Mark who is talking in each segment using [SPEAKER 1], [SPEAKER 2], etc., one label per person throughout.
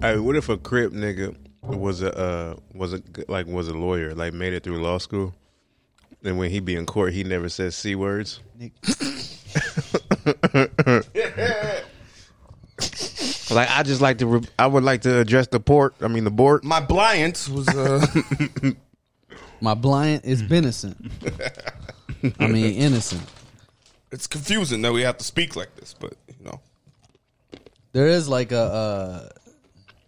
[SPEAKER 1] Hey, what if a crip nigga was a uh, was a like was a lawyer, like made it through law school, and when he be in court, he never says c words. like I just like to, re- I would like to address the port. I mean the board.
[SPEAKER 2] My bliance was uh,
[SPEAKER 3] My blind is innocent. I mean, innocent.
[SPEAKER 2] it's confusing that we have to speak like this, but you know.
[SPEAKER 3] There is like a uh,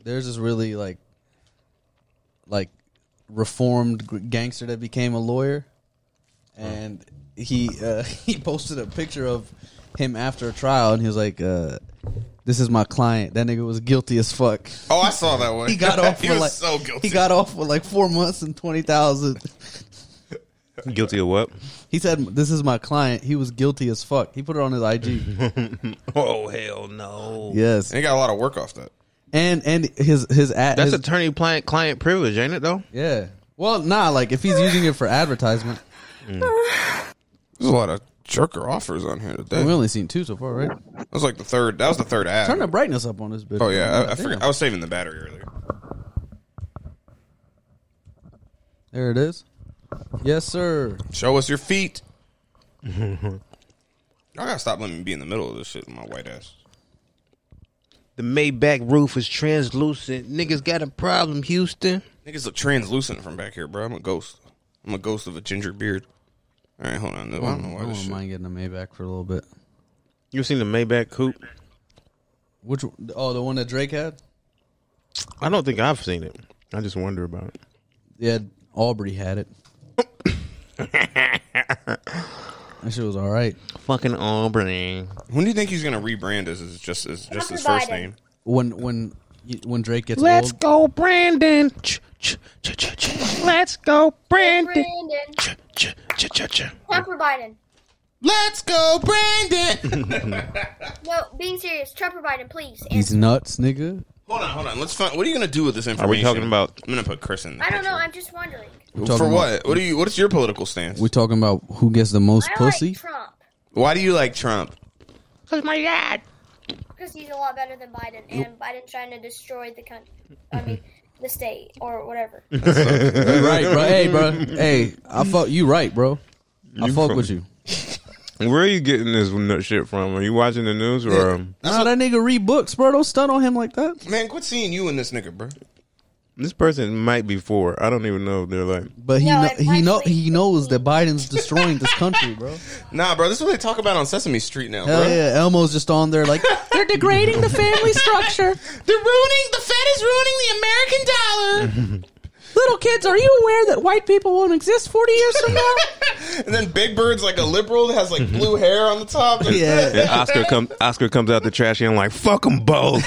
[SPEAKER 3] there's this really like like reformed g- gangster that became a lawyer, and he uh, he posted a picture of him after a trial, and he was like, uh, "This is my client." That nigga was guilty as fuck.
[SPEAKER 2] Oh, I saw that one.
[SPEAKER 3] He got off.
[SPEAKER 2] he
[SPEAKER 3] for
[SPEAKER 2] was
[SPEAKER 3] like,
[SPEAKER 2] so guilty.
[SPEAKER 3] He got off for like four months and twenty thousand.
[SPEAKER 1] Guilty of what?
[SPEAKER 3] He said, "This is my client." He was guilty as fuck. He put it on his IG.
[SPEAKER 1] Oh hell no!
[SPEAKER 3] yes,
[SPEAKER 2] and he got a lot of work off that.
[SPEAKER 3] and and his his ad.
[SPEAKER 1] That's
[SPEAKER 3] his-
[SPEAKER 1] attorney client client privilege, ain't it though?
[SPEAKER 3] yeah. Well, nah. Like if he's using it for advertisement,
[SPEAKER 1] Mm.
[SPEAKER 2] There's a lot of jerker offers on here today.
[SPEAKER 3] we only seen two so far, right?
[SPEAKER 2] That was like the third. That was the third ad.
[SPEAKER 3] Turn the brightness up on this bitch.
[SPEAKER 2] Oh yeah, I, I
[SPEAKER 3] Damn.
[SPEAKER 2] forgot. I was saving the battery earlier.
[SPEAKER 3] There it is. Yes, sir.
[SPEAKER 2] Show us your feet. Y'all gotta stop letting me be in the middle of this shit, with my white ass.
[SPEAKER 1] The Maybach roof is translucent. Niggas got a problem, Houston.
[SPEAKER 2] Niggas look translucent from back here, bro. I'm a ghost. I'm a ghost of a ginger beard. All right, hold on. I don't know
[SPEAKER 3] I
[SPEAKER 2] why this
[SPEAKER 3] wouldn't
[SPEAKER 2] shit.
[SPEAKER 3] Oh, mind getting a Maybach for a little bit.
[SPEAKER 1] You seen the Maybach coupe?
[SPEAKER 3] Which? one- Oh, the one that Drake had.
[SPEAKER 1] I don't think I've seen it. I just wonder about it.
[SPEAKER 3] Yeah, Aubrey had it. that shit was all right.
[SPEAKER 1] Fucking Aubrey.
[SPEAKER 2] When do you think he's gonna rebrand as his, just as just his first name?
[SPEAKER 3] When when when Drake gets
[SPEAKER 1] Let's
[SPEAKER 3] old,
[SPEAKER 1] go, Brandon. Ch- ch- ch- ch- ch- Let's go, Brandon.
[SPEAKER 4] Brandon.
[SPEAKER 1] Ch- ch- ch- ch- ch-
[SPEAKER 4] Not for Biden.
[SPEAKER 2] Let's go, Brandon.
[SPEAKER 4] No, being serious. Trump or Biden, please.
[SPEAKER 3] he's
[SPEAKER 4] answer.
[SPEAKER 3] nuts, nigga.
[SPEAKER 2] hold on, hold on. Let's find. What are you gonna do with this
[SPEAKER 1] Are
[SPEAKER 2] information?
[SPEAKER 1] we talking about?
[SPEAKER 2] I'm gonna put Chris in. The
[SPEAKER 4] I don't know.
[SPEAKER 2] picture.
[SPEAKER 4] I'm just wondering.
[SPEAKER 3] We're
[SPEAKER 2] For
[SPEAKER 3] talking
[SPEAKER 2] what? What do you? What is your political stance?
[SPEAKER 3] We're talking about who gets the most
[SPEAKER 4] I
[SPEAKER 3] pussy.
[SPEAKER 4] like Trump
[SPEAKER 2] Why do you like Trump?
[SPEAKER 1] Cause my dad.
[SPEAKER 4] because he's a lot better than Biden, and Biden's trying to destroy the country. I mean, the state or whatever.
[SPEAKER 3] You right, bro. Hey, bro. Hey, I fuck you right, bro. I fuck
[SPEAKER 1] fuck-
[SPEAKER 3] with you.
[SPEAKER 1] Where are you getting this nut shit from? Are you watching the news or? um,
[SPEAKER 3] Nah, that nigga read books, bro. Don't stunt on him like that.
[SPEAKER 2] Man, quit seeing you in this nigga, bro.
[SPEAKER 1] This person might be four. I don't even know. They're like,
[SPEAKER 3] But he
[SPEAKER 4] No,
[SPEAKER 3] kno-
[SPEAKER 4] it
[SPEAKER 3] he know
[SPEAKER 4] actually-
[SPEAKER 3] he knows that Biden's destroying this country, bro.
[SPEAKER 2] Nah, bro. This is what they talk about on Sesame Street now,
[SPEAKER 3] Hell
[SPEAKER 2] bro.
[SPEAKER 3] yeah, Elmo's just on there like they're degrading the family structure.
[SPEAKER 2] They're ruining. The Fed is ruining the American dollar.
[SPEAKER 3] Little kids, are you aware that white people won't exist forty years from now?
[SPEAKER 2] and then Big Bird's like a liberal that has like blue hair on the top.
[SPEAKER 3] Yeah.
[SPEAKER 1] Mm-hmm. and Oscar comes. Oscar comes out the trash and like, fuck them both.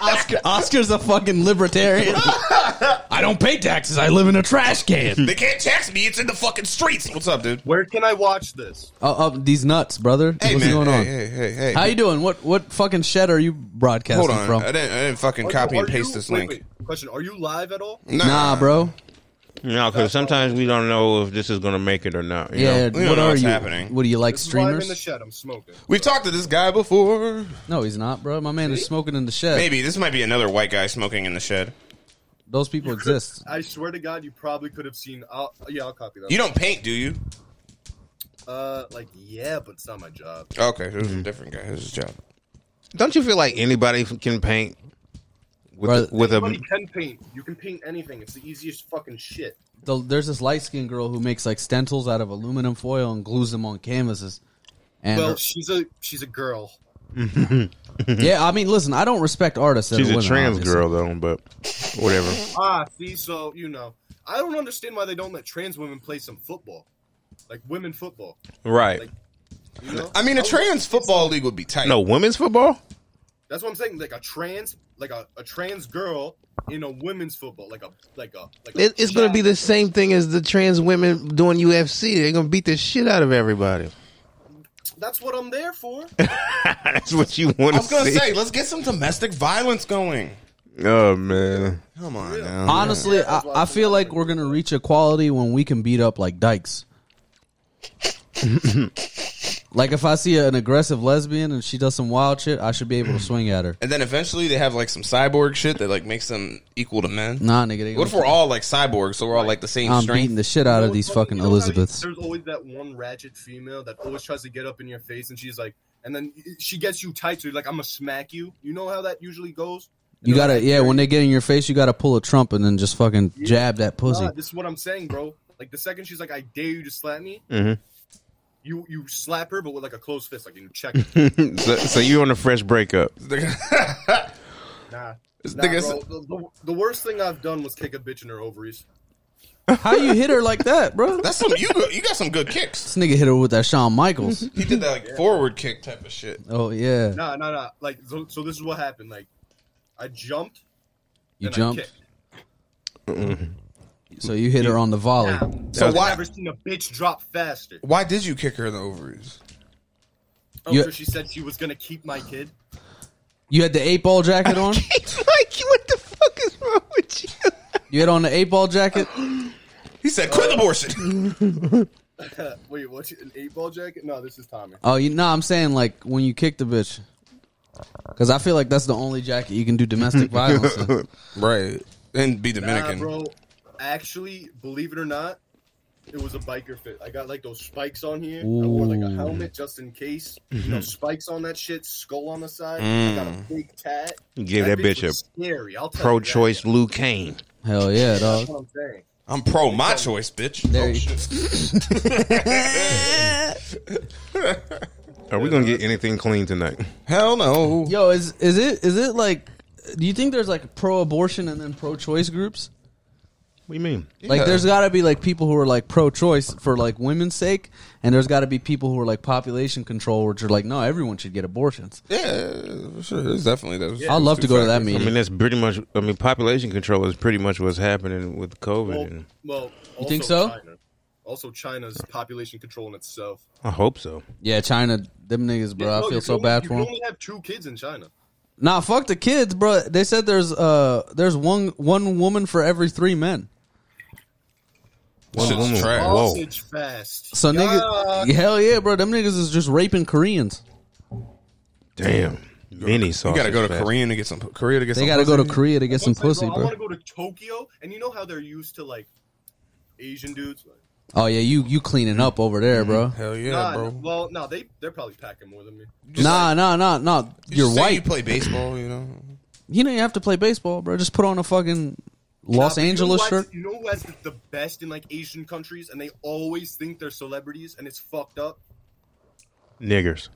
[SPEAKER 3] Oscar, Oscar's a fucking libertarian. I don't pay taxes. I live in a trash can.
[SPEAKER 2] They can't tax me. It's in the fucking streets. What's up, dude?
[SPEAKER 5] Where can I watch this?
[SPEAKER 3] Oh, oh, these nuts, brother. What's going on?
[SPEAKER 2] Hey, hey, hey.
[SPEAKER 3] How you doing? What what fucking shed are you broadcasting
[SPEAKER 2] Hold on. Uh,
[SPEAKER 3] from?
[SPEAKER 2] I didn't. I didn't fucking
[SPEAKER 5] Are you-
[SPEAKER 2] copy and
[SPEAKER 5] are
[SPEAKER 2] paste
[SPEAKER 5] you-
[SPEAKER 2] this
[SPEAKER 5] wait,
[SPEAKER 2] link.
[SPEAKER 5] wait. Question: Are you live at all?
[SPEAKER 3] Nah, bro.
[SPEAKER 1] No, because sometimes we don't know if this is gonna make it or not. you
[SPEAKER 3] Yeah,
[SPEAKER 1] know?
[SPEAKER 2] don't
[SPEAKER 3] what
[SPEAKER 2] know
[SPEAKER 3] are
[SPEAKER 2] what's
[SPEAKER 3] you?
[SPEAKER 2] happening.
[SPEAKER 3] What do you like
[SPEAKER 5] Just live in the
[SPEAKER 3] streamers?
[SPEAKER 5] shed. I'm smoking.
[SPEAKER 2] We've talked to this guy before.
[SPEAKER 3] no, he's not, bro. My man is smoking in the shed.
[SPEAKER 2] Maybe this might be another white guy smoking in the shed.
[SPEAKER 3] Those people exist.
[SPEAKER 5] I swear to God, you probably could have seen. I'll, yeah, I'll copy that.
[SPEAKER 2] You don't paint, do you?
[SPEAKER 5] uh, like yeah, but it's not my job.
[SPEAKER 2] Okay, this is
[SPEAKER 3] Mm-hmm.
[SPEAKER 2] a different guy. This is job.
[SPEAKER 1] Don't you feel like anybody can paint with
[SPEAKER 3] Right.
[SPEAKER 1] with
[SPEAKER 5] Buddy
[SPEAKER 1] a?
[SPEAKER 5] can paint. You can paint anything. It's the easiest fucking shit.
[SPEAKER 3] The, there's this light skinned girl who makes like stencils out of aluminum foil and glues them on canvases. And
[SPEAKER 5] Well, she's a she's a girl.
[SPEAKER 3] yeah, I mean, listen, I don't respect artists. that
[SPEAKER 1] She's
[SPEAKER 3] are
[SPEAKER 1] a
[SPEAKER 3] women,
[SPEAKER 1] trans
[SPEAKER 3] obviously.
[SPEAKER 1] girl though, but whatever.
[SPEAKER 5] Ah, see, so you know, I don't understand why they don't let trans women play some football, like women football.
[SPEAKER 1] Right.
[SPEAKER 5] You know,
[SPEAKER 2] I mean, a trans football league would be tight.
[SPEAKER 1] No, women's football?
[SPEAKER 5] that's what I'm saying. Like a trans, like a, a trans girl in a women's football, like a like a like. a
[SPEAKER 1] It, it's going to be
[SPEAKER 5] shag.
[SPEAKER 1] the same thing as the trans women doing UFC. They're going to beat the shit out of everybody.
[SPEAKER 5] That's what I'm there for.
[SPEAKER 1] That's what you want
[SPEAKER 2] I
[SPEAKER 1] to
[SPEAKER 2] was gonna
[SPEAKER 1] see.
[SPEAKER 2] say, let's get some domestic violence going.
[SPEAKER 1] oh man,
[SPEAKER 2] Come on now.
[SPEAKER 3] Honestly, I, I feel like we're gonna reach equality when we can beat up like dykes. Like if I see an aggressive lesbian and she does some wild shit, I should be able to swing at her.
[SPEAKER 2] And then eventually they have like some cyborg shit that like makes them equal to men.
[SPEAKER 3] Nah, nigga. they
[SPEAKER 2] What if
[SPEAKER 3] gonna-
[SPEAKER 2] we're all like cyborgs, so we're all like the same
[SPEAKER 3] I'm
[SPEAKER 2] strength?
[SPEAKER 3] beating the shit out of these
[SPEAKER 5] You know
[SPEAKER 3] fucking
[SPEAKER 5] how you-
[SPEAKER 3] Elizabeths.
[SPEAKER 5] There's always that one ratchet female that always tries to get up in your face, and she's like, and then she gets you tight, so you're like, I'm gonna smack you. You know how that usually goes.
[SPEAKER 3] You gotta, yeah. When they get in your face, you gotta pull a trump and then just fucking jab that pussy.
[SPEAKER 5] Nah, this is what I'm saying, bro. Like the second she's like, I dare you to slap me.
[SPEAKER 2] Mm-hmm.
[SPEAKER 1] Mhm.
[SPEAKER 5] You you slap her, but with like a closed fist, like you check. her.
[SPEAKER 1] so, so you on a fresh breakup?
[SPEAKER 5] nah. Nah,
[SPEAKER 2] nigga's-
[SPEAKER 5] bro, the, the, the worst thing I've done was kick a bitch in her ovaries.
[SPEAKER 3] How you hit her like that, bro?
[SPEAKER 2] That's some you got, you got some good kicks.
[SPEAKER 3] This nigga hit her with that Shawn Michaels.
[SPEAKER 2] He did that like forward kick type of shit.
[SPEAKER 3] Oh yeah,
[SPEAKER 5] Nah, nah, nah. Like so, so this is what happened. Like I jumped.
[SPEAKER 3] you
[SPEAKER 5] and I
[SPEAKER 3] jumped, Mm-hmm.
[SPEAKER 5] kicked.
[SPEAKER 3] so you hit her on the volley.
[SPEAKER 2] So
[SPEAKER 5] I've
[SPEAKER 2] why
[SPEAKER 5] never seen a bitch drop faster.
[SPEAKER 2] why did you kick her in the ovaries?
[SPEAKER 5] Oh,
[SPEAKER 3] You-
[SPEAKER 5] so she said she was gonna keep my kid.
[SPEAKER 3] You had the eight ball jacket on.
[SPEAKER 1] Mike, what the fuck is wrong with you?
[SPEAKER 3] You had on the eight ball jacket.
[SPEAKER 2] He said, "Quick abortion."
[SPEAKER 5] Uh, Wait, what's an eight ball jacket? No, this is Tommy.
[SPEAKER 3] Oh, you know, I'm saying like when you kick the bitch, because I feel like that's the only jacket you can do domestic violence. in.
[SPEAKER 2] right, and be
[SPEAKER 5] Nah,
[SPEAKER 2] Dominican.
[SPEAKER 5] bro. Actually, believe it or not, it was a biker fit. I got like those spikes on here. I wore like a
[SPEAKER 3] Ooh.
[SPEAKER 5] helmet just in case.
[SPEAKER 1] Mm-hmm.
[SPEAKER 5] You know, spikes on that shit, skull on the side. I got a big tat.
[SPEAKER 1] Give Mm. that bitch
[SPEAKER 5] was scary. I'll tell you that.
[SPEAKER 1] Pro-choice Liu Kane.
[SPEAKER 3] Hell yeah,
[SPEAKER 5] That's
[SPEAKER 3] dog.
[SPEAKER 5] what I'm saying.
[SPEAKER 2] I'm pro my choice, bitch.
[SPEAKER 3] There
[SPEAKER 2] Oh,
[SPEAKER 3] you-
[SPEAKER 1] Are we gonna get anything clean tonight?
[SPEAKER 2] Hell no.
[SPEAKER 3] Yo, is is it is it like? Do you think there's like pro-abortion and then pro-choice groups?
[SPEAKER 1] What do you mean?
[SPEAKER 3] Like,
[SPEAKER 2] Yeah.
[SPEAKER 3] there's got to be like people who are like pro-choice for like women's sake, and there's got to be people who are like population control, which are like, no, everyone should get abortions.
[SPEAKER 2] Yeah, for sure. It's definitely those.
[SPEAKER 3] I'd love to go to that
[SPEAKER 1] I
[SPEAKER 3] meeting.
[SPEAKER 1] mean, that's pretty much. I mean, population control is pretty much what's happening with COVID.
[SPEAKER 5] Well,
[SPEAKER 1] and
[SPEAKER 5] well also
[SPEAKER 3] think so?
[SPEAKER 5] China. Also, China's population control in itself.
[SPEAKER 1] I hope so.
[SPEAKER 3] yeah, China, them niggas, bro.
[SPEAKER 5] No,
[SPEAKER 3] I
[SPEAKER 5] you
[SPEAKER 3] feel so
[SPEAKER 5] can only-
[SPEAKER 3] bad
[SPEAKER 5] you
[SPEAKER 3] for
[SPEAKER 5] can
[SPEAKER 3] them.
[SPEAKER 5] only have two kids in China.
[SPEAKER 3] Nah, fuck the kids, bro. They said there's uh there's one one woman for every three men.
[SPEAKER 2] Shit's
[SPEAKER 1] woman-
[SPEAKER 2] trash.
[SPEAKER 1] Whoa.
[SPEAKER 5] Sausage fast.
[SPEAKER 3] So niggas, hell yeah, bro. Them niggas is just raping Koreans.
[SPEAKER 1] Damn. Mini sauce.
[SPEAKER 2] You gotta go to Korea to get some Korea to get
[SPEAKER 3] They
[SPEAKER 2] some.
[SPEAKER 3] got to go to
[SPEAKER 2] pussy.
[SPEAKER 3] Korea to get some
[SPEAKER 5] Once I- bro,
[SPEAKER 3] pussy,
[SPEAKER 5] I
[SPEAKER 3] bro.
[SPEAKER 5] want to go to Tokyo, and you know how they're used to like Asian dudes. Like,
[SPEAKER 3] Oh yeah, you you cleaning up over there, Oh, bro.
[SPEAKER 2] Mm-hmm. Hell yeah,
[SPEAKER 5] nah,
[SPEAKER 2] bro.
[SPEAKER 5] Well, no, they they're probably packing more than me.
[SPEAKER 2] Just
[SPEAKER 3] Nah, nah, nah, nah.
[SPEAKER 2] just
[SPEAKER 3] You're
[SPEAKER 2] say
[SPEAKER 3] white.
[SPEAKER 2] You play baseball, you know.
[SPEAKER 3] you know you have to play baseball, bro. Just put on a fucking Los
[SPEAKER 5] Nah, but
[SPEAKER 3] Angeles
[SPEAKER 5] you know who has-
[SPEAKER 3] shirt.
[SPEAKER 5] You know who has the best in like Asian countries, and they always think they're celebrities, and it's fucked up.
[SPEAKER 1] Niggers.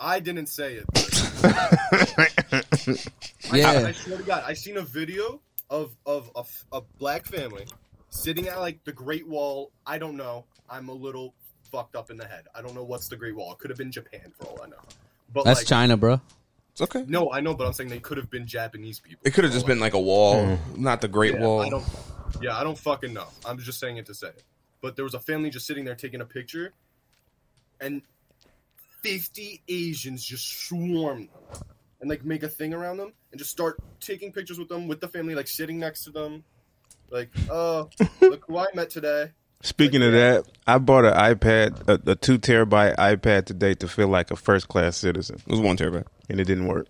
[SPEAKER 5] I didn't say it. but I
[SPEAKER 3] Yeah,
[SPEAKER 5] swear to God, I seen a video of of a, f- a black family sitting at like the Great Wall. I don't know. I'm a little fucked up in the head. I don't know what's the Great Wall. It could have been Japan for all I know. But
[SPEAKER 3] that's
[SPEAKER 5] like,
[SPEAKER 3] China, bro.
[SPEAKER 2] It's okay.
[SPEAKER 5] No, I know, but I'm saying they could have been Japanese people.
[SPEAKER 2] It could have just been like a wall,
[SPEAKER 3] Mm.
[SPEAKER 2] not the Great
[SPEAKER 5] Yeah,
[SPEAKER 2] Wall.
[SPEAKER 5] I don't, yeah, I don't fucking know. I'm just saying it to say it. But there was a family just sitting there taking a picture, and 50 Asians just swarm them and like make a thing around them and just start taking pictures with them, with the family, like sitting next to them. Like, oh, look who I met today.
[SPEAKER 1] Speaking of that, I bought an iPad, a, a two terabyte iPad today to feel like a first class citizen,
[SPEAKER 2] It was one terabyte.
[SPEAKER 1] and it didn't work.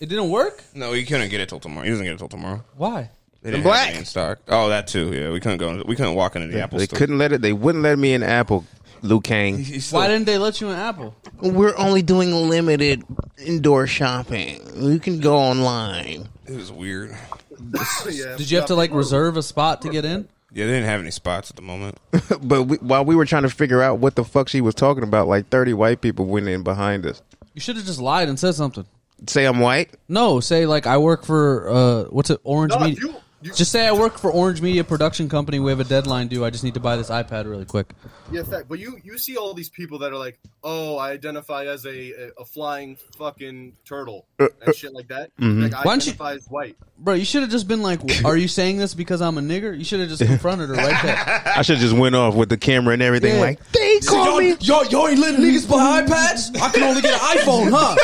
[SPEAKER 3] It didn't work.
[SPEAKER 2] No, he couldn't get it till tomorrow. He doesn't get it till tomorrow.
[SPEAKER 3] Why?
[SPEAKER 2] They didn't
[SPEAKER 1] black.
[SPEAKER 2] have any in stock. Oh, that too. Yeah, we couldn't go. into- We couldn't walk into the Apple
[SPEAKER 1] they
[SPEAKER 2] store.
[SPEAKER 1] couldn't let it. They wouldn't let me in Apple. Liu Kang.
[SPEAKER 2] He's still-
[SPEAKER 3] Why didn't they let you in Apple?
[SPEAKER 6] We're only doing limited indoor shopping. You can go online.
[SPEAKER 2] it was weird.
[SPEAKER 5] yeah,
[SPEAKER 3] Did you have to like reserve a spot to get in?
[SPEAKER 2] Yeah, they didn't have any spots at the moment.
[SPEAKER 1] But we, while we were trying to figure out what the fuck she was talking about, like thirty white people went in behind us.
[SPEAKER 3] You should have just lied and said something.
[SPEAKER 1] Say I'm white.
[SPEAKER 3] No, say like I work for uh what's it Orange
[SPEAKER 5] No,
[SPEAKER 3] Media.
[SPEAKER 5] you- you-
[SPEAKER 3] just say I work for Orange Media Production Company. We have a deadline due. I just need to buy this iPad really quick.
[SPEAKER 5] Yeah, fact. But you you see all these people that are like, oh, I identify as a a, a flying fucking turtle and shit like that. Like, I
[SPEAKER 3] Uh, mm-hmm. Why don't you-
[SPEAKER 5] identify as white.
[SPEAKER 3] Bro, you should have just been like, "Are you saying this because I'm a nigger?" You should have just confronted her right there.
[SPEAKER 1] I should just went off with the camera and everything.
[SPEAKER 3] Yeah.
[SPEAKER 1] Like they call me.
[SPEAKER 3] y'all, y'all ain't letting niggas buy iPads. I can only get an iPhone, huh?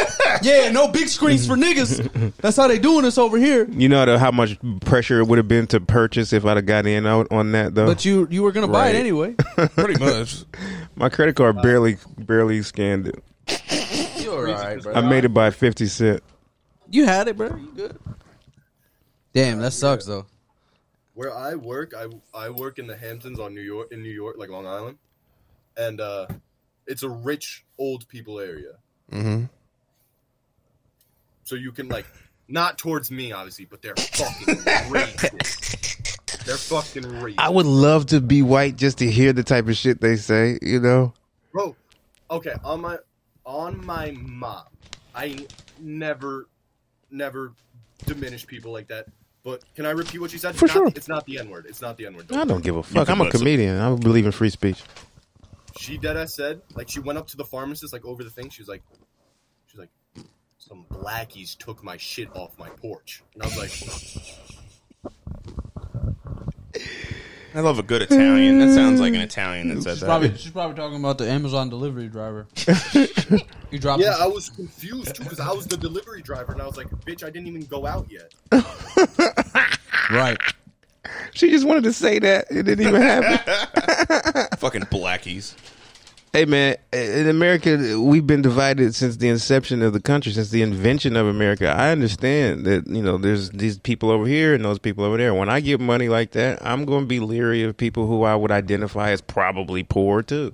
[SPEAKER 3] Yeah, no big screens for niggas. That's how they doing this over here.
[SPEAKER 1] You know the, how much pressure it would have been to purchase if I'd have got in out on that though.
[SPEAKER 3] But you you were gonna buy it
[SPEAKER 2] Right.
[SPEAKER 3] anyway. Uh,
[SPEAKER 2] Pretty much.
[SPEAKER 1] My credit card barely barely scanned it.
[SPEAKER 3] You're all right, bro.
[SPEAKER 1] I made it by fifty cent.
[SPEAKER 3] You had it, bro. You good? Damn, that sucks though.
[SPEAKER 5] where I work, I I work in the Hamptons on New York in New York, like Long Island, and uh, it's a rich old people area.
[SPEAKER 3] Mm-hmm.
[SPEAKER 2] Mhm.
[SPEAKER 5] So you can like, not towards me obviously, but they're fucking racist. They're fucking racist,
[SPEAKER 1] I would love to be white just to hear the type of shit they say. You know,
[SPEAKER 5] bro. Okay, on my on my mom, I never never diminish people like that. But can I repeat what she said?
[SPEAKER 1] For
[SPEAKER 5] Not-
[SPEAKER 1] sure.
[SPEAKER 5] It's not the N word. It's not the N word.
[SPEAKER 1] I don't give a fuck.
[SPEAKER 2] can
[SPEAKER 1] I'm a
[SPEAKER 2] bless it.
[SPEAKER 1] comedian. I believe in free speech.
[SPEAKER 5] she dead ass said like she went up to the pharmacist like over the thing she was like she's like some blackies took my shit off my porch and i was like
[SPEAKER 2] I love a good Italian. That sounds like an Italian that said
[SPEAKER 3] She's
[SPEAKER 2] that.
[SPEAKER 3] probably she's probably talking about the Amazon delivery driver. you dropped.
[SPEAKER 5] yeah i was confused too because i was the delivery driver and i was like bitch i didn't even go out yet
[SPEAKER 3] right.
[SPEAKER 1] She just wanted to say that. It didn't even happen.
[SPEAKER 2] Fucking blackies.
[SPEAKER 1] hey man, in America, we've been divided since the inception of the country, since the invention of America. I understand that you know there's these people over here and those people over there. When I get money like that, I'm going to be leery of people who I would identify as probably poor too.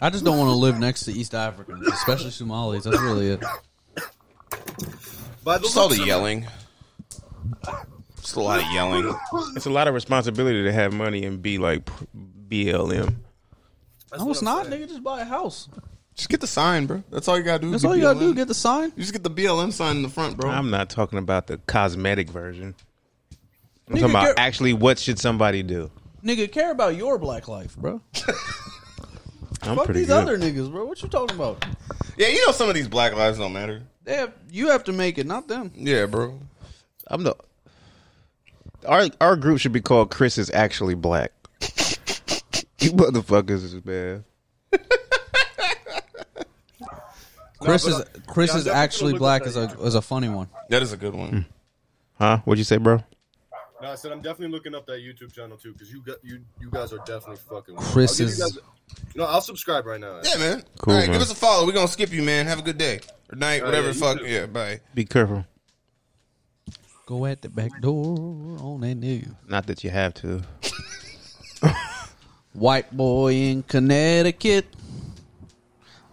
[SPEAKER 3] I just don't want to live next to East Africans, especially Somalis. That's really it.
[SPEAKER 5] by the
[SPEAKER 2] Just all
[SPEAKER 5] looks
[SPEAKER 2] the
[SPEAKER 5] of it-
[SPEAKER 2] yelling. Just a lot of yelling.
[SPEAKER 1] It's a lot of responsibility to have money and be like p- BLM.
[SPEAKER 5] that's
[SPEAKER 3] No,
[SPEAKER 5] what
[SPEAKER 3] it's
[SPEAKER 5] I'm
[SPEAKER 3] not.
[SPEAKER 5] saying.
[SPEAKER 3] Nigga, just buy a house.
[SPEAKER 2] Just get the sign, bro. That's all you gotta do.
[SPEAKER 3] That's
[SPEAKER 2] Be
[SPEAKER 3] all you gotta do.
[SPEAKER 2] BLM.
[SPEAKER 3] Get the sign.
[SPEAKER 2] You just get the BLM sign in the front, bro.
[SPEAKER 1] I'm not talking about the cosmetic version. I'm
[SPEAKER 3] Nigga,
[SPEAKER 1] talking about
[SPEAKER 3] get-
[SPEAKER 1] actually what should somebody do.
[SPEAKER 3] Nigga, care about your black life, bro.
[SPEAKER 1] I'm
[SPEAKER 3] Fuck
[SPEAKER 1] pretty
[SPEAKER 3] these
[SPEAKER 1] good.
[SPEAKER 3] other niggas, bro. What you talking about?
[SPEAKER 2] yeah, you know some of these black lives don't matter.
[SPEAKER 3] They have, you have to make it, not them.
[SPEAKER 2] Yeah, bro.
[SPEAKER 1] I'm the our our group should be called Chris is actually black. you motherfuckers is bad.
[SPEAKER 3] Chris
[SPEAKER 5] but
[SPEAKER 3] is
[SPEAKER 5] I- yeah, I'm
[SPEAKER 3] Chris is
[SPEAKER 5] definitely
[SPEAKER 3] actually
[SPEAKER 5] gonna
[SPEAKER 3] black
[SPEAKER 5] look
[SPEAKER 3] is
[SPEAKER 5] at
[SPEAKER 3] a is a funny one.
[SPEAKER 2] That is a good one.
[SPEAKER 1] Hmm. Huh? What'd you say, bro?
[SPEAKER 5] no i said i'm definitely looking up that youtube channel too because you got you you guys are definitely fucking wild.
[SPEAKER 3] Chris
[SPEAKER 5] I'll give you
[SPEAKER 3] is-
[SPEAKER 5] guys- no i'll subscribe right now
[SPEAKER 2] Yeah, man.
[SPEAKER 1] Cool,
[SPEAKER 2] all right,
[SPEAKER 1] man.
[SPEAKER 2] give us a follow. We're gonna skip you, man. Have a good day or night,
[SPEAKER 5] Oh,
[SPEAKER 2] whatever.
[SPEAKER 5] yeah,
[SPEAKER 2] the
[SPEAKER 5] you
[SPEAKER 2] fuck.
[SPEAKER 5] too.
[SPEAKER 2] Yeah, bye.
[SPEAKER 1] Be careful.
[SPEAKER 3] Go at the back door on that nigga.
[SPEAKER 1] Not that you have to.
[SPEAKER 3] White boy in Connecticut.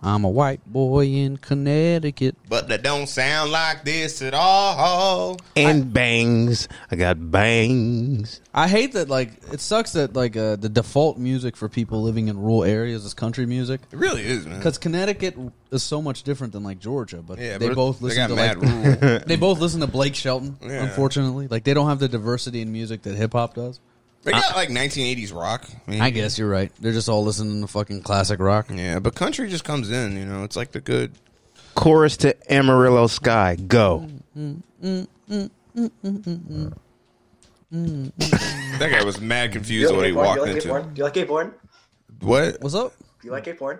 [SPEAKER 3] I'm a white boy in Connecticut.
[SPEAKER 2] But that don't sound like this at all.
[SPEAKER 1] And bangs. I got bangs.
[SPEAKER 3] I hate that. Like, it sucks that like uh, the default music for people living in rural areas is country music.
[SPEAKER 2] It really is, man.
[SPEAKER 3] Because Connecticut is so much different than like Georgia, but
[SPEAKER 2] Yeah,
[SPEAKER 3] they
[SPEAKER 2] but
[SPEAKER 3] both
[SPEAKER 2] they got
[SPEAKER 3] listen to like
[SPEAKER 2] mad rule.
[SPEAKER 3] they both listen to Blake Shelton.
[SPEAKER 2] Yeah.
[SPEAKER 3] Unfortunately, like they don't have the diversity in music that hip hop does.
[SPEAKER 2] They got like 1980s rock. I mean,
[SPEAKER 3] I guess you're right. They're just all listening to fucking classic rock.
[SPEAKER 2] Yeah, but country just comes in. You know, it's like the good.
[SPEAKER 1] Chorus to Amarillo Sky. Go.
[SPEAKER 7] Mm, mm.
[SPEAKER 2] That guy was mad
[SPEAKER 8] Do
[SPEAKER 2] confused
[SPEAKER 8] you
[SPEAKER 2] on
[SPEAKER 8] like
[SPEAKER 2] what
[SPEAKER 8] gay
[SPEAKER 2] he
[SPEAKER 8] porn? Do
[SPEAKER 2] walked
[SPEAKER 8] you like gay
[SPEAKER 2] into.
[SPEAKER 8] porn? Do you like gay porn?
[SPEAKER 2] What?
[SPEAKER 3] What's up?
[SPEAKER 8] Do you like gay porn?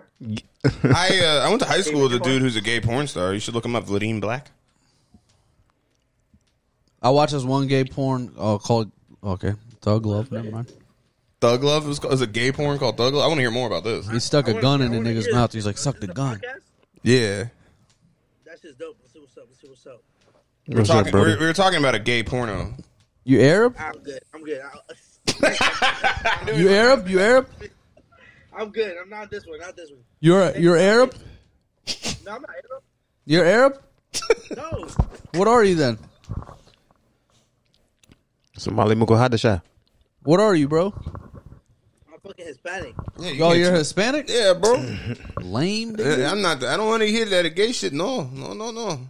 [SPEAKER 2] I uh, I went to high school with a
[SPEAKER 8] gay porn?
[SPEAKER 2] dude who's a gay porn star. You should look him up, Vladimir Black.
[SPEAKER 3] I watch this one gay porn uh, called okay Thug Love. Never mind.
[SPEAKER 2] Thug Love is, is a gay porn called Thug Love. I want to hear more about this.
[SPEAKER 3] He stuck a gun in the nigga's mouth. He's like, "Suck the gun."
[SPEAKER 2] Yeah,
[SPEAKER 7] That's just dope. Let's see what's up. Let's see what's up.
[SPEAKER 2] we're
[SPEAKER 1] What's
[SPEAKER 2] talking,
[SPEAKER 1] up,
[SPEAKER 2] we're,
[SPEAKER 1] brother?
[SPEAKER 2] we were talking about a gay porno.
[SPEAKER 3] You Arab?
[SPEAKER 7] I'm good. I'm good. I,
[SPEAKER 3] You Arab? You Arab?
[SPEAKER 7] I'm good. I'm not this one. Not this one.
[SPEAKER 3] You're you're Arab?
[SPEAKER 7] No, I'm not Arab.
[SPEAKER 3] You're Arab?
[SPEAKER 7] No,
[SPEAKER 3] What are you then?
[SPEAKER 1] Somali Mukahadasha.
[SPEAKER 3] What are you, bro?
[SPEAKER 7] I'm fucking Hispanic.
[SPEAKER 2] Yeah, you
[SPEAKER 3] Oh,
[SPEAKER 2] can't-
[SPEAKER 3] you're Hispanic?
[SPEAKER 2] yeah, bro.
[SPEAKER 3] Lame. nigga.
[SPEAKER 2] Yeah, I'm not. I don't want to hear that gay shit. No, no, no, no.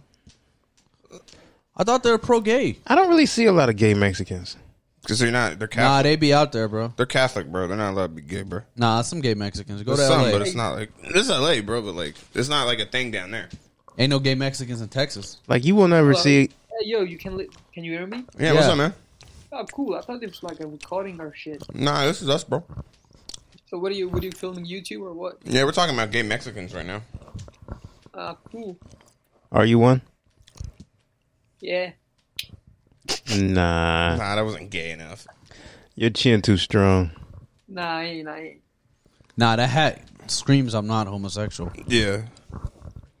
[SPEAKER 3] I thought they were pro gay.
[SPEAKER 1] I don't really see a lot of gay Mexicans.
[SPEAKER 2] Because they're not. They're Catholic.
[SPEAKER 3] Nah, they be out there, bro.
[SPEAKER 2] they're Catholic, bro. They're not allowed to be gay, bro.
[SPEAKER 3] Nah, some gay Mexicans. Go to
[SPEAKER 2] There's some,
[SPEAKER 3] LA.
[SPEAKER 2] but it's not like it's LA, bro. But like, it's not like a thing down there.
[SPEAKER 3] Ain't no gay Mexicans in Texas.
[SPEAKER 1] Like you will never see
[SPEAKER 9] Hey, yo, you can li- can you hear me?
[SPEAKER 2] Yeah, what's
[SPEAKER 3] Yeah.
[SPEAKER 2] up, man?
[SPEAKER 9] Oh, cool. I thought it was like a recording or shit.
[SPEAKER 2] Nah, this is us, bro.
[SPEAKER 9] So what are you? What are you filming YouTube or what?
[SPEAKER 2] Yeah, we're talking about gay Mexicans right now.
[SPEAKER 9] Uh, cool.
[SPEAKER 1] Are you one?
[SPEAKER 9] Yeah.
[SPEAKER 1] Nah,
[SPEAKER 2] Nah, that wasn't gay enough.
[SPEAKER 1] your chin too strong.
[SPEAKER 9] Nah, I ain't. I ain't.
[SPEAKER 3] Nah, that hat screams I'm not homosexual.
[SPEAKER 2] Yeah,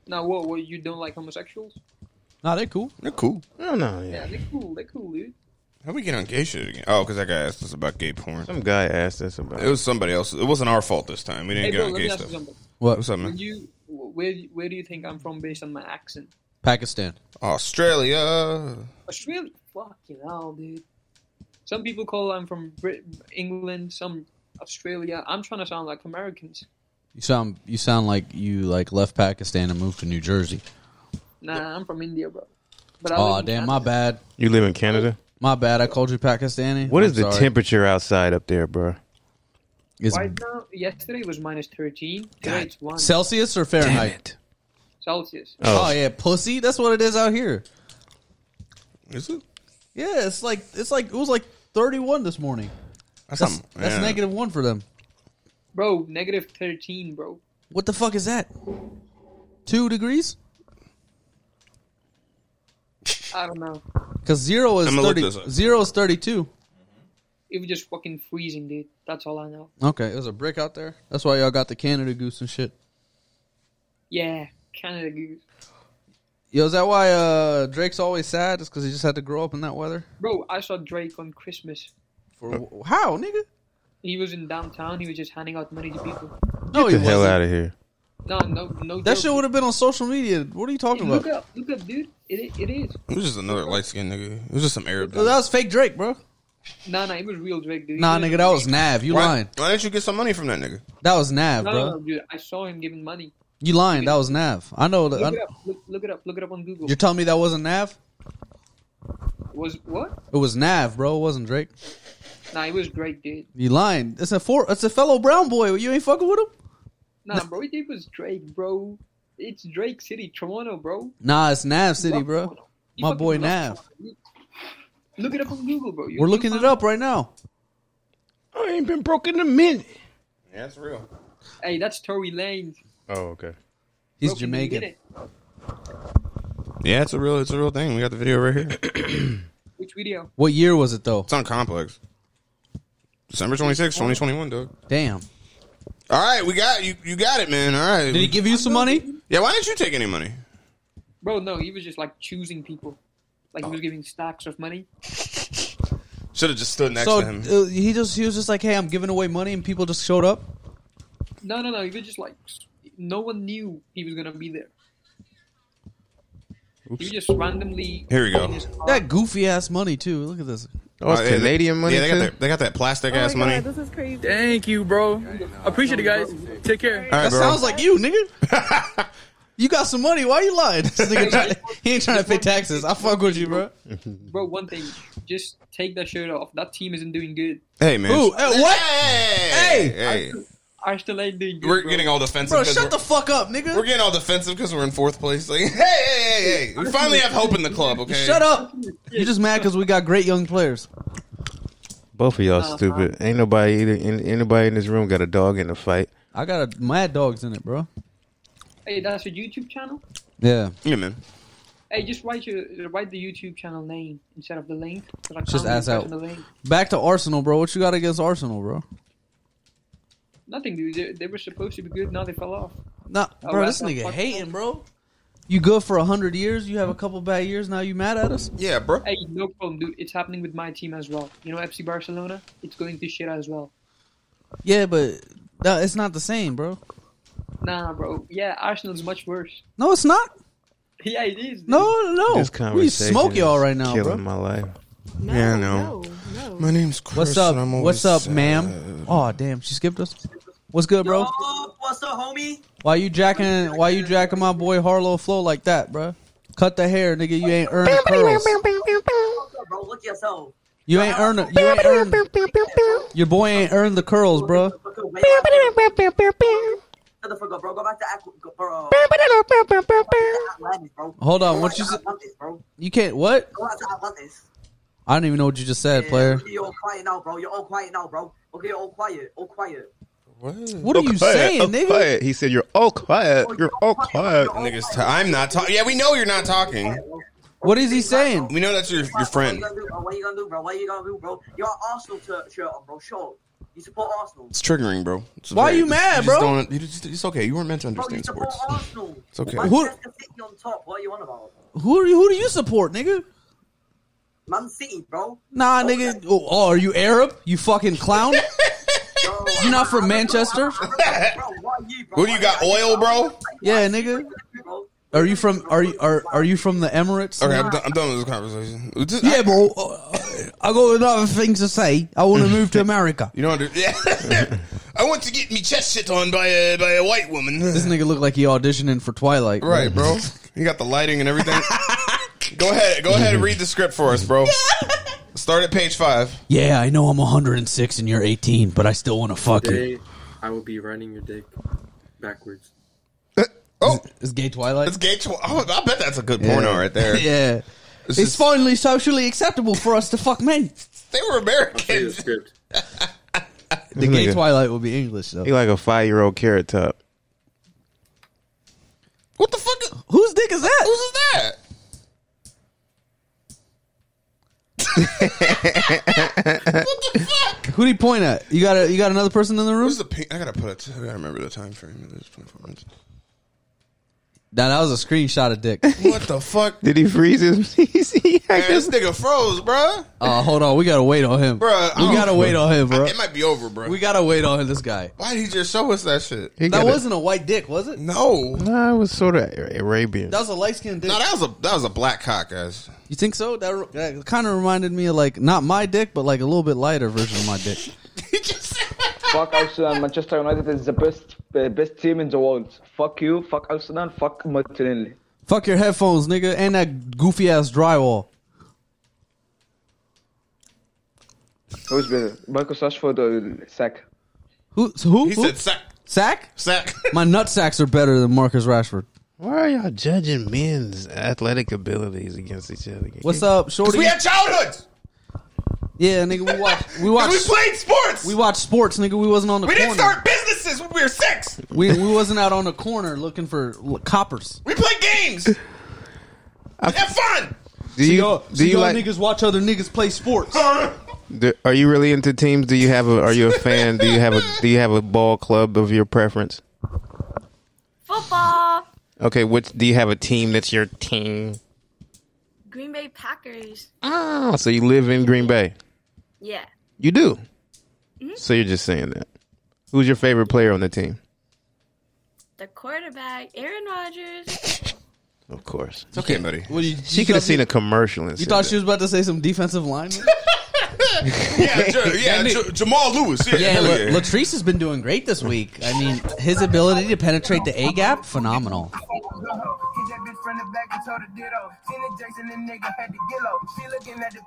[SPEAKER 9] Nah, what? What? You don't like homosexuals?
[SPEAKER 3] Nah, they're cool.
[SPEAKER 2] they're cool.
[SPEAKER 1] No,
[SPEAKER 3] Oh,
[SPEAKER 1] no, yeah.
[SPEAKER 9] Yeah, they're cool. They're cool, dude.
[SPEAKER 2] How we get on gay shit again? Oh, because that guy asked us about gay porn.
[SPEAKER 1] Some guy asked us about.
[SPEAKER 2] It was somebody else. It wasn't our fault this time. We didn't
[SPEAKER 9] Hey,
[SPEAKER 2] get
[SPEAKER 9] bro,
[SPEAKER 2] on
[SPEAKER 9] let
[SPEAKER 2] gay
[SPEAKER 9] me ask you
[SPEAKER 2] stuff.
[SPEAKER 9] something.
[SPEAKER 3] What?
[SPEAKER 2] What's up,
[SPEAKER 9] Would
[SPEAKER 2] man?
[SPEAKER 9] you? Where? Where do you think I'm from based on my accent?
[SPEAKER 3] Pakistan.
[SPEAKER 2] Australia.
[SPEAKER 9] Australia, fucking hell, dude. Some people call I'm from Brit- England, some Australia. I'm trying to sound like Americans.
[SPEAKER 3] You sound you sound like you like left Pakistan and moved to New Jersey.
[SPEAKER 9] Nah, I'm from India, bro. But I
[SPEAKER 3] Oh
[SPEAKER 9] live in
[SPEAKER 3] damn, my
[SPEAKER 9] Canada.
[SPEAKER 3] bad.
[SPEAKER 1] You live in Canada.
[SPEAKER 3] My bad. I called you Pakistani.
[SPEAKER 1] What
[SPEAKER 3] I'm
[SPEAKER 1] is the
[SPEAKER 3] sorry.
[SPEAKER 1] temperature outside up there, bro?
[SPEAKER 3] Is
[SPEAKER 9] Right now, yesterday was minus 13. Today it's 1
[SPEAKER 3] Celsius or Fahrenheit?
[SPEAKER 9] Celsius.
[SPEAKER 3] Oh. yeah, pussy. That's what it is out here.
[SPEAKER 2] Is it?
[SPEAKER 3] Yeah, it's like it's like it was like 31 this morning.
[SPEAKER 2] That's,
[SPEAKER 3] That's,
[SPEAKER 2] not-
[SPEAKER 3] that's
[SPEAKER 2] yeah.
[SPEAKER 3] negative one for them.
[SPEAKER 9] Bro, negative 13, bro.
[SPEAKER 3] What the fuck is that? Two degrees?
[SPEAKER 9] I don't know.
[SPEAKER 3] Because zero is
[SPEAKER 2] I'ma look
[SPEAKER 3] 30,
[SPEAKER 2] this up.
[SPEAKER 3] zero is 32.
[SPEAKER 9] It was just fucking freezing, dude. That's all I know.
[SPEAKER 3] Okay, there's a brick out there. That's why y'all got the Canada goose and shit.
[SPEAKER 9] Yeah, Canada goose.
[SPEAKER 3] Yo, is that why uh, Drake's always sad? Is because he just had to grow up in that weather?
[SPEAKER 9] Bro, I saw Drake on Christmas.
[SPEAKER 3] For wh- how, nigga?
[SPEAKER 9] He was in downtown. He was just handing out money to people.
[SPEAKER 3] No,
[SPEAKER 1] Get the hell out of here.
[SPEAKER 9] No, no, no.
[SPEAKER 3] That
[SPEAKER 9] joke.
[SPEAKER 3] shit would have been on social media. What are you talking about?
[SPEAKER 9] Look up, look up, dude. It, it is.
[SPEAKER 2] It was just another light skinned nigga. It was just some Arab.
[SPEAKER 3] That
[SPEAKER 2] Dude.
[SPEAKER 3] was fake Drake, bro.
[SPEAKER 9] Nah, nah, it was real Drake, dude.
[SPEAKER 3] Nah,
[SPEAKER 9] He
[SPEAKER 3] nigga, that was Nav. You
[SPEAKER 2] Why,
[SPEAKER 3] lying?
[SPEAKER 2] why didn't you get some money from that nigga?
[SPEAKER 3] That was Nav,
[SPEAKER 9] No,
[SPEAKER 3] bro.
[SPEAKER 9] no, no, dude. I saw him giving money.
[SPEAKER 3] You lying? That was Nav. I know. That,
[SPEAKER 9] Look it
[SPEAKER 3] I,
[SPEAKER 9] up. Look, look it up. Look it up on Google.
[SPEAKER 3] you're telling me that wasn't Nav?
[SPEAKER 9] was what?
[SPEAKER 3] It was Nav, bro. It wasn't Drake.
[SPEAKER 9] Nah, it was Drake, dude.
[SPEAKER 3] You lying? It's a four. It's a fellow brown boy. You ain't fucking with him.
[SPEAKER 9] Nah, bro, it was Drake, bro. It's Drake City, Toronto, bro.
[SPEAKER 3] Nah, it's Nav City,
[SPEAKER 9] Love
[SPEAKER 3] bro.
[SPEAKER 9] Toronto. You
[SPEAKER 3] My
[SPEAKER 9] fucking
[SPEAKER 3] boy
[SPEAKER 9] love
[SPEAKER 3] Nav.
[SPEAKER 9] Toronto. Look it up on Google, bro. You-
[SPEAKER 3] We're
[SPEAKER 9] you
[SPEAKER 3] looking
[SPEAKER 9] find-
[SPEAKER 3] it up right now.
[SPEAKER 1] I ain't been broken in a minute.
[SPEAKER 2] Yeah, that's real.
[SPEAKER 9] Hey, that's Tory Lane.
[SPEAKER 1] Oh, okay.
[SPEAKER 3] He's Jamaican.
[SPEAKER 2] Yeah, it's a real. It's a real thing. We got the video right here.
[SPEAKER 9] Which video?
[SPEAKER 3] What year was it though?
[SPEAKER 2] It's on Complex. December 26, 2021, dog.
[SPEAKER 3] Damn.
[SPEAKER 2] All right, we got you. You got it, man. All right.
[SPEAKER 3] Did he give you some money?
[SPEAKER 2] yeah, why didn't you take any money?
[SPEAKER 9] Bro, no, he was just like choosing people. Like
[SPEAKER 2] Oh.
[SPEAKER 9] he was giving stacks of money.
[SPEAKER 2] Should have just stood next
[SPEAKER 3] So
[SPEAKER 2] to him.
[SPEAKER 3] uh, he just he was just like, hey, I'm giving away money, and people just showed up.
[SPEAKER 9] No, no, no. He was just like, no one knew he was gonna be there. He was just randomly.
[SPEAKER 2] Here we go.
[SPEAKER 9] in his car.
[SPEAKER 3] That goofy ass money too. Look at this.
[SPEAKER 1] Oh, it's
[SPEAKER 2] Uh, yeah, they-
[SPEAKER 1] Canadian money
[SPEAKER 2] Yeah, they got
[SPEAKER 1] too?
[SPEAKER 2] that. They got that plastic ass money. All
[SPEAKER 8] This is crazy.
[SPEAKER 10] Thank you, bro. Appreciate it, guys. Take care.
[SPEAKER 2] right,
[SPEAKER 3] That
[SPEAKER 2] bro.
[SPEAKER 3] sounds like you, nigga. you got some money. Why you lying? This nigga try- he ain't trying to pay taxes. I fuck with you, bro.
[SPEAKER 9] Bro, one thing, just take that shirt off. That team isn't doing good.
[SPEAKER 2] hey, man.
[SPEAKER 3] Ooh, eh, what?
[SPEAKER 2] Hey, hey.
[SPEAKER 9] Arsenal ain't doing good.
[SPEAKER 2] We're
[SPEAKER 9] bro.
[SPEAKER 2] getting all defensive.
[SPEAKER 3] Bro,
[SPEAKER 2] 'cause
[SPEAKER 3] shut
[SPEAKER 2] we're-
[SPEAKER 3] the fuck up, nigga.
[SPEAKER 2] We're getting all defensive because we're in fourth place. Like, hey, hey, hey, hey. We finally have hope in the club, okay?
[SPEAKER 3] Shut up. You just mad because we got great young players.
[SPEAKER 1] Both of y'all stupid. Ain't nobody either. an- Anybody in this room got a dog in the fight?
[SPEAKER 3] I got a mad dogs in it, bro.
[SPEAKER 9] Hey, that's your YouTube channel.
[SPEAKER 3] Yeah,
[SPEAKER 2] Yeah, man.
[SPEAKER 9] Hey, just write your write the YouTube channel name instead of the link. 'cause I
[SPEAKER 3] Just
[SPEAKER 9] can't
[SPEAKER 3] ass
[SPEAKER 9] remember
[SPEAKER 3] out.
[SPEAKER 9] the link.
[SPEAKER 3] back to Arsenal, bro. What you got against Arsenal, bro?
[SPEAKER 9] Nothing, dude. They, they were supposed to be good. Now they fell off.
[SPEAKER 3] Nah,
[SPEAKER 9] Oh,
[SPEAKER 3] bro,
[SPEAKER 9] right,
[SPEAKER 3] this
[SPEAKER 9] that
[SPEAKER 3] nigga
[SPEAKER 9] fuck-
[SPEAKER 3] hating, bro. You good for a hundred years? You have a couple bad years. Now you mad at us?
[SPEAKER 2] Yeah, bro.
[SPEAKER 9] Hey, no problem, dude. It's happening with my team as well. You know, FC Barcelona. It's going to shit as well.
[SPEAKER 3] Yeah, but no, it's not the same, bro.
[SPEAKER 9] Nah, bro. Yeah, Arsenal's much worse.
[SPEAKER 3] No, it's not.
[SPEAKER 9] Yeah, it is. dude.
[SPEAKER 3] No, no.
[SPEAKER 1] This
[SPEAKER 3] Oh, we
[SPEAKER 1] conversation
[SPEAKER 3] smoke
[SPEAKER 1] is
[SPEAKER 3] y'all right now,
[SPEAKER 1] killing
[SPEAKER 3] bro.
[SPEAKER 1] my life.
[SPEAKER 8] No,
[SPEAKER 2] Yeah, no.
[SPEAKER 8] no,
[SPEAKER 2] My name's Chris.
[SPEAKER 3] What's up?
[SPEAKER 2] and I'm always
[SPEAKER 3] What's up,
[SPEAKER 2] sad.
[SPEAKER 3] ma'am? Oh, damn, she skipped us. What's good, bro?
[SPEAKER 8] Yo, what's up, homie?
[SPEAKER 3] Why you jacking? Why you jacking my boy Harlow Flow like that, bro? Cut the hair, nigga. You ain't earned pearls.
[SPEAKER 8] What's up, bro? Look at yourself.
[SPEAKER 3] You ain't earned. You ain't earned. Your boy ain't earned the curls, bro.
[SPEAKER 8] Shut the fuck up, bro. Go back to Aqua, go- bro. uh, Atlantis, bro.
[SPEAKER 3] Hold on,
[SPEAKER 8] Go
[SPEAKER 3] what
[SPEAKER 8] back
[SPEAKER 3] you
[SPEAKER 8] to
[SPEAKER 3] s-
[SPEAKER 8] Atlantis, bro?
[SPEAKER 3] You can't. What?
[SPEAKER 8] Go back to Atlantis.
[SPEAKER 3] I don't even know what you just said,
[SPEAKER 8] Yeah,
[SPEAKER 3] player.
[SPEAKER 8] You're all quiet now, bro. You're all quiet now, bro. Okay, you're all quiet. All quiet.
[SPEAKER 3] What are you saying, nigga?
[SPEAKER 1] Oh, Quiet. He
[SPEAKER 8] Oh,
[SPEAKER 1] said you're all quiet. You're all quiet.
[SPEAKER 2] Niggas, t- I'm not talking. Yeah, we know you're not talking.
[SPEAKER 8] Bro.
[SPEAKER 3] What is he saying?
[SPEAKER 2] We know that's your, your
[SPEAKER 3] friend.
[SPEAKER 8] What you gonna do, bro? What you gonna do, bro? What you gonna do, bro? You're an Arsenal shirt, shirt on, bro. Show it. You support Arsenal.
[SPEAKER 2] It's triggering, bro. It's
[SPEAKER 8] Why you mad,
[SPEAKER 2] just
[SPEAKER 8] bro?
[SPEAKER 2] don't- you just- it's okay. You weren't meant to
[SPEAKER 8] Bro, you
[SPEAKER 2] understand
[SPEAKER 8] support
[SPEAKER 2] sports.
[SPEAKER 8] Arsenal.
[SPEAKER 2] It's okay.
[SPEAKER 8] Why
[SPEAKER 2] Who-
[SPEAKER 8] Manchester City on top? What are you on about?
[SPEAKER 3] Who are you, who do you support, nigga?
[SPEAKER 8] Man City, bro.
[SPEAKER 3] Nah, nigga. Oh, oh, are you Arab? You fucking clown. you not from Manchester?
[SPEAKER 2] Who do you got? Oil, bro?
[SPEAKER 3] Yeah, nigga. Are you from are you are, are you from the Emirates?
[SPEAKER 2] Okay, I'm, done, I'm done with this conversation.
[SPEAKER 3] yeah, bro. uh, I got another thing to say. I want to move to America.
[SPEAKER 2] You know, yeah. I want to get me chest shit on by a by a white woman.
[SPEAKER 3] This nigga look like he auditioning for Twilight.
[SPEAKER 2] Right, bro. You got the lighting and everything. go ahead. Go ahead and read the script for us, bro. Start at page five.
[SPEAKER 3] Yeah, I know I'm 106 and you're 18, but I still want to fuck you.
[SPEAKER 11] Today, I will be riding your dick backwards.
[SPEAKER 2] Oh,
[SPEAKER 3] it's gay Twilight.
[SPEAKER 2] It's gay Twilight. Oh, I bet that's a good porno right there.
[SPEAKER 3] yeah. It's, finally socially acceptable for us to fuck men.
[SPEAKER 2] They were American.
[SPEAKER 3] The gay Twilight will be English though.
[SPEAKER 1] He like a five year old carrot top.
[SPEAKER 3] Whose dick is that?
[SPEAKER 2] Whose is that?
[SPEAKER 3] Who do you point at? You got a, you got another person in the room?
[SPEAKER 2] Who's the pink? I gotta put it. I gotta remember the time frame. It was 24 minutes.
[SPEAKER 3] Nah, that was a screenshot of dick.
[SPEAKER 2] What the fuck?
[SPEAKER 1] Did he freeze his?
[SPEAKER 2] Man, this nigga froze, bro.
[SPEAKER 3] Uh, hold on, we gotta wait on him.
[SPEAKER 2] Bro, I
[SPEAKER 3] we
[SPEAKER 2] don't-
[SPEAKER 3] gotta wait on him, bro.
[SPEAKER 2] It might be over, bro.
[SPEAKER 3] We gotta wait on this guy.
[SPEAKER 2] Why did he just show us that shit?
[SPEAKER 3] that wasn't a white dick, was it?
[SPEAKER 2] No,
[SPEAKER 1] Nah, it was sort of Arabian.
[SPEAKER 3] that was a light skinned dick.
[SPEAKER 2] no, that was a that was a black cock, guys.
[SPEAKER 3] you think so? That, re- that kind of reminded me of like not my dick, but like a little bit lighter version of my dick.
[SPEAKER 12] fuck Arsenal. Manchester United is the best uh, best team in the world. Fuck you. Fuck Arsenal. Fuck Martinelli.
[SPEAKER 3] Fuck your headphones, nigga, and that goofy ass drywall.
[SPEAKER 12] Who's better, Marcus Rashford or Saka?
[SPEAKER 3] Who? so Who?
[SPEAKER 12] He
[SPEAKER 3] who?
[SPEAKER 12] said sack.
[SPEAKER 3] Sack.
[SPEAKER 2] Sack.
[SPEAKER 3] my nut sacks are better than Marcus Rashford.
[SPEAKER 1] Why are y'all judging men's athletic abilities against each other?
[SPEAKER 3] What's up, shorty?
[SPEAKER 2] We had childhoods.
[SPEAKER 3] yeah, nigga, we watched. We watched.
[SPEAKER 2] We played sports.
[SPEAKER 3] We watched sports, nigga. We wasn't on the
[SPEAKER 2] We
[SPEAKER 3] corner.
[SPEAKER 2] didn't start businesses when we were six.
[SPEAKER 3] we we wasn't out on the corner looking for l- coppers.
[SPEAKER 2] We played games.
[SPEAKER 1] I-
[SPEAKER 2] Have fun.
[SPEAKER 1] Do you do you like?
[SPEAKER 3] niggas watch other niggas play sports?
[SPEAKER 1] do- are you really into teams? Do you have a? Are you a fan? do you have a? Do you have a ball club of your preference?
[SPEAKER 13] Football.
[SPEAKER 1] Okay, which do you have a team that's your team?
[SPEAKER 13] Green Bay Packers.
[SPEAKER 1] Oh, so you live in Green Bay?
[SPEAKER 13] Yeah.
[SPEAKER 1] You do. So you're just saying that. Who's your favorite player on the team?
[SPEAKER 13] The quarterback, Aaron Rodgers.
[SPEAKER 1] Of course.
[SPEAKER 2] It's okay, buddy.
[SPEAKER 3] What do you-
[SPEAKER 1] she
[SPEAKER 3] you
[SPEAKER 1] could have
[SPEAKER 3] thought
[SPEAKER 1] seen
[SPEAKER 3] you-
[SPEAKER 1] a commercial and
[SPEAKER 3] You
[SPEAKER 1] said
[SPEAKER 3] thought
[SPEAKER 1] that.
[SPEAKER 3] she was about to say some defensive lineman?
[SPEAKER 2] Yeah, J- yeah, J- Jamal Lewis. Yeah,
[SPEAKER 3] yeah,
[SPEAKER 2] hell
[SPEAKER 3] La-
[SPEAKER 2] yeah.
[SPEAKER 3] Latrice has been doing great this week. I mean, his ability to penetrate the A gap, phenomenal.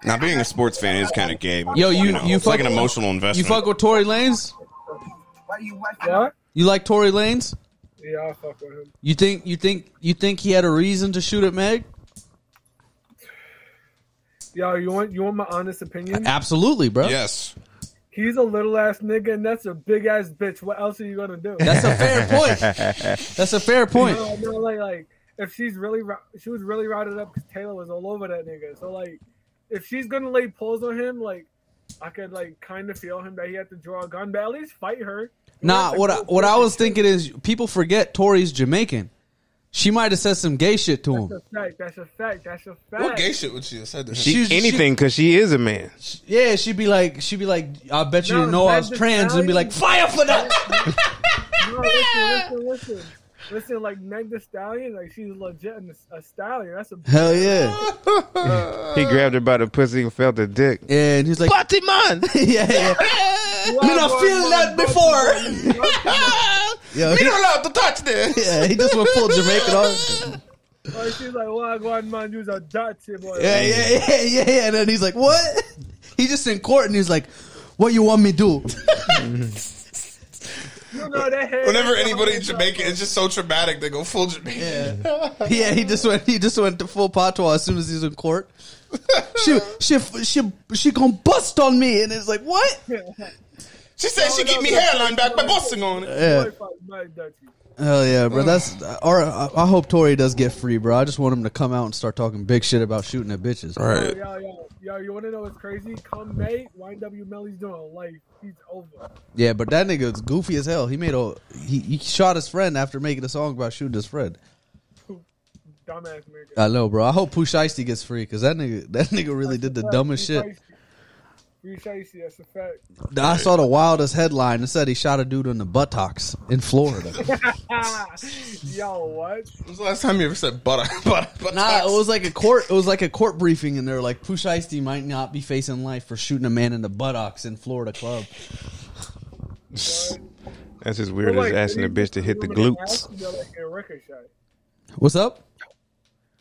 [SPEAKER 2] Now, being a sports fan is kind of gay. But,
[SPEAKER 3] Yo, you
[SPEAKER 2] know,
[SPEAKER 3] you
[SPEAKER 2] it's
[SPEAKER 3] fuck
[SPEAKER 2] like an
[SPEAKER 3] with-
[SPEAKER 2] emotional investment.
[SPEAKER 3] You fuck with Tory Lanes?
[SPEAKER 14] Yeah,
[SPEAKER 3] You like Tory Lanes?
[SPEAKER 14] yeah, I fuck with him.
[SPEAKER 3] You think you think you think he had a reason to shoot at Meg?
[SPEAKER 14] Yo, you want you want my honest opinion?
[SPEAKER 3] Uh, Absolutely, bro.
[SPEAKER 2] Yes.
[SPEAKER 14] He's a little ass nigga, and that's a big ass bitch. What else are you gonna do?
[SPEAKER 3] That's a fair point. That's a fair point.
[SPEAKER 14] No, no, like like if she's really ro- she was really routed up because Taylor was all over that nigga. So like if she's gonna lay pulls on him, like I could like kind of feel him that he had to draw a gun, but at least fight her.
[SPEAKER 3] Nah, what I, what I was thinking is people forget Tori's Jamaican. She might have said some gay shit to him.
[SPEAKER 14] That's a fact. That's a fact. That's a fact.
[SPEAKER 2] What gay shit would she have said to him?
[SPEAKER 1] she, anything because she is a man.
[SPEAKER 3] Yeah, she'd be like, she'd be like, I bet you didn't know I
[SPEAKER 14] that
[SPEAKER 3] was trans, and be like, fire for that.
[SPEAKER 14] No, listen, listen, listen. Listen, like Meg the Stallion, like she's legit and a- a stallion. That's a
[SPEAKER 3] Hell yeah.
[SPEAKER 1] He grabbed her by the pussy and felt the dick.
[SPEAKER 3] Yeah, and he's like,
[SPEAKER 1] "Party man."
[SPEAKER 3] yeah, yeah.
[SPEAKER 14] We don't feel that
[SPEAKER 3] before. Yo, he-
[SPEAKER 2] allowed to touch this.
[SPEAKER 3] yeah, he just went full Jamaican on.
[SPEAKER 14] Like she's Oh, like, "Why one man use a Dutchie boy?"
[SPEAKER 3] Yeah, yeah, yeah, yeah, yeah. And then he's like, what? He just in court, and he's like, what you want me do?
[SPEAKER 14] You know that hair.
[SPEAKER 2] Whenever anybody in Jamaica, it's just so traumatic. They go full Jamaican.
[SPEAKER 3] yeah, he just went. He just went to full patois as soon as he's in court. she she she she gonna bust on me, and it's like what?
[SPEAKER 2] She said she get me hairline back by busting on it.
[SPEAKER 3] Yeah.
[SPEAKER 14] Boy, fuck my Dutchie.
[SPEAKER 3] Hell yeah, bro. That's or I, I hope Tory does get free, bro. I just want him to come out and start talking big shit about shooting at bitches.
[SPEAKER 14] Right. Yo, yo, yo, yo, you want to know what's crazy? Come May, YW Melly's doing life. He's over.
[SPEAKER 3] Yeah, but that nigga's goofy as hell. He made a he, he shot his friend after making a song about shooting his friend.
[SPEAKER 14] Dumbass nigga.
[SPEAKER 3] I know, bro. I hope Pooh Shiesty gets free because that nigga that nigga really did the dumbest shit.
[SPEAKER 14] You shicey, that's a fact.
[SPEAKER 3] I saw the wildest headline that said he shot a dude in the buttocks in Florida.
[SPEAKER 14] yo, what?
[SPEAKER 2] When's the last time you ever said butter? butter, butter?
[SPEAKER 3] nah, it was like a court. It was like a court briefing, and they were like, "Push Ice-T might not be facing life for shooting a man in the buttocks in Florida club."
[SPEAKER 1] That's as weird as asking a bitch to hit the glutes.
[SPEAKER 14] You know, like, in Ricochet.
[SPEAKER 3] What's up?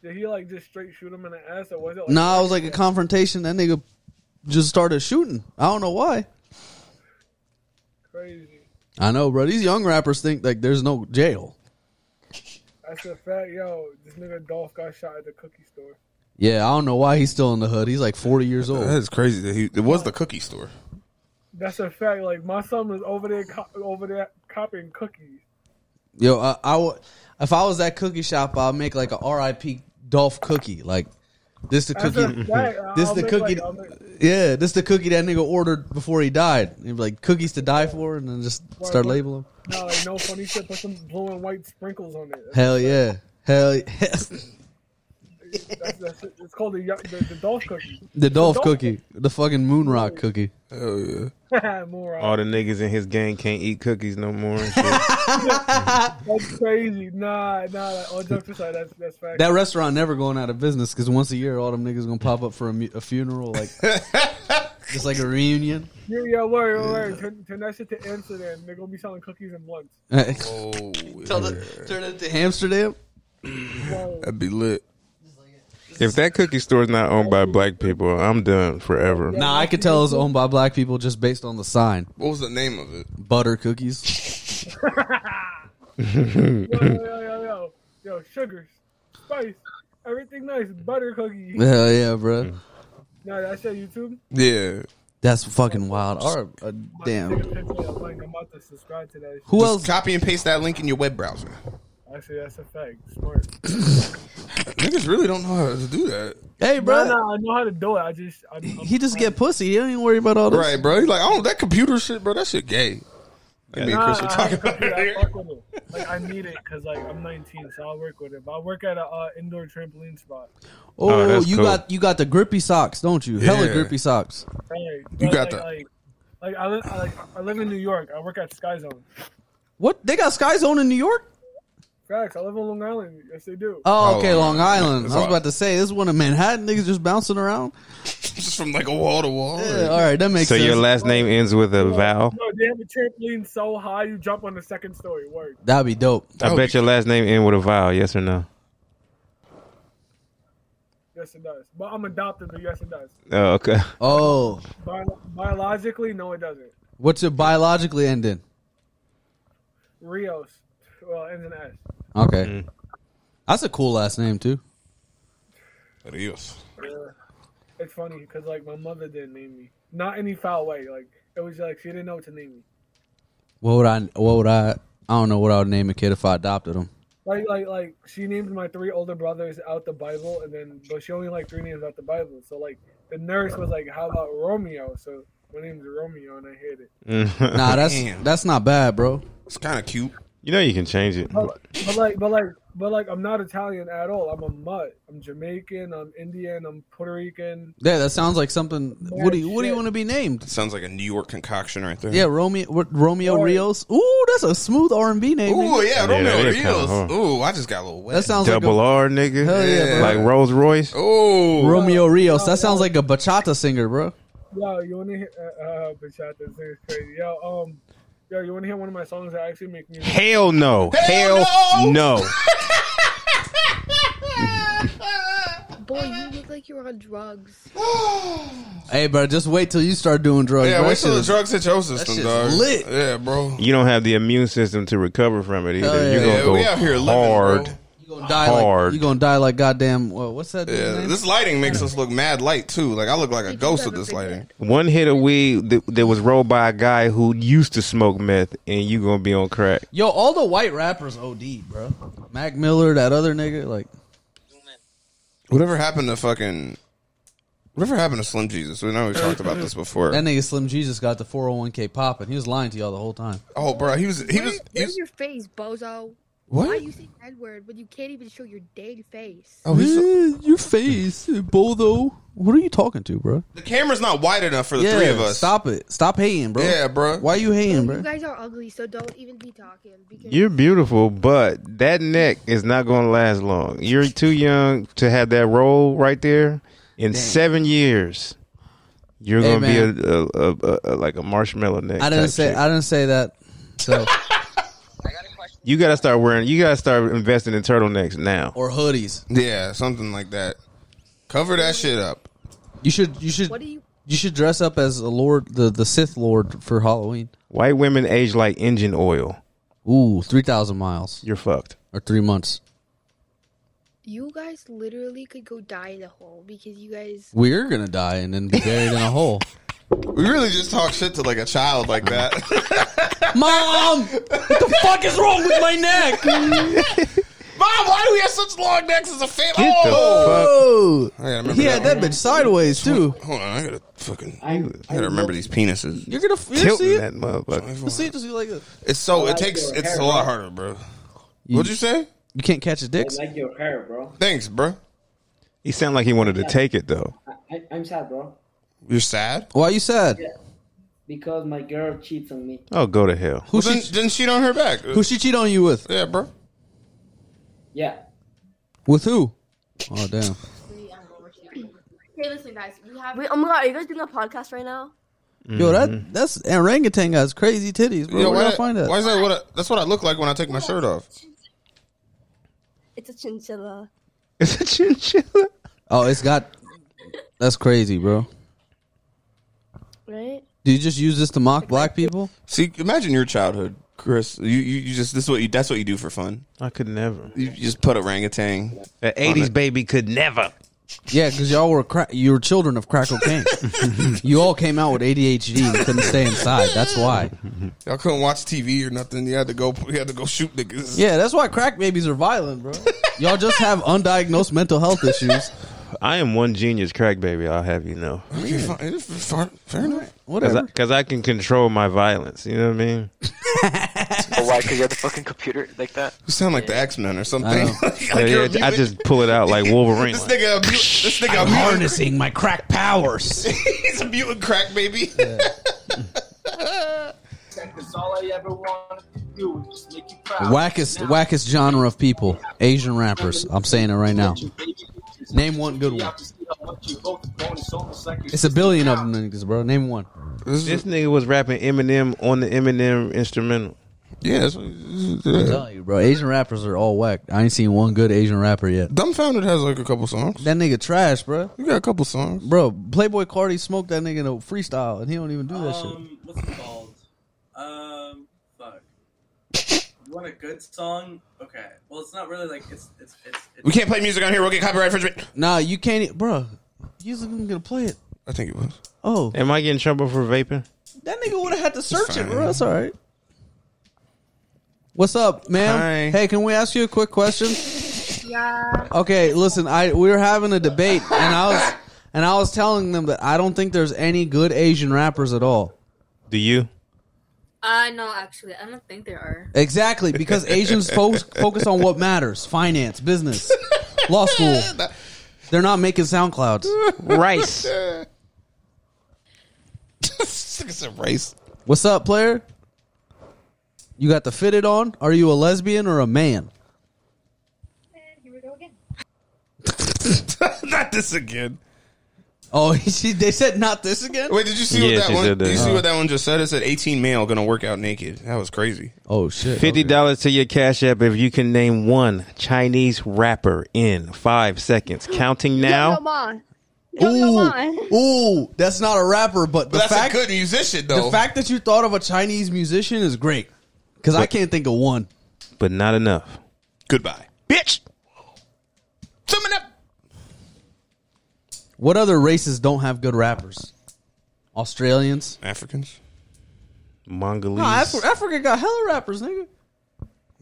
[SPEAKER 14] Did he like just straight shoot him in the ass, or was it? Like
[SPEAKER 3] Nah, it was like a confrontation. That nigga just started shooting. I don't know why.
[SPEAKER 14] crazy.
[SPEAKER 3] I know, bro. These young rappers think like there's no jail.
[SPEAKER 14] That's a fact, yo. This nigga Dolph got shot at the cookie store.
[SPEAKER 3] Yeah, I don't know why he's still in the hood. He's like 40 years old.
[SPEAKER 2] That is crazy. That he, it was the cookie store.
[SPEAKER 14] That's a fact. Like my son was over there, co- over there copying cookies.
[SPEAKER 3] Yo, I, I w- if I was that cookie shop, I'd make like a R.I.P. Dolph cookie. Like this the
[SPEAKER 14] That's
[SPEAKER 3] cookie.
[SPEAKER 14] a fact.
[SPEAKER 3] this
[SPEAKER 14] I'll
[SPEAKER 3] the
[SPEAKER 14] make,
[SPEAKER 3] cookie.
[SPEAKER 14] like, I'll make-
[SPEAKER 3] yeah, this the cookie that nigga ordered before he died. He'd be like cookies to die for, and then just start
[SPEAKER 14] Like,
[SPEAKER 3] labeling.
[SPEAKER 14] No, like, no funny shit. Put some blue and white sprinkles on it.
[SPEAKER 3] Hell yeah, hell yeah.
[SPEAKER 14] That's, that's it. It's called the, yo- the, the Dolph cookie.
[SPEAKER 3] the Dolph Oh. cookie, the fucking moon rock cookie.
[SPEAKER 1] Hell yeah.
[SPEAKER 14] Moron.
[SPEAKER 1] All the niggas in his gang can't eat cookies no more. and shit.
[SPEAKER 14] that's crazy. Nah, nah. Oh, Like, all jokes aside, that's that's fact.
[SPEAKER 3] That restaurant never going out of business because once a year, all them niggas gonna pop up for a, mu- a funeral, like just like a reunion.
[SPEAKER 14] Yeah, yeah, word, word, word. Turn, turn that shit to Amsterdam. They're gonna be selling cookies and blunts.
[SPEAKER 3] Oh, turn it to Amsterdam.
[SPEAKER 1] That'd be lit. If that cookie store is not owned by black people, I'm done forever.
[SPEAKER 3] Nah, I could tell it's owned by black people just based on the sign.
[SPEAKER 2] What was the name of it?
[SPEAKER 3] Butter cookies.
[SPEAKER 14] Yo, yo, yo, yo, yo, yo, sugars, spice, everything nice, butter cookies.
[SPEAKER 3] Hell yeah, bro.
[SPEAKER 14] Nah, that's your YouTube.
[SPEAKER 2] Yeah.
[SPEAKER 3] That's fucking wild. All right, uh,
[SPEAKER 14] Take a
[SPEAKER 3] damn.
[SPEAKER 14] picture of that link. I'm about to subscribe to that. shit.
[SPEAKER 2] Who else? Copy and paste that link in your web browser.
[SPEAKER 14] Actually, that's a fact. Smart.
[SPEAKER 2] Niggas really don't know how to do that.
[SPEAKER 3] Hey,
[SPEAKER 14] bro. Nah, nah, I know how to do it. I just, I, I'm,
[SPEAKER 3] He just get pussy. He don't even worry about all this.
[SPEAKER 2] Right, bro. He's like, oh, that computer shit, bro. That shit gay. Like me and Chris were
[SPEAKER 14] I
[SPEAKER 2] talking
[SPEAKER 14] have a
[SPEAKER 2] about it.
[SPEAKER 14] computer. I fuck with it. Like I need it because like I'm 19, so I'll work with it. But I work at a uh, indoor trampoline spot.
[SPEAKER 3] Oh,
[SPEAKER 1] Oh, that's
[SPEAKER 3] you
[SPEAKER 1] cool.
[SPEAKER 3] got you got the grippy socks, don't you? Hella
[SPEAKER 1] Yeah.
[SPEAKER 3] grippy socks.
[SPEAKER 14] Right.
[SPEAKER 3] You
[SPEAKER 14] But, like,
[SPEAKER 3] got the-
[SPEAKER 14] Like, like, I, li- I, like I live in New York. I work at Sky Zone.
[SPEAKER 3] What they got Sky Zone in New York?
[SPEAKER 14] Facts. I live on Long Island. Yes, they do.
[SPEAKER 3] Oh, okay, Long Island. I was
[SPEAKER 2] That's wild.
[SPEAKER 3] about to say this is one of Manhattan niggas just bouncing around.
[SPEAKER 2] Just from like a wall to wall.
[SPEAKER 3] Yeah, all right, that makes
[SPEAKER 1] so
[SPEAKER 3] sense.
[SPEAKER 1] your last name ends with a vowel.
[SPEAKER 14] No, they have a trampoline so high you jump on the second story. Word.
[SPEAKER 3] That'd be dope.
[SPEAKER 1] I bet your last name end with a vowel. Yes or no?
[SPEAKER 14] Yes, it does. But I'm adopted, but yes, it does.
[SPEAKER 1] Oh, okay.
[SPEAKER 3] Oh,
[SPEAKER 14] Bi- biologically, no, it doesn't.
[SPEAKER 3] what's it biologically end in?
[SPEAKER 14] Rios. Well, ends in S.
[SPEAKER 3] Okay,
[SPEAKER 2] Mm.
[SPEAKER 3] that's a cool last name too.
[SPEAKER 14] Yeah. It's funny because like my mother didn't name me. Not any foul way. Like it was like she didn't know what to name me.
[SPEAKER 3] What would I? What would I? I don't know what I would name a kid if I adopted him.
[SPEAKER 14] Like like like she named my three older brothers out the Bible, and then but she only like three names out the Bible. So like the nurse was like, "How about Romeo?" So my name's Romeo, and I hate it.
[SPEAKER 3] Nah, that's
[SPEAKER 14] Damn.
[SPEAKER 3] that's not bad, bro.
[SPEAKER 2] It's kind of cute.
[SPEAKER 1] You know you can change it.
[SPEAKER 14] But, but like but like but like I'm not Italian at all. I'm a mutt. I'm Jamaican. I'm Indian. I'm Puerto Rican.
[SPEAKER 3] Yeah, that sounds like something. What do you What do you want to be named?
[SPEAKER 2] Sounds like a New York concoction right there.
[SPEAKER 3] Yeah, Romeo what, Romeo
[SPEAKER 2] Or-
[SPEAKER 3] Rios. Ooh, that's a smooth R and B name.
[SPEAKER 2] Ooh,
[SPEAKER 3] nigga.
[SPEAKER 2] yeah, Romeo
[SPEAKER 1] that is kinda
[SPEAKER 2] Rios.
[SPEAKER 1] hard.
[SPEAKER 2] Ooh, I just got a little wet.
[SPEAKER 3] That sounds
[SPEAKER 1] Double
[SPEAKER 3] like
[SPEAKER 1] R, nigga.
[SPEAKER 3] Hell yeah, bro.
[SPEAKER 1] like Rolls Royce.
[SPEAKER 2] Oh,
[SPEAKER 3] Romeo Rios. That sounds like a bachata singer, bro.
[SPEAKER 14] Yo, you want to hear? Uh, uh, but shot this thing is crazy. Yo, um, yo, you want to hear one of my songs that actually make music?
[SPEAKER 1] Hell no. Hell, no.
[SPEAKER 15] Boy, you look like you're on drugs.
[SPEAKER 3] Hey, bro, just wait till you start doing drugs.
[SPEAKER 2] Yeah,
[SPEAKER 3] bro.
[SPEAKER 2] wait
[SPEAKER 3] That
[SPEAKER 2] till the
[SPEAKER 3] shit-
[SPEAKER 2] drugs hit your
[SPEAKER 3] that
[SPEAKER 2] system,
[SPEAKER 3] shit's
[SPEAKER 2] dog.
[SPEAKER 3] Lit.
[SPEAKER 2] Yeah, bro.
[SPEAKER 1] You don't have the immune system to recover from it either.
[SPEAKER 3] Hell yeah.
[SPEAKER 1] You're gonna
[SPEAKER 3] Yeah,
[SPEAKER 1] go
[SPEAKER 3] we out here living,
[SPEAKER 1] hard.
[SPEAKER 3] You gonna die like
[SPEAKER 1] Hard.
[SPEAKER 3] you gonna die like goddamn. Well, what's that? dude's
[SPEAKER 2] Yeah,
[SPEAKER 3] name?
[SPEAKER 2] this lighting makes us look mad light too. Like I look like a ghost with this lighting.
[SPEAKER 1] One hit of weed that, that was rolled by a guy who used to smoke meth, and you gonna be on crack.
[SPEAKER 3] Yo, all the white rappers OD, bro. Mac Miller, that other nigga, like
[SPEAKER 2] Whatever happened to fucking? Whatever happened to Slim Jesus? We know we talked about this before.
[SPEAKER 3] That nigga Slim Jesus got the 401k popping. He was lying to y'all the whole time.
[SPEAKER 2] Oh, bro, he was he was
[SPEAKER 15] Where's your face, bozo?
[SPEAKER 3] What?
[SPEAKER 15] Why you say that word when you can't even show your dead face?
[SPEAKER 3] Oh, your face, Bodo. What are you talking to, bro?
[SPEAKER 2] the camera's not wide enough for the
[SPEAKER 3] Yeah,
[SPEAKER 2] three of us.
[SPEAKER 3] Stop it. Stop hating, bro.
[SPEAKER 2] Yeah, bro.
[SPEAKER 3] Why you hating,
[SPEAKER 15] You
[SPEAKER 3] bro?
[SPEAKER 15] guys are ugly, so don't even be talking. Because
[SPEAKER 1] You're beautiful, but that neck is not gonna last long. You're too young to have that roll right there. In seven years, you're
[SPEAKER 3] Hey,
[SPEAKER 1] gonna be a, a, a, a, like a marshmallow neck.
[SPEAKER 3] I didn't
[SPEAKER 1] type
[SPEAKER 3] say
[SPEAKER 1] chick.
[SPEAKER 3] I didn't say that. So
[SPEAKER 1] You gotta start wearing. You gotta start investing in turtlenecks now.
[SPEAKER 3] or hoodies.
[SPEAKER 2] Yeah, something like that. Cover that shit up.
[SPEAKER 3] You should you should you, should dress up as a lord the, the Sith Lord for Halloween.
[SPEAKER 1] White women age like engine oil.
[SPEAKER 3] Ooh, three thousand miles.
[SPEAKER 1] You're fucked.
[SPEAKER 3] Or three months.
[SPEAKER 15] you guys literally could go die in a hole because you guys.
[SPEAKER 3] We're gonna die and then be buried in a hole.
[SPEAKER 2] We really just talk shit to like a child like that.
[SPEAKER 3] Mom, what the fuck is wrong with my neck?
[SPEAKER 2] Mom, why do we have such long necks as a family?
[SPEAKER 3] Get the
[SPEAKER 2] oh,
[SPEAKER 3] fuck- He had that bitch sideways too.
[SPEAKER 2] Hold on, I gotta fucking. I, gotta remember these penises.
[SPEAKER 3] You're gonna f- you
[SPEAKER 2] Tilting
[SPEAKER 3] see it.
[SPEAKER 2] that motherfucker.
[SPEAKER 3] You see it just be like a,
[SPEAKER 2] It's so it takes it's a lot harder, bro. What'd you say?
[SPEAKER 3] You can't catch a dick.
[SPEAKER 16] like your hair, bro.
[SPEAKER 2] Thanks, bro.
[SPEAKER 1] He sounded like he wanted to take it though.
[SPEAKER 16] I, I'm sad, bro.
[SPEAKER 2] You're sad.
[SPEAKER 3] Why are you sad?
[SPEAKER 16] Yeah. Because my girl cheats on me.
[SPEAKER 1] Oh, go to hell.
[SPEAKER 3] Who
[SPEAKER 2] Well, then, then cheat on her back.
[SPEAKER 3] Who she cheat on you with?
[SPEAKER 2] Yeah, bro.
[SPEAKER 16] Yeah.
[SPEAKER 3] With who? Oh damn.
[SPEAKER 13] Hey, listen, guys. We have. Wait, oh my god, are you guys doing a podcast right now?
[SPEAKER 3] Yo, that that's orangutan has crazy titties, bro.
[SPEAKER 2] Yo,
[SPEAKER 3] Where
[SPEAKER 2] why,
[SPEAKER 3] y'all find that?
[SPEAKER 2] why is that? What I, that's what I look like when I take my shirt off.
[SPEAKER 13] It's a chinchilla.
[SPEAKER 1] It's a chinchilla.
[SPEAKER 3] Oh, it's got. That's crazy, bro.
[SPEAKER 13] Right?
[SPEAKER 3] Do you just use this to mock black people?
[SPEAKER 2] See, imagine your childhood, Chris. You you, you just this is what you that's what you do for fun.
[SPEAKER 1] I could never.
[SPEAKER 2] You just put orangutan.
[SPEAKER 1] An '80s baby could never.
[SPEAKER 3] Yeah, because y'all were cra- you were children of crack cocaine. you all came out with ADHD and couldn't stay inside. That's why.
[SPEAKER 2] Y'all couldn't watch TV or nothing. You had to go. You had to go shoot niggas.
[SPEAKER 3] Yeah, that's why crack babies are violent, bro. Y'all just have undiagnosed mental health issues.
[SPEAKER 1] I am one genius crack baby. I'll have you know.
[SPEAKER 2] You're fine. It's fine. Fair enough.
[SPEAKER 3] Whatever.
[SPEAKER 1] Because I, can control my violence. You know what I mean?
[SPEAKER 17] But why? Because you have the fucking computer like that.
[SPEAKER 2] You sound like the X Men or something.
[SPEAKER 1] I know.
[SPEAKER 2] Like
[SPEAKER 1] Yeah,
[SPEAKER 2] you're-
[SPEAKER 1] yeah, I just pull it out like Wolverine.
[SPEAKER 2] this nigga, abu- this nigga,
[SPEAKER 3] I'm
[SPEAKER 2] abu-
[SPEAKER 3] harnessing my crack powers.
[SPEAKER 2] He's a mutant crack baby.
[SPEAKER 16] That's all I ever want to do. Just make you proud.
[SPEAKER 3] Wackest wackest genre of people, Asian rappers. I'm saying it right now. Name one good one. It's a billion of them niggas, bro. Name one.
[SPEAKER 1] This, nigga was rapping Eminem on the Eminem instrumental.
[SPEAKER 2] Yeah,
[SPEAKER 3] I'm telling you, bro. Asian rappers are all whack. I ain't seen one good Asian rapper yet.
[SPEAKER 2] Dumbfounded has like a couple songs.
[SPEAKER 3] That nigga trash, bro.
[SPEAKER 2] You got a couple songs,
[SPEAKER 3] bro. Playboy Cardi smoked that nigga in a freestyle, and he don't even do that shit.
[SPEAKER 18] Um, what's it called? Um, fuck. You want a good song? Okay. Well, it's not really like it's it's it's. it's
[SPEAKER 2] We can't play music on here. We'll get copyright infringement.
[SPEAKER 3] Nah, you can't, e- bro. You wasn't gonna play it.
[SPEAKER 2] I think it was.
[SPEAKER 3] Oh,
[SPEAKER 1] Am I getting in trouble for vaping?
[SPEAKER 3] That nigga would have had to search it,
[SPEAKER 1] fine.
[SPEAKER 3] bro. That's all right. What's up, ma'am? Hey, can we ask you a quick question?
[SPEAKER 4] Yeah.
[SPEAKER 3] Okay, listen, I we were having a debate, and I was and I was telling them that I don't think there's any good Asian rappers at all.
[SPEAKER 1] Do you?
[SPEAKER 13] Uh, no, actually, I don't think there are.
[SPEAKER 3] Exactly, because Asians fo- focus on what matters: finance, business, law school. They're not making SoundClouds.
[SPEAKER 1] Rice.
[SPEAKER 2] it's a race.
[SPEAKER 3] What's up, player? You got the fitted on? Are you a lesbian or a man?
[SPEAKER 4] Here we go again.
[SPEAKER 2] Not this again.
[SPEAKER 3] Oh, she, they said not this again.
[SPEAKER 2] Wait, did you see
[SPEAKER 1] Yeah,
[SPEAKER 2] what
[SPEAKER 1] she
[SPEAKER 2] that one?
[SPEAKER 1] said that.
[SPEAKER 2] Did you see
[SPEAKER 1] Oh.
[SPEAKER 2] what that one just said? It said eighteen male gonna work out naked. That was crazy.
[SPEAKER 3] Oh shit!
[SPEAKER 1] Fifty dollars to your cash app if you can name one Chinese rapper in five seconds. Counting now.
[SPEAKER 3] Ooh, ooh, that's not a rapper, but the
[SPEAKER 2] that's a
[SPEAKER 3] fact
[SPEAKER 2] good musician, though.
[SPEAKER 3] The fact that you thought of a Chinese musician is great because I
[SPEAKER 1] But-
[SPEAKER 3] can't think of one.
[SPEAKER 1] but not enough.
[SPEAKER 2] Goodbye, bitch. Summon up.
[SPEAKER 3] What other races don't have good rappers? Australians,
[SPEAKER 2] Africans,
[SPEAKER 1] Mongolese.
[SPEAKER 3] No, Af- Africa got hella rappers, nigga.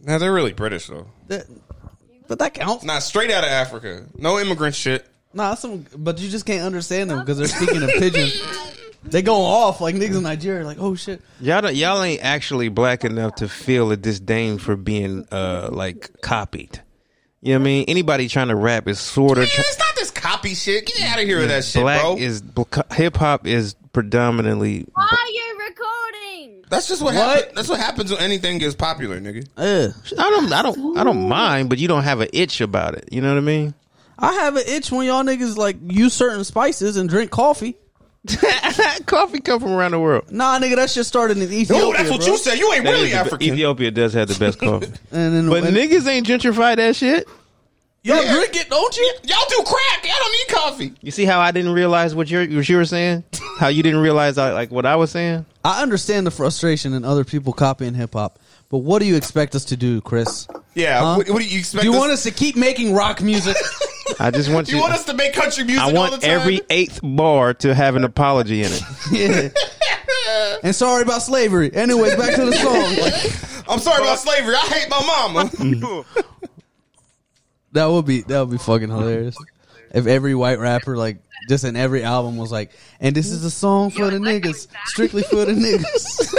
[SPEAKER 2] Now they're really British though.
[SPEAKER 3] That- but that counts.
[SPEAKER 2] Nah, straight out of Africa. No immigrant shit.
[SPEAKER 3] Nah, that's some, but you just can't understand them because they're speaking in pigeon. They go off like niggas in Nigeria, like oh shit.
[SPEAKER 1] Y'all, don't- y'all ain't actually black enough to feel a disdain for being uh like copied. You know what I mean? Anybody trying to rap is sort of.
[SPEAKER 2] It's not this copy shit. Get out of here with that shit,
[SPEAKER 1] black
[SPEAKER 2] bro.
[SPEAKER 1] is hip hop is predominantly
[SPEAKER 13] Why you recording?
[SPEAKER 2] That's just what, happen- that's what happens when anything gets popular, nigga.
[SPEAKER 1] Yeah. I don't I don't I don't mind, but you don't have an itch about it. You know what I mean?
[SPEAKER 3] I have an itch when y'all niggas like use certain spices and drink coffee.
[SPEAKER 1] coffee come from around the world.
[SPEAKER 3] Nah, nigga, that shit started in Ethiopia.
[SPEAKER 2] No, that's what
[SPEAKER 3] bro.
[SPEAKER 2] you said. You ain't
[SPEAKER 1] That
[SPEAKER 2] really
[SPEAKER 1] is the-
[SPEAKER 2] African.
[SPEAKER 1] Ethiopia does have the best coffee.
[SPEAKER 3] and then
[SPEAKER 1] but niggas ain't gentrified that shit.
[SPEAKER 3] Y'all drink it, don't you?
[SPEAKER 2] Y'all do crack. Y'all don't need coffee.
[SPEAKER 1] You see how I didn't realize what you what you were saying? How you didn't realize I, like what I was saying?
[SPEAKER 3] I understand the frustration in other people copying hip hop, but what do you expect us to do, Chris?
[SPEAKER 2] Yeah,
[SPEAKER 3] Huh?
[SPEAKER 2] what, what do you expect?
[SPEAKER 3] Do you
[SPEAKER 2] us-
[SPEAKER 3] want us to keep making rock music?
[SPEAKER 1] I just want
[SPEAKER 2] you
[SPEAKER 1] you.
[SPEAKER 2] want us to make country music
[SPEAKER 1] I want
[SPEAKER 2] all the time?
[SPEAKER 1] every eighth bar to have an apology in it.
[SPEAKER 3] yeah. And sorry about slavery. Anyways, back to the song. Like,
[SPEAKER 2] I'm sorry about slavery. I hate my mama.
[SPEAKER 3] that would be that would be fucking hilarious. If every white rapper like just in every album was like, and this is a song for the niggas, strictly for the niggas.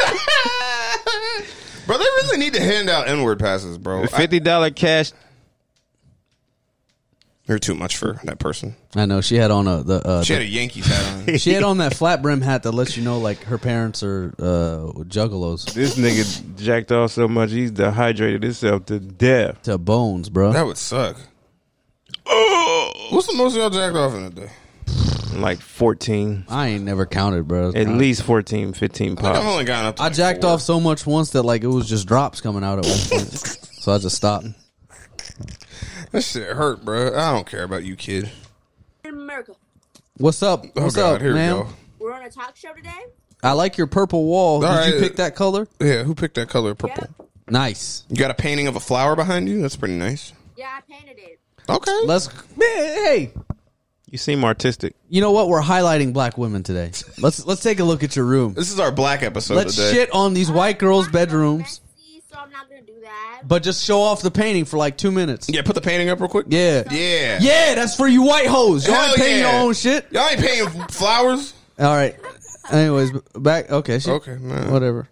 [SPEAKER 2] bro, they really need to hand out inward passes, bro.
[SPEAKER 1] Fifty dollar cash.
[SPEAKER 2] You're too much for that person.
[SPEAKER 3] I know she had on a the uh,
[SPEAKER 2] She
[SPEAKER 3] the-
[SPEAKER 2] had a Yankees hat on.
[SPEAKER 3] she had on that flat brim hat that lets you know like her parents are uh, juggalos
[SPEAKER 1] This nigga jacked off so much he's dehydrated himself to death.
[SPEAKER 3] To bones, bro.
[SPEAKER 2] That would suck. Oh, what's the most y'all jacked off in a day?
[SPEAKER 1] like 14.
[SPEAKER 3] I ain't never counted, bro.
[SPEAKER 1] At least 14, 15 pops.
[SPEAKER 3] Uh,
[SPEAKER 2] gotten up. To
[SPEAKER 3] I jacked off so much once that like it was just drops coming out at one point, so I just stopped.
[SPEAKER 2] That shit hurt, bro. I don't care about you, kid.
[SPEAKER 13] In America,
[SPEAKER 3] What's up?
[SPEAKER 2] Oh,
[SPEAKER 3] What's
[SPEAKER 2] God,
[SPEAKER 3] up,
[SPEAKER 2] here we
[SPEAKER 3] ma'am?
[SPEAKER 2] go.
[SPEAKER 13] we're on a talk show today.
[SPEAKER 3] I like your purple wall. Did
[SPEAKER 2] All
[SPEAKER 3] you
[SPEAKER 2] right.
[SPEAKER 3] pick that color?
[SPEAKER 2] Yeah, who picked that color purple?
[SPEAKER 3] Nice.
[SPEAKER 2] You got a painting of a flower behind you. That's pretty nice.
[SPEAKER 13] Yeah, I painted it.
[SPEAKER 2] Okay,
[SPEAKER 3] let's. Hey,
[SPEAKER 1] You seem artistic.
[SPEAKER 3] you know what? We're highlighting black women today. Let's let's take a look at your room.
[SPEAKER 2] This is our black episode
[SPEAKER 3] Let's
[SPEAKER 2] today.
[SPEAKER 3] shit on these white girls' bedrooms. But just show off the painting for like two minutes.
[SPEAKER 2] Yeah, put the painting up real quick.
[SPEAKER 3] Yeah,
[SPEAKER 2] Yeah.
[SPEAKER 3] yeah. That's for you white hoes. Y'all
[SPEAKER 2] Hell
[SPEAKER 3] ain't painting
[SPEAKER 2] yeah.
[SPEAKER 3] your own shit.
[SPEAKER 2] Y'all ain't painting flowers.
[SPEAKER 3] All right. Anyways, back. Okay. She,
[SPEAKER 2] Okay, man.
[SPEAKER 3] Whatever.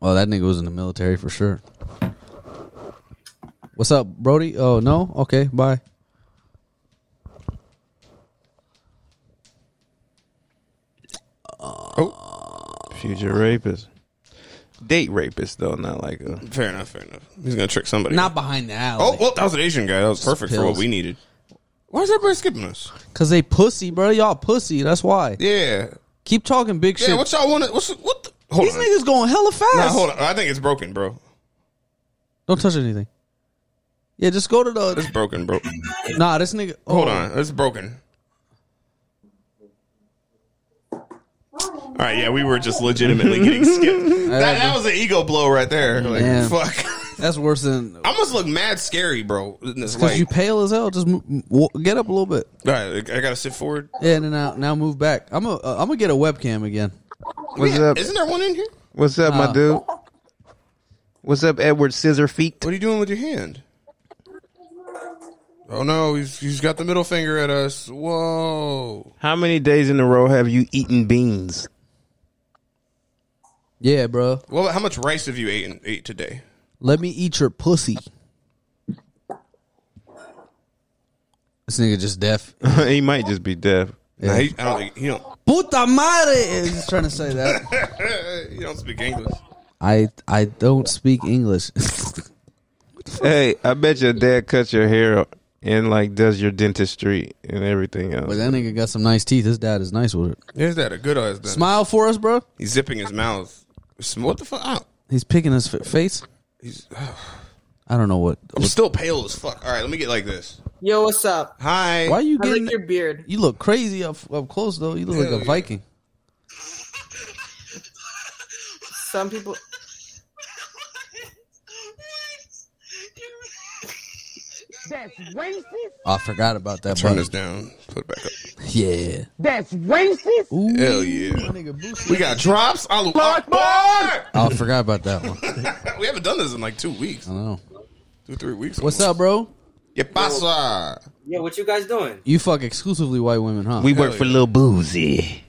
[SPEAKER 3] Oh, that nigga was in the military for sure. What's up, Brody? Oh no. Okay. Bye.
[SPEAKER 1] Future rapist. Date rapist, though, not like a.
[SPEAKER 2] Fair enough, fair enough. He's gonna trick somebody.
[SPEAKER 3] Not behind the alley.
[SPEAKER 2] Oh, well, that was an Asian guy. That was perfect for what
[SPEAKER 3] Pills.
[SPEAKER 2] we needed. Why is everybody skipping us?
[SPEAKER 3] Cause they pussy, bro. Y'all pussy. That's why.
[SPEAKER 2] Yeah.
[SPEAKER 3] Keep talking big
[SPEAKER 2] Yeah,
[SPEAKER 3] shit.
[SPEAKER 2] what y'all want to. What's, what the. Hold
[SPEAKER 3] These
[SPEAKER 2] on.
[SPEAKER 3] niggas going hella fast.
[SPEAKER 2] Nah, hold on. I think it's broken, bro.
[SPEAKER 3] Don't touch anything. Yeah, just go to the.
[SPEAKER 2] It's broken, bro.
[SPEAKER 3] Nah, this nigga. oh.
[SPEAKER 2] Hold on. It's broken. All right, yeah, we were just legitimately getting skipped. That, that was an ego blow right there. Like,
[SPEAKER 3] Damn.
[SPEAKER 2] fuck.
[SPEAKER 3] That's worse than
[SPEAKER 2] I must look mad scary, bro. in this
[SPEAKER 3] Because
[SPEAKER 2] light.
[SPEAKER 3] you pale as hell. Just mo- mo- get up a little bit.
[SPEAKER 2] All right, I gotta sit forward.
[SPEAKER 3] Yeah, and then now now move back. I'm a uh, I'm gonna get a webcam again.
[SPEAKER 1] What's
[SPEAKER 2] Yeah,
[SPEAKER 1] up?
[SPEAKER 2] Isn't there one in here?
[SPEAKER 1] What's up,
[SPEAKER 3] Uh,
[SPEAKER 1] my dude? What's up, Edward Scissorfeet?
[SPEAKER 2] What are you doing with your hand? Oh no, he's he's got the middle finger at us. Whoa.
[SPEAKER 1] How many days in a row have you eaten beans?
[SPEAKER 3] Yeah, bro.
[SPEAKER 2] Well, how much rice have you ate ate today?
[SPEAKER 3] Let me eat your pussy. This nigga just deaf.
[SPEAKER 1] he might just be deaf.
[SPEAKER 2] Nah, he, I don't think he don't.
[SPEAKER 3] Puta madre! He's trying to say that.
[SPEAKER 2] he don't speak English.
[SPEAKER 3] I I don't speak English.
[SPEAKER 1] Hey, I bet your dad cuts your hair and like does your dentistry and everything else.
[SPEAKER 3] but that nigga got some nice teeth. His dad is nice with it.
[SPEAKER 2] Is that a good ass? Smile.
[SPEAKER 3] Smile for us, bro.
[SPEAKER 2] He's zipping his mouth. Sm- What the fuck? I don't-
[SPEAKER 3] He's picking his f- face.
[SPEAKER 2] He's,
[SPEAKER 3] I don't know what.
[SPEAKER 2] I'm still pale as fuck. All right, let me get like this.
[SPEAKER 19] Yo, what's up?
[SPEAKER 2] Hi.
[SPEAKER 3] Why are you
[SPEAKER 19] I
[SPEAKER 3] getting
[SPEAKER 19] like your beard.
[SPEAKER 3] You look crazy up up close though. You look
[SPEAKER 19] Hell
[SPEAKER 3] like a
[SPEAKER 19] yeah.
[SPEAKER 3] Viking.
[SPEAKER 19] Some people. That's racist.
[SPEAKER 3] Oh, I forgot about that.
[SPEAKER 2] Turn
[SPEAKER 3] button.
[SPEAKER 2] this down. Put it back up.
[SPEAKER 3] Yeah.
[SPEAKER 19] That's racist.
[SPEAKER 2] Hell yeah. We got drops. Alu Akbar.
[SPEAKER 3] I forgot about that one.
[SPEAKER 2] We haven't done this in like two weeks.
[SPEAKER 3] I know.
[SPEAKER 2] Two, three weeks.
[SPEAKER 3] What's up, bro?
[SPEAKER 2] ¿Qué pasa?
[SPEAKER 20] Yo, what you guys doing?
[SPEAKER 3] You fuck exclusively white women, huh?
[SPEAKER 20] We work Hell for yeah. Lil
[SPEAKER 3] Boozy.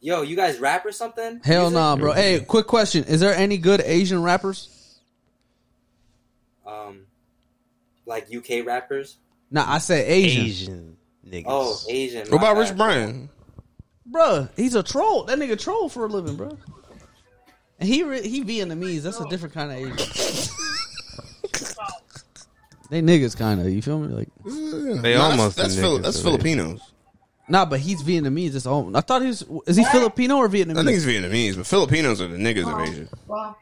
[SPEAKER 20] Yo, you guys rap or something?
[SPEAKER 3] Hell nah, bro. Hey, quick question: Is there any good Asian rappers?
[SPEAKER 20] Um, like UK rappers.
[SPEAKER 3] Nah, I say Asian.
[SPEAKER 20] Asian niggas. Oh, Asian.
[SPEAKER 2] What about
[SPEAKER 20] my
[SPEAKER 2] Rich
[SPEAKER 20] bad.
[SPEAKER 2] Brian?
[SPEAKER 3] Bruh, he's a troll. That nigga troll for a living, bro. And he re- he Vietnamese. That's a different kind of Asian. they niggas kind of. You feel me? Like
[SPEAKER 1] They
[SPEAKER 2] No,
[SPEAKER 1] almost
[SPEAKER 2] That's,
[SPEAKER 1] a
[SPEAKER 2] that's, Phil-
[SPEAKER 1] nigga,
[SPEAKER 2] that's
[SPEAKER 1] so they-
[SPEAKER 2] Filipinos.
[SPEAKER 3] Nah, but he's Vietnamese. That's all. I thought he was. Is he Filipino or Vietnamese?
[SPEAKER 2] I think it's Vietnamese, but Filipinos are the niggas
[SPEAKER 19] Oh.
[SPEAKER 2] of Asia.
[SPEAKER 19] Well,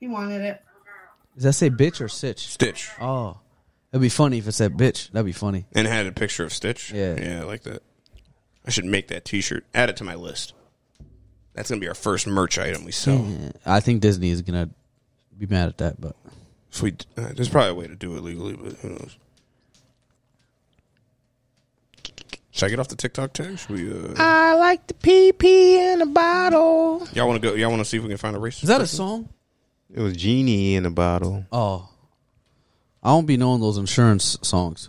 [SPEAKER 19] he wanted it.
[SPEAKER 3] Does that say bitch or sitch?
[SPEAKER 2] Stitch.
[SPEAKER 3] Oh, it'd be funny if it said bitch. That'd be funny.
[SPEAKER 2] And it had a picture of Stitch. Yeah. Yeah, I like that. I should make that t shirt. Add it to my list. That's going to be our first merch item we sell.
[SPEAKER 3] Yeah, I think Disney is gonna be mad at that, but
[SPEAKER 2] If we, uh, there's probably a way to do it legally, but who knows? Should I get off the TikTok tag? Should we? Uh,
[SPEAKER 6] I like the pee pee in a bottle.
[SPEAKER 2] y'all want to go? Y'all want to see if we can find a racist?
[SPEAKER 3] is that a
[SPEAKER 2] person?
[SPEAKER 3] song?
[SPEAKER 1] It was genie in a bottle.
[SPEAKER 3] Oh, I don't be knowing those insurance songs.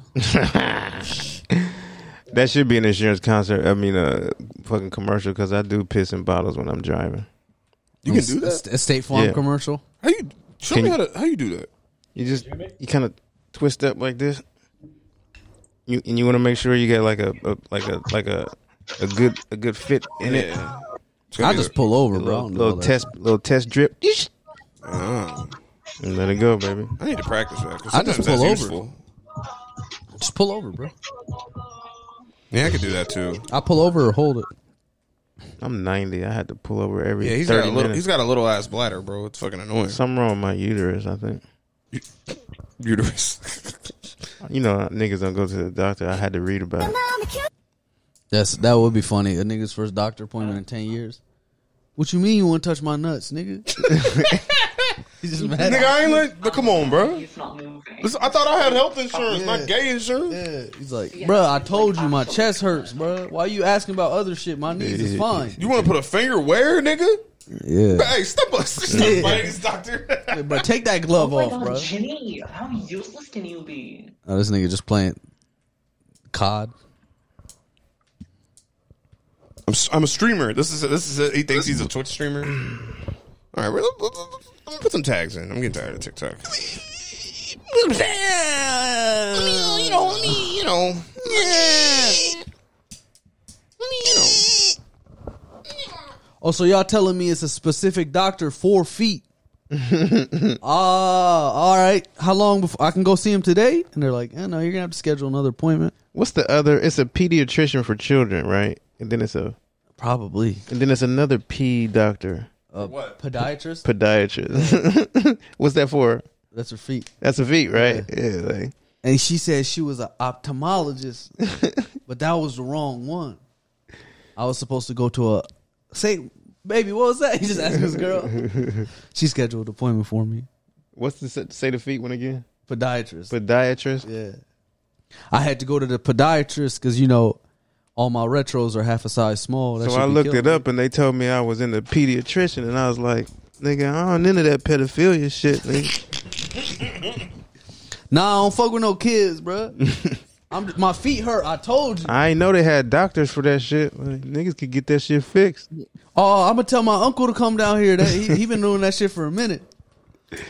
[SPEAKER 1] That should be an insurance concert. I mean, a fucking commercial because I do piss in bottles when I'm driving.
[SPEAKER 2] You can do that?
[SPEAKER 3] A State Farm
[SPEAKER 1] Yeah.
[SPEAKER 3] commercial.
[SPEAKER 2] How you? Show
[SPEAKER 1] Can
[SPEAKER 2] me
[SPEAKER 1] you-
[SPEAKER 2] how to, how you do that.
[SPEAKER 1] You just you kind of twist up like this. You and you want to make sure you get like a, a like a like a a good a good fit in
[SPEAKER 2] Yeah.
[SPEAKER 1] it.
[SPEAKER 3] I just pull over, bro.
[SPEAKER 1] Little,
[SPEAKER 3] I don't know
[SPEAKER 1] little
[SPEAKER 3] all that.
[SPEAKER 1] test little test drip.
[SPEAKER 2] Oh.
[SPEAKER 1] And let it go, baby.
[SPEAKER 2] I need to practice that. 'cause
[SPEAKER 3] I just
[SPEAKER 2] sometimes
[SPEAKER 3] pull
[SPEAKER 2] that's
[SPEAKER 3] over.
[SPEAKER 2] useful.
[SPEAKER 3] Just pull over, bro.
[SPEAKER 2] Yeah, I could do that too.
[SPEAKER 3] I pull over or hold it.
[SPEAKER 1] I'm 90. I had to pull over every
[SPEAKER 2] Yeah, he's
[SPEAKER 1] 30
[SPEAKER 2] got a little.
[SPEAKER 1] minutes.
[SPEAKER 2] He's got a little ass bladder, bro. It's fucking annoying.
[SPEAKER 1] Something wrong with my uterus, I think.
[SPEAKER 2] Uterus.
[SPEAKER 1] You know, niggas don't go to the doctor. I had to read about it.
[SPEAKER 3] That's that would be funny. A nigga's first doctor appointment in ten years. What you mean you want to touch my nuts, nigga? He's just mad.
[SPEAKER 2] Nigga, I ain't like. but Come on, bro. This- I thought I had health insurance,
[SPEAKER 3] Yeah.
[SPEAKER 2] not gay insurance.
[SPEAKER 3] He's like, Bruh, I told you my chest hurts, bruh. Why you asking about other shit? My knees is fine.
[SPEAKER 2] You want to put a finger where, nigga?
[SPEAKER 3] Yeah.
[SPEAKER 2] Hey, step up, stop
[SPEAKER 3] Yeah.
[SPEAKER 2] fighting this doctor.
[SPEAKER 3] Bro, take that
[SPEAKER 8] Oh
[SPEAKER 3] glove off, bro.
[SPEAKER 18] Jimmy, how useless can you be?
[SPEAKER 3] Oh, this nigga just playing COD.
[SPEAKER 2] I'm, s- I'm a streamer. This is this is he thinks he's a Twitch streamer. All right, well, let- let- let me put some tags in. I'm getting tired of TikTok.
[SPEAKER 6] Let me, you know,
[SPEAKER 2] oh,
[SPEAKER 6] let me, you know. Yeah. Let me, you know.
[SPEAKER 3] Oh, so y'all telling me it's a specific doctor, four feet. Ah, all right. How long before I can go see him today? And they're like, eh, no, you're gonna have to schedule another appointment.
[SPEAKER 1] What's the other? It's a pediatrician for children, right? And then it's a
[SPEAKER 3] probably.
[SPEAKER 1] And then it's another P doctor,
[SPEAKER 3] A what? podiatrist?
[SPEAKER 1] podiatrist. What's that for?
[SPEAKER 3] That's her feet.
[SPEAKER 1] That's a feet, right? Yeah. like,
[SPEAKER 3] And she said she was an ophthalmologist, but that was the wrong one. I was supposed to go to a say, baby, what was that? He just asked this girl. she scheduled an appointment for me.
[SPEAKER 1] What's the say- say the feet one again?
[SPEAKER 3] Podiatrist.
[SPEAKER 1] Podiatrist.
[SPEAKER 3] Yeah. I had to go to the podiatrist because you know all my retros are half a size small. That
[SPEAKER 1] so
[SPEAKER 3] shit
[SPEAKER 1] I
[SPEAKER 3] be
[SPEAKER 1] looked
[SPEAKER 3] killing
[SPEAKER 1] it
[SPEAKER 3] me.
[SPEAKER 1] up, and they told me I was in the pediatrician, and I was like, "Nigga, I don't into that pedophilia shit." Nigga.
[SPEAKER 3] Nah, I don't fuck with no kids, bro. I'm my feet hurt. I told you.
[SPEAKER 1] I ain't know they had doctors for that shit. Like, niggas could get that shit fixed.
[SPEAKER 3] Oh, I'm gonna tell my uncle to come down here. That he, he been doing that shit for a minute.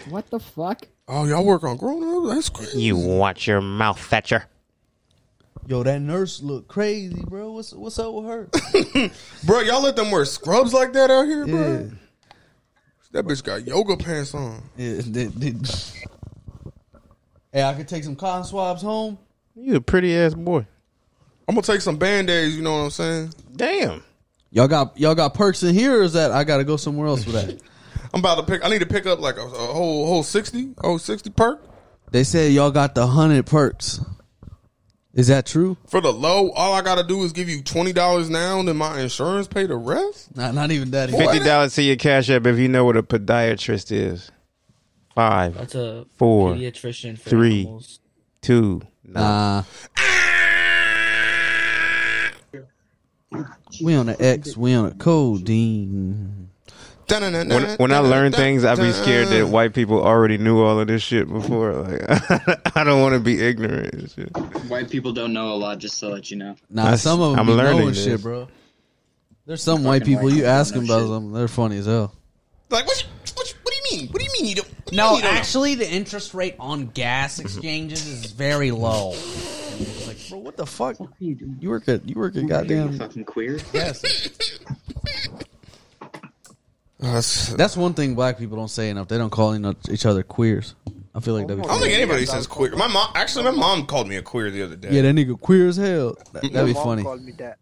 [SPEAKER 19] What the fuck?
[SPEAKER 2] Oh, y'all work on grown ups? That's crazy.
[SPEAKER 6] You watch your mouth, Fetcher.
[SPEAKER 3] Yo, that nurse look crazy, bro. What's what's up with her?
[SPEAKER 2] Bro, y'all let them wear scrubs like that out here, bro?
[SPEAKER 3] Yeah.
[SPEAKER 2] That bitch got yoga pants on.
[SPEAKER 3] Yeah, they- they- hey, I could take some cotton swabs home.
[SPEAKER 1] You a pretty ass boy.
[SPEAKER 2] I'm gonna take some band aids, you know what I'm saying?
[SPEAKER 1] Damn.
[SPEAKER 3] Y'all got y'all got perks in here, or is that I gotta go somewhere else for that?
[SPEAKER 2] I'm about to pick I need to pick up like a, a whole whole 60, whole 60 perk
[SPEAKER 3] they said y'all got the hundred perks. Is that true?
[SPEAKER 2] for the low. All I gotta do is give you twenty dollars now and then my insurance pay the rest.
[SPEAKER 3] Not not even that.
[SPEAKER 1] Fifty dollars to your cash app if you know what a podiatrist is. Five.
[SPEAKER 21] That's a
[SPEAKER 1] four,
[SPEAKER 21] pediatrician for
[SPEAKER 1] three,
[SPEAKER 21] animals.
[SPEAKER 1] too. Nah.
[SPEAKER 3] Uh, We on the X. We on a codeine.
[SPEAKER 1] When, when I learn things, I be scared that white people already knew all of this shit before. Like, I don't want to be ignorant. and shit.
[SPEAKER 21] White people don't know a lot, just to let you know.
[SPEAKER 3] Nah, some of them
[SPEAKER 1] I'm
[SPEAKER 3] be
[SPEAKER 1] learning
[SPEAKER 3] knowing
[SPEAKER 1] this.
[SPEAKER 3] shit, bro. There's some white
[SPEAKER 21] Fucking
[SPEAKER 3] people
[SPEAKER 21] white
[SPEAKER 3] you
[SPEAKER 21] people
[SPEAKER 3] ask
[SPEAKER 21] know
[SPEAKER 3] them about
[SPEAKER 21] shit.
[SPEAKER 3] something, they're funny as hell.
[SPEAKER 2] Like what? you- What? you- What do you mean? What do you mean you don't? what do you mean
[SPEAKER 3] No,
[SPEAKER 2] you don't know?
[SPEAKER 3] actually, the interest rate on gas exchanges is very low. And you're just like, bro, what the fuck?
[SPEAKER 21] you doing?
[SPEAKER 3] work at you work at
[SPEAKER 21] You
[SPEAKER 3] goddamn.
[SPEAKER 21] fucking queer.
[SPEAKER 3] Yes. that's, one thing black people don't say enough. They don't call enough- each other queers. I feel like that.
[SPEAKER 2] I don't think anybody says queer. My mom actually, my mom called me a queer the other day.
[SPEAKER 3] Yeah, that nigga queer as hell. That,
[SPEAKER 2] My
[SPEAKER 3] would be
[SPEAKER 2] mom
[SPEAKER 3] funny.
[SPEAKER 2] called me that.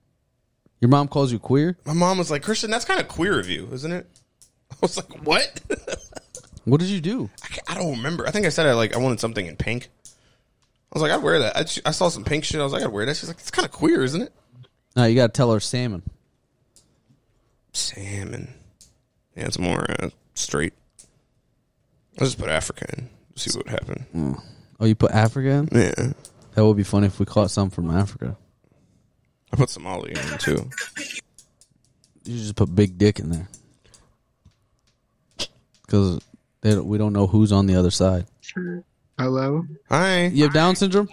[SPEAKER 3] Your mom calls you queer.
[SPEAKER 2] My mom was like, Christian, that's kind of queer of you, isn't it? I was like, what?
[SPEAKER 3] What did you do?
[SPEAKER 2] I don't remember. I think I said I like I wanted something in pink. I was like, I'd wear that. I, I saw some pink shit. I was like, I'd wear that. She's like, it's kind of queer, isn't it?
[SPEAKER 3] No, you gotta tell her salmon.
[SPEAKER 2] Salmon. Yeah, it's more uh, straight. Let's just put Africa in. See what would happen.
[SPEAKER 3] Oh, you put Africa in?
[SPEAKER 2] Yeah.
[SPEAKER 3] That would be funny if we caught some from Africa.
[SPEAKER 2] I put Somali in too.
[SPEAKER 3] You just put big dick in there. Because we don't know who's on the other side.
[SPEAKER 22] Hello.
[SPEAKER 2] Hi.
[SPEAKER 3] You have Down syndrome,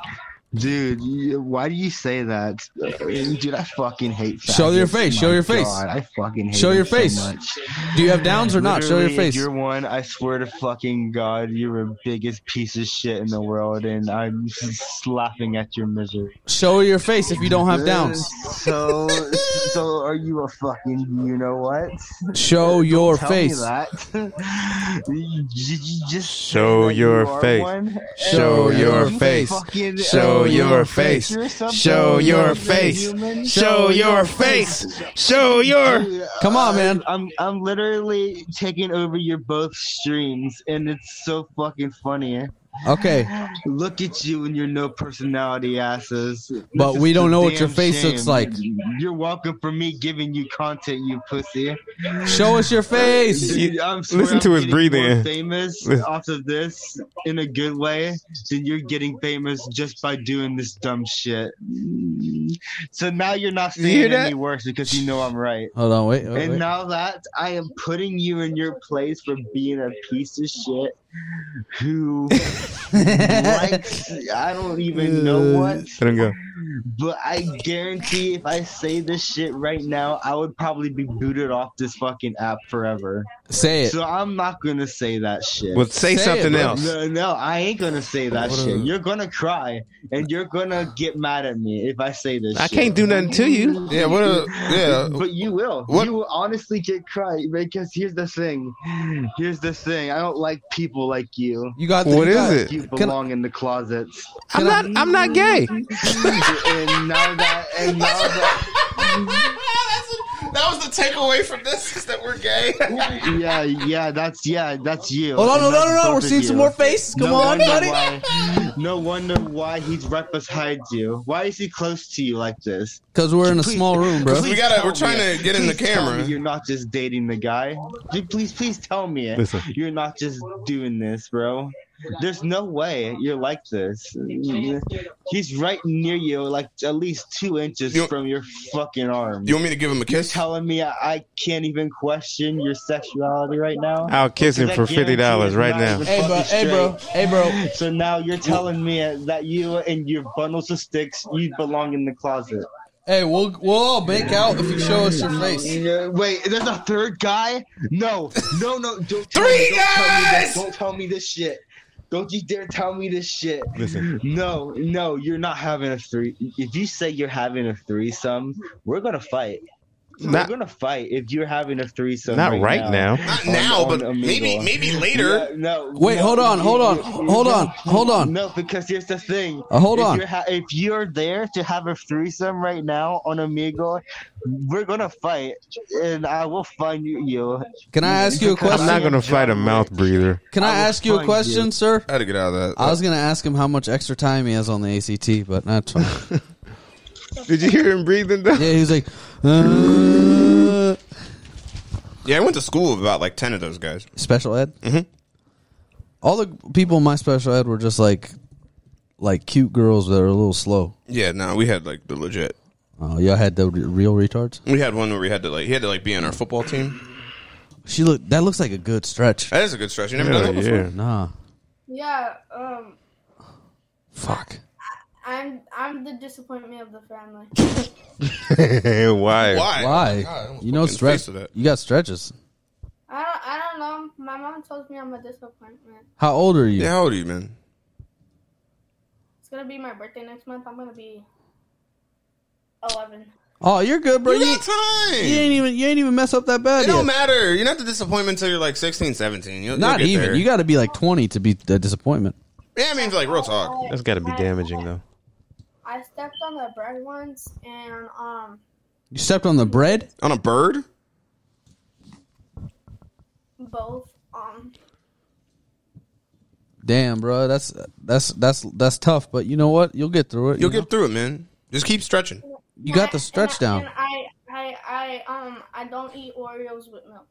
[SPEAKER 22] dude. You, why do you say that, dude? I fucking hate. Faggots.
[SPEAKER 3] Show your face, show
[SPEAKER 22] My
[SPEAKER 3] your face.
[SPEAKER 22] God, I fucking hate
[SPEAKER 3] Show
[SPEAKER 22] them
[SPEAKER 3] your face.
[SPEAKER 22] So much.
[SPEAKER 3] Do you have Downs or not? Show your
[SPEAKER 22] Literally, if
[SPEAKER 3] face.
[SPEAKER 22] You're one. I swear to fucking God, you're the biggest piece of shit in the world, and I'm just laughing at your misery.
[SPEAKER 3] Show your face if you don't have Downs.
[SPEAKER 22] So, so are you a fucking? You know what?
[SPEAKER 3] Show your
[SPEAKER 22] Tell
[SPEAKER 3] face.
[SPEAKER 22] Me that. You j- j- just
[SPEAKER 1] Show
[SPEAKER 22] that
[SPEAKER 1] your
[SPEAKER 22] you are
[SPEAKER 1] face.
[SPEAKER 22] one.
[SPEAKER 1] Show
[SPEAKER 22] You
[SPEAKER 1] your
[SPEAKER 22] fucking-
[SPEAKER 1] face.
[SPEAKER 22] fucking-
[SPEAKER 1] Show
[SPEAKER 22] oh, you're
[SPEAKER 1] your
[SPEAKER 22] a
[SPEAKER 1] face.
[SPEAKER 22] creature or something.
[SPEAKER 1] Show
[SPEAKER 22] You're
[SPEAKER 1] your
[SPEAKER 22] a
[SPEAKER 1] face.
[SPEAKER 22] human.
[SPEAKER 1] Show your face. Show your.
[SPEAKER 3] Come on, man.
[SPEAKER 22] Uh, I'm I'm literally taking over your both streams, and it's so fucking funny.
[SPEAKER 3] Okay.
[SPEAKER 22] Look at you and your no personality asses.
[SPEAKER 3] But
[SPEAKER 22] This
[SPEAKER 3] we
[SPEAKER 22] is
[SPEAKER 3] don't
[SPEAKER 22] a
[SPEAKER 3] know what your
[SPEAKER 22] damn
[SPEAKER 3] face looks like.
[SPEAKER 22] You're welcome for me giving you content, you pussy.
[SPEAKER 3] Show us your face.
[SPEAKER 22] Dude, I'm swear
[SPEAKER 1] Listen
[SPEAKER 22] I'm
[SPEAKER 1] to his
[SPEAKER 22] getting
[SPEAKER 1] breathing.
[SPEAKER 22] more Famous
[SPEAKER 1] Listen.
[SPEAKER 22] off of this in a good way, then you're getting famous just by doing this dumb shit. So now you're not
[SPEAKER 3] You hear
[SPEAKER 22] saying
[SPEAKER 3] that?
[SPEAKER 22] any worse because you know I'm right.
[SPEAKER 3] Hold on, wait. wait,
[SPEAKER 22] And
[SPEAKER 3] wait.
[SPEAKER 22] now that I am putting you in your place for being a piece of shit who likes, I don't even know what,
[SPEAKER 1] Let him go.
[SPEAKER 22] but I guarantee if I say this shit right now, I would probably be booted off this fucking app forever.
[SPEAKER 3] Say it.
[SPEAKER 22] So I'm not gonna say that shit.
[SPEAKER 1] Well, say Say it, something bro. else.
[SPEAKER 22] No, no, I ain't gonna say that
[SPEAKER 1] What
[SPEAKER 22] shit.
[SPEAKER 1] a-
[SPEAKER 22] You're gonna cry and you're gonna get mad at me if I say this.
[SPEAKER 1] I
[SPEAKER 22] shit.
[SPEAKER 1] can't do nothing to you.
[SPEAKER 2] Yeah, what a- yeah.
[SPEAKER 22] But you will.
[SPEAKER 2] What-
[SPEAKER 22] You will honestly get cry because here's the thing. Here's the thing. I don't like people like you.
[SPEAKER 3] You got-
[SPEAKER 1] What you is got- it?
[SPEAKER 22] You
[SPEAKER 1] Can I-
[SPEAKER 22] belong in the closets.
[SPEAKER 1] I'm not. I'm not gay.
[SPEAKER 22] and now that and now that
[SPEAKER 2] That was the takeaway from this is that we're gay.
[SPEAKER 22] yeah, yeah, that's yeah, that's you.
[SPEAKER 3] Hold on,
[SPEAKER 22] And
[SPEAKER 3] hold on,
[SPEAKER 22] that's
[SPEAKER 3] hold on.
[SPEAKER 22] both
[SPEAKER 3] We're
[SPEAKER 22] of
[SPEAKER 3] seeing some
[SPEAKER 22] you.
[SPEAKER 3] more faces. Come
[SPEAKER 22] No
[SPEAKER 3] on,
[SPEAKER 22] wonder
[SPEAKER 3] buddy.
[SPEAKER 22] why- no wonder why he's right beside you. Why is he close to you like this?
[SPEAKER 3] Because we're in a small room, bro.
[SPEAKER 22] Please
[SPEAKER 2] We gotta-
[SPEAKER 22] tell
[SPEAKER 2] we're trying
[SPEAKER 22] me.
[SPEAKER 2] to get in the
[SPEAKER 22] Please tell
[SPEAKER 2] camera.
[SPEAKER 22] me You're not just dating the guy. Dude, Please, please tell me it.
[SPEAKER 1] Listen.
[SPEAKER 22] You're not just doing this, bro. There's no way you're like this. He's right near you, like at least two inches from your fucking arm.
[SPEAKER 2] You want me to give him a kiss?
[SPEAKER 22] You're telling me I, I can't even question your sexuality right now?
[SPEAKER 1] I'll kiss him
[SPEAKER 22] Because
[SPEAKER 1] for
[SPEAKER 22] I guarantee
[SPEAKER 1] $50
[SPEAKER 22] it's
[SPEAKER 1] right
[SPEAKER 22] not
[SPEAKER 1] now.
[SPEAKER 22] even
[SPEAKER 1] Hey,
[SPEAKER 3] bro,
[SPEAKER 22] fucking
[SPEAKER 3] hey, bro,
[SPEAKER 22] straight.
[SPEAKER 3] hey, bro.
[SPEAKER 22] So now you're telling me that you and your bundles of sticks, you belong in the closet.
[SPEAKER 3] Hey, we'll we'll all bake out if you show us your face.
[SPEAKER 22] Yeah, Wait, there's a third guy? No, no, no! Don't tell me,
[SPEAKER 2] Three
[SPEAKER 22] don't Tell me
[SPEAKER 2] guys!
[SPEAKER 22] this, don't tell me this shit. Don't you dare tell me this shit.
[SPEAKER 1] Listen.
[SPEAKER 22] No, no, you're not having a three. If you say you're having a threesome, we're gonna fight.
[SPEAKER 1] Not-
[SPEAKER 22] we're gonna fight if you're having a threesome.
[SPEAKER 1] Not right now.
[SPEAKER 22] Not
[SPEAKER 2] now, but maybe- maybe later.
[SPEAKER 22] no.
[SPEAKER 3] Wait,
[SPEAKER 22] no,
[SPEAKER 3] hold on, hold on, hold on, hold on.
[SPEAKER 22] No, because here's the thing.
[SPEAKER 3] Uh, hold
[SPEAKER 22] If
[SPEAKER 3] on.
[SPEAKER 22] you're ha- if you're there to have a threesome right now on Amigo, we're gonna fight, and I will find you. you.
[SPEAKER 3] Can I ask you a
[SPEAKER 1] I'm
[SPEAKER 3] question?
[SPEAKER 1] not gonna fight a mouth breather.
[SPEAKER 3] Can I ask you a question, sir?
[SPEAKER 2] I had to get out of that.
[SPEAKER 3] I was gonna ask him how much extra time he has on the ACT, but that's fine.
[SPEAKER 1] Did you hear him breathing? Down?
[SPEAKER 3] yeah, he was like, uh,
[SPEAKER 2] yeah, I went to school with about like ten of those guys.
[SPEAKER 3] special ed. Mm-hmm. All the people in my special ed were just like like cute girls that are a little slow.
[SPEAKER 2] Yeah, no, we had like the legit.
[SPEAKER 3] Oh, y'all had the re- real retards.
[SPEAKER 2] We had one where we had to like he had to like be on our football team.
[SPEAKER 3] She look. That looks like a good stretch.
[SPEAKER 2] That is a good stretch. You never done that before?
[SPEAKER 3] Nah.
[SPEAKER 13] Yeah, um,
[SPEAKER 3] Fuck.
[SPEAKER 13] I'm I'm the disappointment of the family.
[SPEAKER 1] Why? Why?
[SPEAKER 2] Oh
[SPEAKER 3] Why? you know stretch. You got stretches.
[SPEAKER 13] I don't I don't know. My mom tells me I'm a disappointment.
[SPEAKER 3] How old are you?
[SPEAKER 2] Yeah, how old are you, man?
[SPEAKER 13] It's gonna be my birthday next month. I'm gonna be eleven.
[SPEAKER 3] Oh, you're good, bro.
[SPEAKER 2] You
[SPEAKER 3] You,
[SPEAKER 2] got time.
[SPEAKER 3] you ain't even you ain't even mess up that bad.
[SPEAKER 2] It don't
[SPEAKER 3] yet.
[SPEAKER 2] matter. You're not the disappointment until you're like 16, 17. You'll, you'll
[SPEAKER 3] Not
[SPEAKER 2] get
[SPEAKER 3] even.
[SPEAKER 2] There.
[SPEAKER 3] You got to be like 20 to be the disappointment.
[SPEAKER 2] yeah, I mean, like real talk.
[SPEAKER 1] That's got to be damaging though.
[SPEAKER 13] I stepped on the bread once and um
[SPEAKER 3] You stepped on the bread
[SPEAKER 2] on a bird.
[SPEAKER 13] both um
[SPEAKER 3] Damn, bro. That's that's that's that's tough. But you know what? You'll get through it.
[SPEAKER 2] You'll
[SPEAKER 3] you
[SPEAKER 2] get through it, man. Just keep stretching.
[SPEAKER 3] You got the stretch down.
[SPEAKER 13] and I I I um I don't eat Oreos with milk.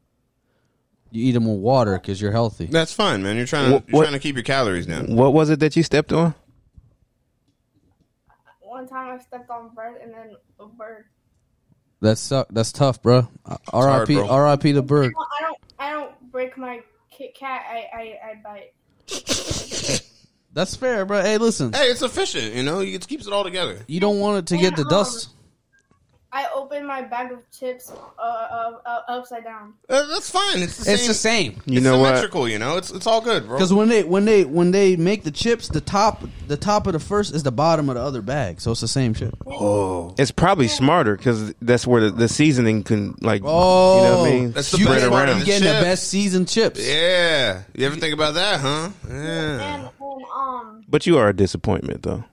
[SPEAKER 3] You eat them with water because you're healthy.
[SPEAKER 2] That's fine, man. You're trying to
[SPEAKER 1] What-
[SPEAKER 2] you're
[SPEAKER 1] what-
[SPEAKER 2] trying to keep your calories down.
[SPEAKER 1] What was it that you stepped on?
[SPEAKER 13] One time I stepped on bread and then a bird.
[SPEAKER 3] That's su- that's tough, bro. Uh,
[SPEAKER 2] hard,
[SPEAKER 3] R.I.P.
[SPEAKER 2] bro.
[SPEAKER 3] R.I.P. the bird.
[SPEAKER 13] Well, I don't I don't break my Kit Kat. I I, I bite.
[SPEAKER 3] That's fair, bro. Hey, listen.
[SPEAKER 2] Hey, it's efficient. You know, it keeps it all together.
[SPEAKER 3] You don't want it to get the dust.
[SPEAKER 13] I opened my bag of chips uh, uh, uh upside down.
[SPEAKER 2] Uh, that's fine. It's the
[SPEAKER 3] It's
[SPEAKER 2] same.
[SPEAKER 3] the same.
[SPEAKER 1] You
[SPEAKER 2] it's
[SPEAKER 1] know what?
[SPEAKER 2] symmetrical. You know, it's it's all good, bro.
[SPEAKER 3] Because when they when they when they make the chips, the top the top of the first is the bottom of the other bag, so it's the same shit.
[SPEAKER 1] Oh, it's probably smarter because that's where the, the seasoning can like. you
[SPEAKER 22] Oh.
[SPEAKER 1] know what I mean?
[SPEAKER 3] you
[SPEAKER 1] Spread
[SPEAKER 3] get-
[SPEAKER 1] around.
[SPEAKER 3] You getting the best seasoned chips?
[SPEAKER 2] Yeah, you ever think about that, huh? Yeah.
[SPEAKER 13] And um
[SPEAKER 1] But you are a disappointment though.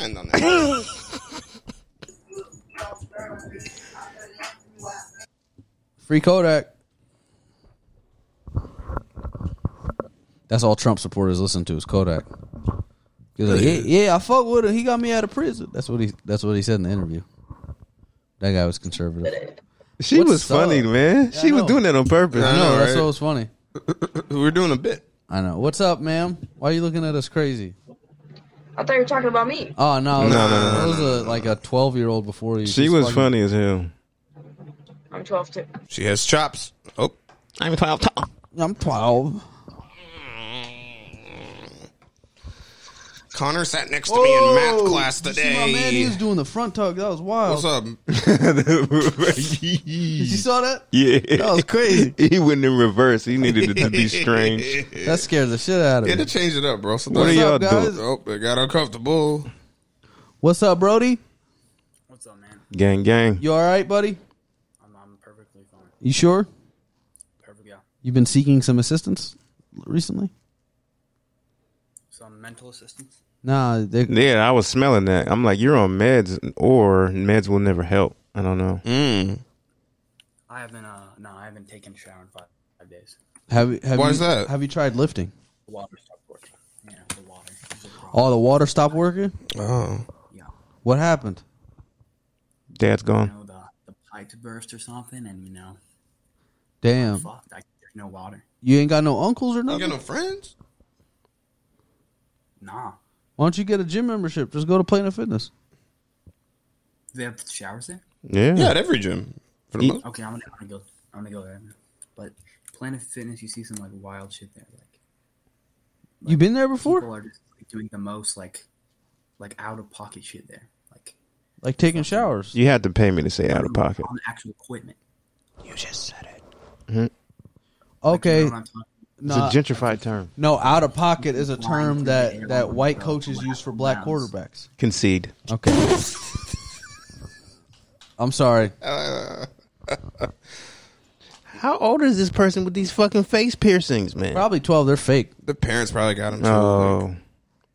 [SPEAKER 2] And on that.
[SPEAKER 3] Free Kodak. That's all Trump supporters listen to is Kodak. He's like, yeah, yeah, I fuck with him. He got me out of prison. That's what he. That's what he said in the interview. That guy was conservative.
[SPEAKER 1] She
[SPEAKER 3] What's
[SPEAKER 1] was funny,
[SPEAKER 3] up?
[SPEAKER 1] man.
[SPEAKER 3] Yeah, I
[SPEAKER 1] she was
[SPEAKER 3] know.
[SPEAKER 1] doing that on purpose.
[SPEAKER 3] I know. That's what was funny.
[SPEAKER 2] We're doing a bit.
[SPEAKER 3] I know. What's up, ma'am? Why are you looking at us crazy?
[SPEAKER 5] I thought you were talking about me.
[SPEAKER 3] Oh no,
[SPEAKER 1] No,
[SPEAKER 3] no,
[SPEAKER 1] no, no,
[SPEAKER 3] It was a, like a twelve-year-old before you.
[SPEAKER 1] She
[SPEAKER 3] just
[SPEAKER 1] was
[SPEAKER 3] fucking-
[SPEAKER 1] funny as hell.
[SPEAKER 5] I'm 12 too.
[SPEAKER 2] She has chops. Oh,
[SPEAKER 1] I'm twelve.
[SPEAKER 3] I'm twelve.
[SPEAKER 2] Connor sat next to me in math class
[SPEAKER 3] Did you see my man, he
[SPEAKER 2] today.
[SPEAKER 3] was doing the front tug. That was wild.
[SPEAKER 2] What's up?
[SPEAKER 3] You saw that?
[SPEAKER 1] Yeah,
[SPEAKER 3] That was crazy.
[SPEAKER 1] he went in reverse. He needed it to be strange.
[SPEAKER 3] That scared the shit out of
[SPEAKER 2] Yeah,
[SPEAKER 3] me.
[SPEAKER 2] to change it up, bro. So
[SPEAKER 1] What are
[SPEAKER 2] that's-
[SPEAKER 1] y'all What's up, doing? guys?
[SPEAKER 2] Oh, it got uncomfortable.
[SPEAKER 3] What's up, Brody?
[SPEAKER 1] Gang, gang.
[SPEAKER 3] You all right, buddy? I'm, I'm perfectly fine. You sure? Perfect, yeah. You've been seeking some assistance recently?
[SPEAKER 11] Some mental assistance.
[SPEAKER 3] Nah, they,
[SPEAKER 1] Yeah, I was smelling that. I'm like, you're on meds, or meds will never help. I don't know.
[SPEAKER 2] Mm.
[SPEAKER 11] I haven't. Uh, no, I haven't taken a shower in five, five days.
[SPEAKER 3] have have
[SPEAKER 11] Why
[SPEAKER 3] you,
[SPEAKER 11] is that?
[SPEAKER 3] Have you tried lifting?
[SPEAKER 11] Water stopped working. Yeah, the water.
[SPEAKER 3] Oh, the water stopped working.
[SPEAKER 2] Oh,
[SPEAKER 3] What happened?
[SPEAKER 1] Dad's gone.
[SPEAKER 11] You know, the the pipe burst or something, and you know,
[SPEAKER 3] Damn,
[SPEAKER 11] fuck, I, there's no water.
[SPEAKER 3] you ain't got no uncles or
[SPEAKER 2] you
[SPEAKER 3] nothing.
[SPEAKER 2] got no friends?
[SPEAKER 11] Nah,
[SPEAKER 3] Why don't you get a gym membership? Just go to Planet Fitness.
[SPEAKER 11] do they have showers there?
[SPEAKER 1] Yeah.
[SPEAKER 2] Yeah, at every gym. For the most.
[SPEAKER 11] Okay, I'm gonna, I'm gonna go. I'm gonna go there. But Planet Fitness, you see some like wild shit there. Like
[SPEAKER 3] You been there before?
[SPEAKER 11] people are just like, doing the most like like out of pocket shit there. Like
[SPEAKER 3] Like taking showers.
[SPEAKER 1] You had to pay me to say out of pocket.
[SPEAKER 11] on actual equipment. You just said it.
[SPEAKER 3] Hmm?
[SPEAKER 1] Mhm.
[SPEAKER 3] Okay.
[SPEAKER 1] It's
[SPEAKER 3] Nah.
[SPEAKER 1] a gentrified term.
[SPEAKER 3] No, out of pocket is a term that, that white coaches use for black quarterbacks.
[SPEAKER 1] Concede.
[SPEAKER 3] Okay. I'm sorry.
[SPEAKER 1] How old is this person with these fucking face piercings, man?
[SPEAKER 3] Probably 12. They're fake.
[SPEAKER 2] The parents probably got them. Too.
[SPEAKER 1] Oh.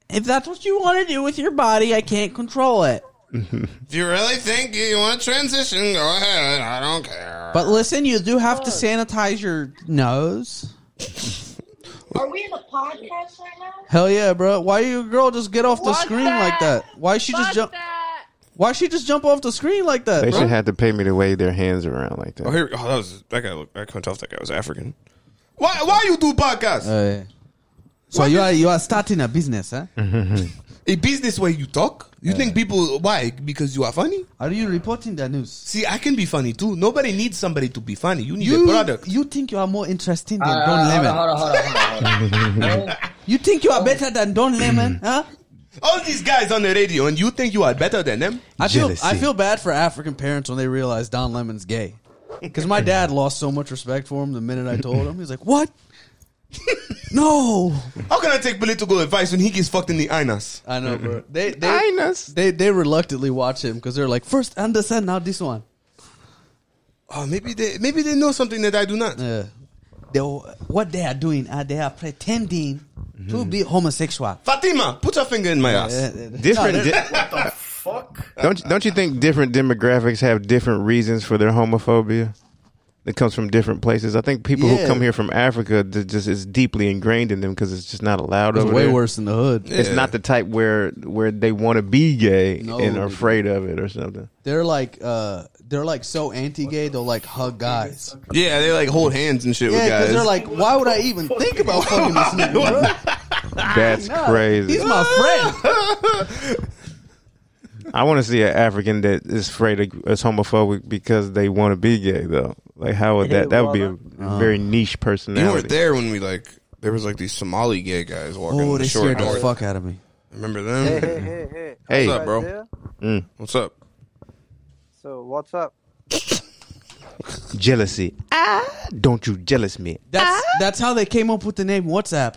[SPEAKER 3] If that's what you want to do with your body, I can't control it.
[SPEAKER 2] If you really think you want to transition, go ahead. I don't care.
[SPEAKER 3] But listen, you do have to sanitize your nose.
[SPEAKER 13] Are we in a podcast right now?
[SPEAKER 3] Hell yeah, bro. Why you girl just get off the screen like that? Why she just jump? Why she just jump off the screen like that?
[SPEAKER 1] They
[SPEAKER 3] bro?
[SPEAKER 1] should have to pay me to wave their hands around like
[SPEAKER 2] Oh,
[SPEAKER 1] that.
[SPEAKER 2] here. Oh, that was that guy. Looked, I couldn't tell if that guy was African. Why? Why you do podcasts?
[SPEAKER 3] Hey. Eh. So you are you are starting a business, eh? huh?
[SPEAKER 2] a business where you talk. You think people why? Because you are funny?
[SPEAKER 3] Are you reporting the news?
[SPEAKER 2] See, I can be funny too. Nobody needs somebody to be funny. You need
[SPEAKER 3] You
[SPEAKER 2] a product.
[SPEAKER 3] you think you are more interesting than
[SPEAKER 2] Alright,
[SPEAKER 3] Don
[SPEAKER 2] alright,
[SPEAKER 3] Lemon?
[SPEAKER 2] Ah, hold on, hold on,
[SPEAKER 3] you think you are better than Don Lemon, huh?
[SPEAKER 2] All these guys on the radio, and you think you are better than them?
[SPEAKER 3] I feel I feel bad for African parents when they realize Don Lemon's gay. Because my dad lost so much respect for him the minute I told him. He's like, "What? no.
[SPEAKER 2] How can I take political advice when he gets fucked in the inas?
[SPEAKER 3] I know, bro. They they they they reluctantly watch him because they're like, first understand now this one.
[SPEAKER 2] Oh, maybe they maybe they know something that I do not.
[SPEAKER 3] Yeah. They, what they are doing? Are they are pretending to be homosexual?
[SPEAKER 2] Fatima, put your finger in my
[SPEAKER 3] Yeah,
[SPEAKER 2] ass.
[SPEAKER 3] yeah, yeah.
[SPEAKER 1] Different
[SPEAKER 3] No,
[SPEAKER 1] di-
[SPEAKER 3] they're-
[SPEAKER 1] Don't don't you think different demographics have different reasons for their homophobia? That comes from different places. I think people
[SPEAKER 3] Yeah.
[SPEAKER 1] who come here from Africa th- just is deeply ingrained in them because it's just not allowed.
[SPEAKER 3] It's
[SPEAKER 1] over
[SPEAKER 3] way
[SPEAKER 1] there.
[SPEAKER 3] worse in the hood.
[SPEAKER 1] It's
[SPEAKER 3] Yeah.
[SPEAKER 1] not the type where where they want to be gay
[SPEAKER 3] No.
[SPEAKER 1] and are afraid of it or something.
[SPEAKER 3] They're like uh, they're like so anti-gay. They'll like hug guys.
[SPEAKER 2] Yeah, they like hold hands and shit with
[SPEAKER 3] Yeah,
[SPEAKER 2] guys.
[SPEAKER 3] because they're like, why would I even think about fucking this nigga? bro?
[SPEAKER 1] That's
[SPEAKER 3] Nah,
[SPEAKER 1] crazy.
[SPEAKER 3] He's my friend.
[SPEAKER 1] I want to see an African that is afraid of, is homophobic because they want to be gay though. Like how would that? That would be a very niche
[SPEAKER 2] Uh-huh. You
[SPEAKER 1] personality.
[SPEAKER 2] weren't there when we like there was like these Somali gay guys walking.
[SPEAKER 3] Oh,
[SPEAKER 2] in
[SPEAKER 3] they
[SPEAKER 2] the short
[SPEAKER 3] scared the
[SPEAKER 2] north.
[SPEAKER 3] fuck out of me.
[SPEAKER 2] Remember them?
[SPEAKER 7] Hey, hey, hey, hey.
[SPEAKER 2] What's
[SPEAKER 7] Hey.
[SPEAKER 2] up, bro?
[SPEAKER 7] Isaiah?
[SPEAKER 1] Mm.
[SPEAKER 2] What's up?
[SPEAKER 7] So what's up?
[SPEAKER 1] Jealousy. Ah, don't you jealous me?
[SPEAKER 3] That's that's how they came up with the name WhatsApp.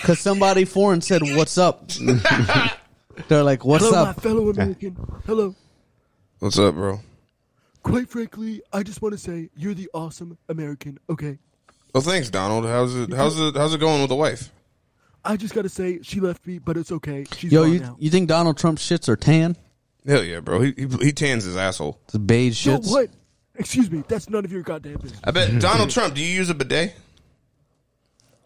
[SPEAKER 3] Cause somebody foreign said, "What's up?" They're like, "What's
[SPEAKER 10] Hello,
[SPEAKER 3] up?"
[SPEAKER 10] my fellow American. Hello.
[SPEAKER 2] What's up, bro?
[SPEAKER 10] Quite frankly, I just want to say you're the awesome American. Okay.
[SPEAKER 2] Well, thanks, Donald. How's it?
[SPEAKER 10] You
[SPEAKER 2] How's
[SPEAKER 10] too.
[SPEAKER 2] it? How's it going with the wife?
[SPEAKER 10] I just gotta say she left me, but it's okay. She's
[SPEAKER 3] Yo,
[SPEAKER 10] gone
[SPEAKER 3] you
[SPEAKER 10] now.
[SPEAKER 3] you think Donald Trump shits are tan?
[SPEAKER 2] Hell yeah, bro. He he, he tans his asshole.
[SPEAKER 3] The beige
[SPEAKER 10] Yo,
[SPEAKER 3] shits.
[SPEAKER 10] what? Excuse me. That's none of your goddamn business.
[SPEAKER 2] I bet Donald Trump. Do you use a bidet?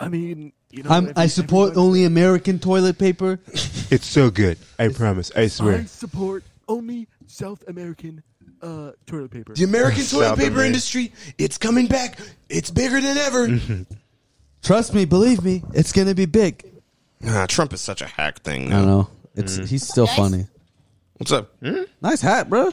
[SPEAKER 10] I mean, you know,
[SPEAKER 3] I'm, I
[SPEAKER 10] every-
[SPEAKER 3] support only American toilet paper.
[SPEAKER 1] It's so good. I promise. I
[SPEAKER 10] I support only South American uh, toilet paper.
[SPEAKER 2] The American toilet
[SPEAKER 1] South
[SPEAKER 2] paper
[SPEAKER 1] America.
[SPEAKER 2] industry. It's coming back. It's bigger than ever.
[SPEAKER 3] Trust me, believe me, it's gonna be big.
[SPEAKER 2] Nah, Trump is such a hack thing.
[SPEAKER 3] I
[SPEAKER 2] though. Mm-hmm.
[SPEAKER 3] know. It's he's still funny.
[SPEAKER 2] What's up,
[SPEAKER 23] Hmm?
[SPEAKER 3] Nice hat, bro.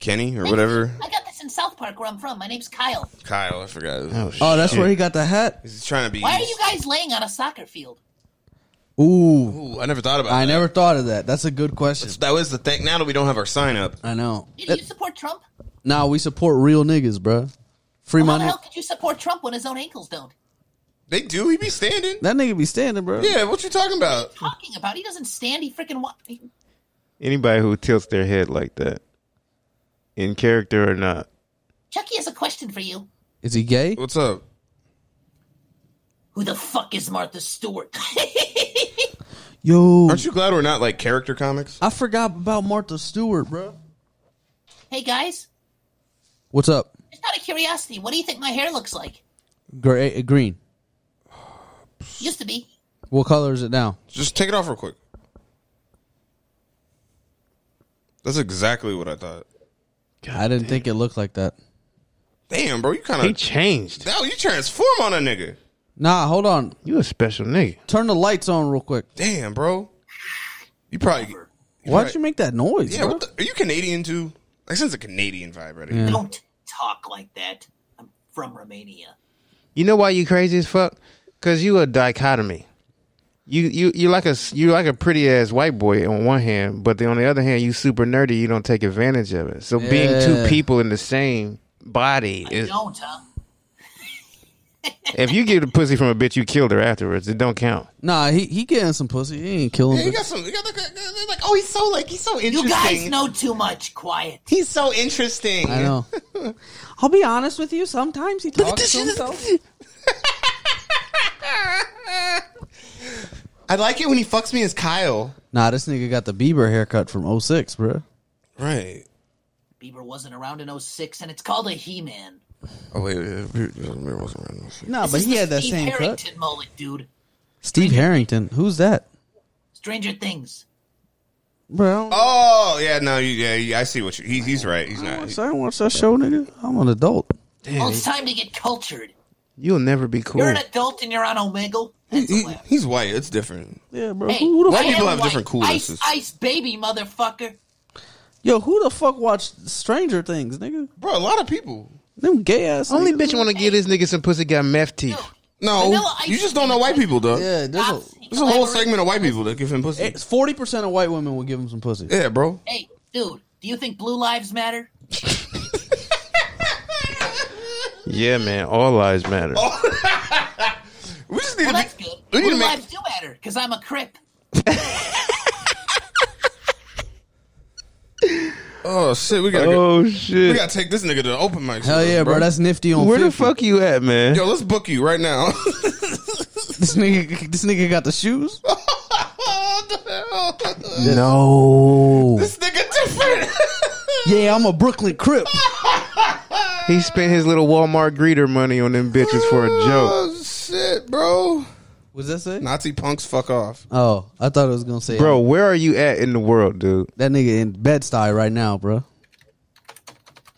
[SPEAKER 2] Kenny or whatever?
[SPEAKER 23] I got this in South Park where I'm from. My name's Kyle.
[SPEAKER 2] Kyle, I forgot.
[SPEAKER 1] Oh,
[SPEAKER 3] Oh, that's where he got the hat.
[SPEAKER 2] He's trying to be.
[SPEAKER 23] Why are you guys laying on a soccer field?
[SPEAKER 3] Ooh,
[SPEAKER 2] Ooh, I never thought about.
[SPEAKER 3] I never thought of that. That's a good question.
[SPEAKER 2] That was the thing. Now that we don't have our sign up,
[SPEAKER 3] I know.
[SPEAKER 23] Did you support Trump?
[SPEAKER 3] Now we support real niggas, bro.
[SPEAKER 10] Oh,
[SPEAKER 3] Free
[SPEAKER 23] How the
[SPEAKER 3] money.
[SPEAKER 23] hell could you support Trump when his own ankles don't?
[SPEAKER 2] they do. He be standing.
[SPEAKER 3] That nigga be standing, bro.
[SPEAKER 2] Yeah, what you talking about?
[SPEAKER 23] Talking about he doesn't stand. He freaking wa- he-
[SPEAKER 1] Anybody who tilts their head like that, in character or not,
[SPEAKER 23] Chucky has a question for you.
[SPEAKER 3] Is he gay?
[SPEAKER 2] What's up?
[SPEAKER 23] Who the fuck is Martha Stewart?
[SPEAKER 3] Yo,
[SPEAKER 2] aren't you glad we're not like character comics?
[SPEAKER 3] I forgot about Martha Stewart, bro.
[SPEAKER 23] hey guys,
[SPEAKER 3] What's up?
[SPEAKER 23] just out of curiosity, what do you think my hair looks like?
[SPEAKER 3] Gray, eh, green.
[SPEAKER 23] Used to be.
[SPEAKER 3] What color is it now?
[SPEAKER 2] Just take it off real quick. That's exactly what I thought.
[SPEAKER 3] I didn't think it looked like that.
[SPEAKER 2] Damn, bro, you kind of
[SPEAKER 3] He changed.
[SPEAKER 2] Now you transform on a nigga.
[SPEAKER 3] Nah, hold on.
[SPEAKER 1] You a special nigga.
[SPEAKER 3] Turn the lights on real quick.
[SPEAKER 2] Damn, bro. You probably.
[SPEAKER 3] Why'd
[SPEAKER 2] right.
[SPEAKER 3] you make that noise?
[SPEAKER 2] Yeah,
[SPEAKER 3] bro?
[SPEAKER 2] what the, are you Canadian too? I sense a Canadian vibe right here.
[SPEAKER 1] Yeah.
[SPEAKER 23] Don't talk like that. I'm from Romania.
[SPEAKER 1] You know why you crazy as fuck? Cause you a dichotomy. You you you like a you like a pretty ass white boy on one hand, but then on the other hand, you super nerdy. You don't take advantage of it. So being
[SPEAKER 23] Yeah.
[SPEAKER 1] two people in the same body is.
[SPEAKER 23] Don't, huh?
[SPEAKER 1] If you get a pussy from a bitch, you killed her afterwards. It don't count.
[SPEAKER 3] Nah, he he getting some pussy. He ain't killing.
[SPEAKER 2] Yeah, you
[SPEAKER 3] bitch.
[SPEAKER 2] got some. You got the, they're like, oh, he's so like he's so interesting.
[SPEAKER 23] You guys know too much. Quiet.
[SPEAKER 2] He's so interesting.
[SPEAKER 3] I know. I'll be honest with you. Sometimes he talks to himself.
[SPEAKER 2] I like it when he fucks me as Kyle.
[SPEAKER 3] Nah, this nigga got the Bieber haircut from 06, bro.
[SPEAKER 2] Right.
[SPEAKER 23] Bieber wasn't around in 06, and it's called a He-Man.
[SPEAKER 2] Oh wait, wait, wait, it wasn't random.
[SPEAKER 3] Nah, but he had that
[SPEAKER 23] Steve
[SPEAKER 3] same cut.
[SPEAKER 23] Harrington mullet, dude.
[SPEAKER 3] Steve Harrington. Who's that,
[SPEAKER 23] Stranger Things.
[SPEAKER 3] bro?
[SPEAKER 2] Oh yeah, no, you, yeah, you- I see what you.
[SPEAKER 1] Oh,
[SPEAKER 2] He, he's right. He's not.
[SPEAKER 3] I don't watch that show, nigga. I'm an adult.
[SPEAKER 23] Well, it's time to get cultured.
[SPEAKER 1] You'll never be cool.
[SPEAKER 23] You're an adult and you're on Omegle.
[SPEAKER 2] He- he- he's white. It's different. Yeah, bro.
[SPEAKER 23] Hey,
[SPEAKER 2] white
[SPEAKER 23] I am
[SPEAKER 2] people have
[SPEAKER 23] white.
[SPEAKER 2] different coolnesses.
[SPEAKER 23] Ice, ice baby, motherfucker.
[SPEAKER 3] Yo, who the fuck watched Stranger Things, nigga?
[SPEAKER 2] Bro, a lot of people.
[SPEAKER 3] Them gay ass.
[SPEAKER 1] Only bitch want to give this nigga some pussy got meth teeth.
[SPEAKER 2] No, Oh, you just don't know white people, though.
[SPEAKER 3] Yeah, there's a,
[SPEAKER 2] There's a whole segment of white people that give him pussy.
[SPEAKER 3] It's forty percent of white women will give him some pussy.
[SPEAKER 2] Yeah, bro.
[SPEAKER 23] Hey, dude, do you think blue lives matter?
[SPEAKER 1] Yeah, man. All lives matter.
[SPEAKER 2] Oh, we just
[SPEAKER 23] need well, that's good.
[SPEAKER 2] we need
[SPEAKER 23] blue
[SPEAKER 2] to make-
[SPEAKER 23] lives do matter because I'm a crip.
[SPEAKER 2] Oh shit, we gotta.
[SPEAKER 1] Oh,
[SPEAKER 2] go.
[SPEAKER 1] shit.
[SPEAKER 2] we gotta take this nigga to the open mic.
[SPEAKER 3] Hell yeah, bro. That's nifty on
[SPEAKER 1] Where the
[SPEAKER 3] 50.
[SPEAKER 1] fuck you at, man? Oh.
[SPEAKER 2] Yo, let's book you right now.
[SPEAKER 3] This nigga, this nigga got the shoes.
[SPEAKER 1] No.
[SPEAKER 2] this nigga different.
[SPEAKER 3] Yeah, I'm a Brooklyn Crip.
[SPEAKER 1] He spent his little Walmart greeter money on them bitches for a joke.
[SPEAKER 2] oh shit, bro.
[SPEAKER 3] Was that say?
[SPEAKER 2] Nazi punks, fuck off.
[SPEAKER 3] Oh, I thought it was gonna say,
[SPEAKER 1] Bro, where are you at in the world, dude?
[SPEAKER 3] That nigga in bed style right now, bro.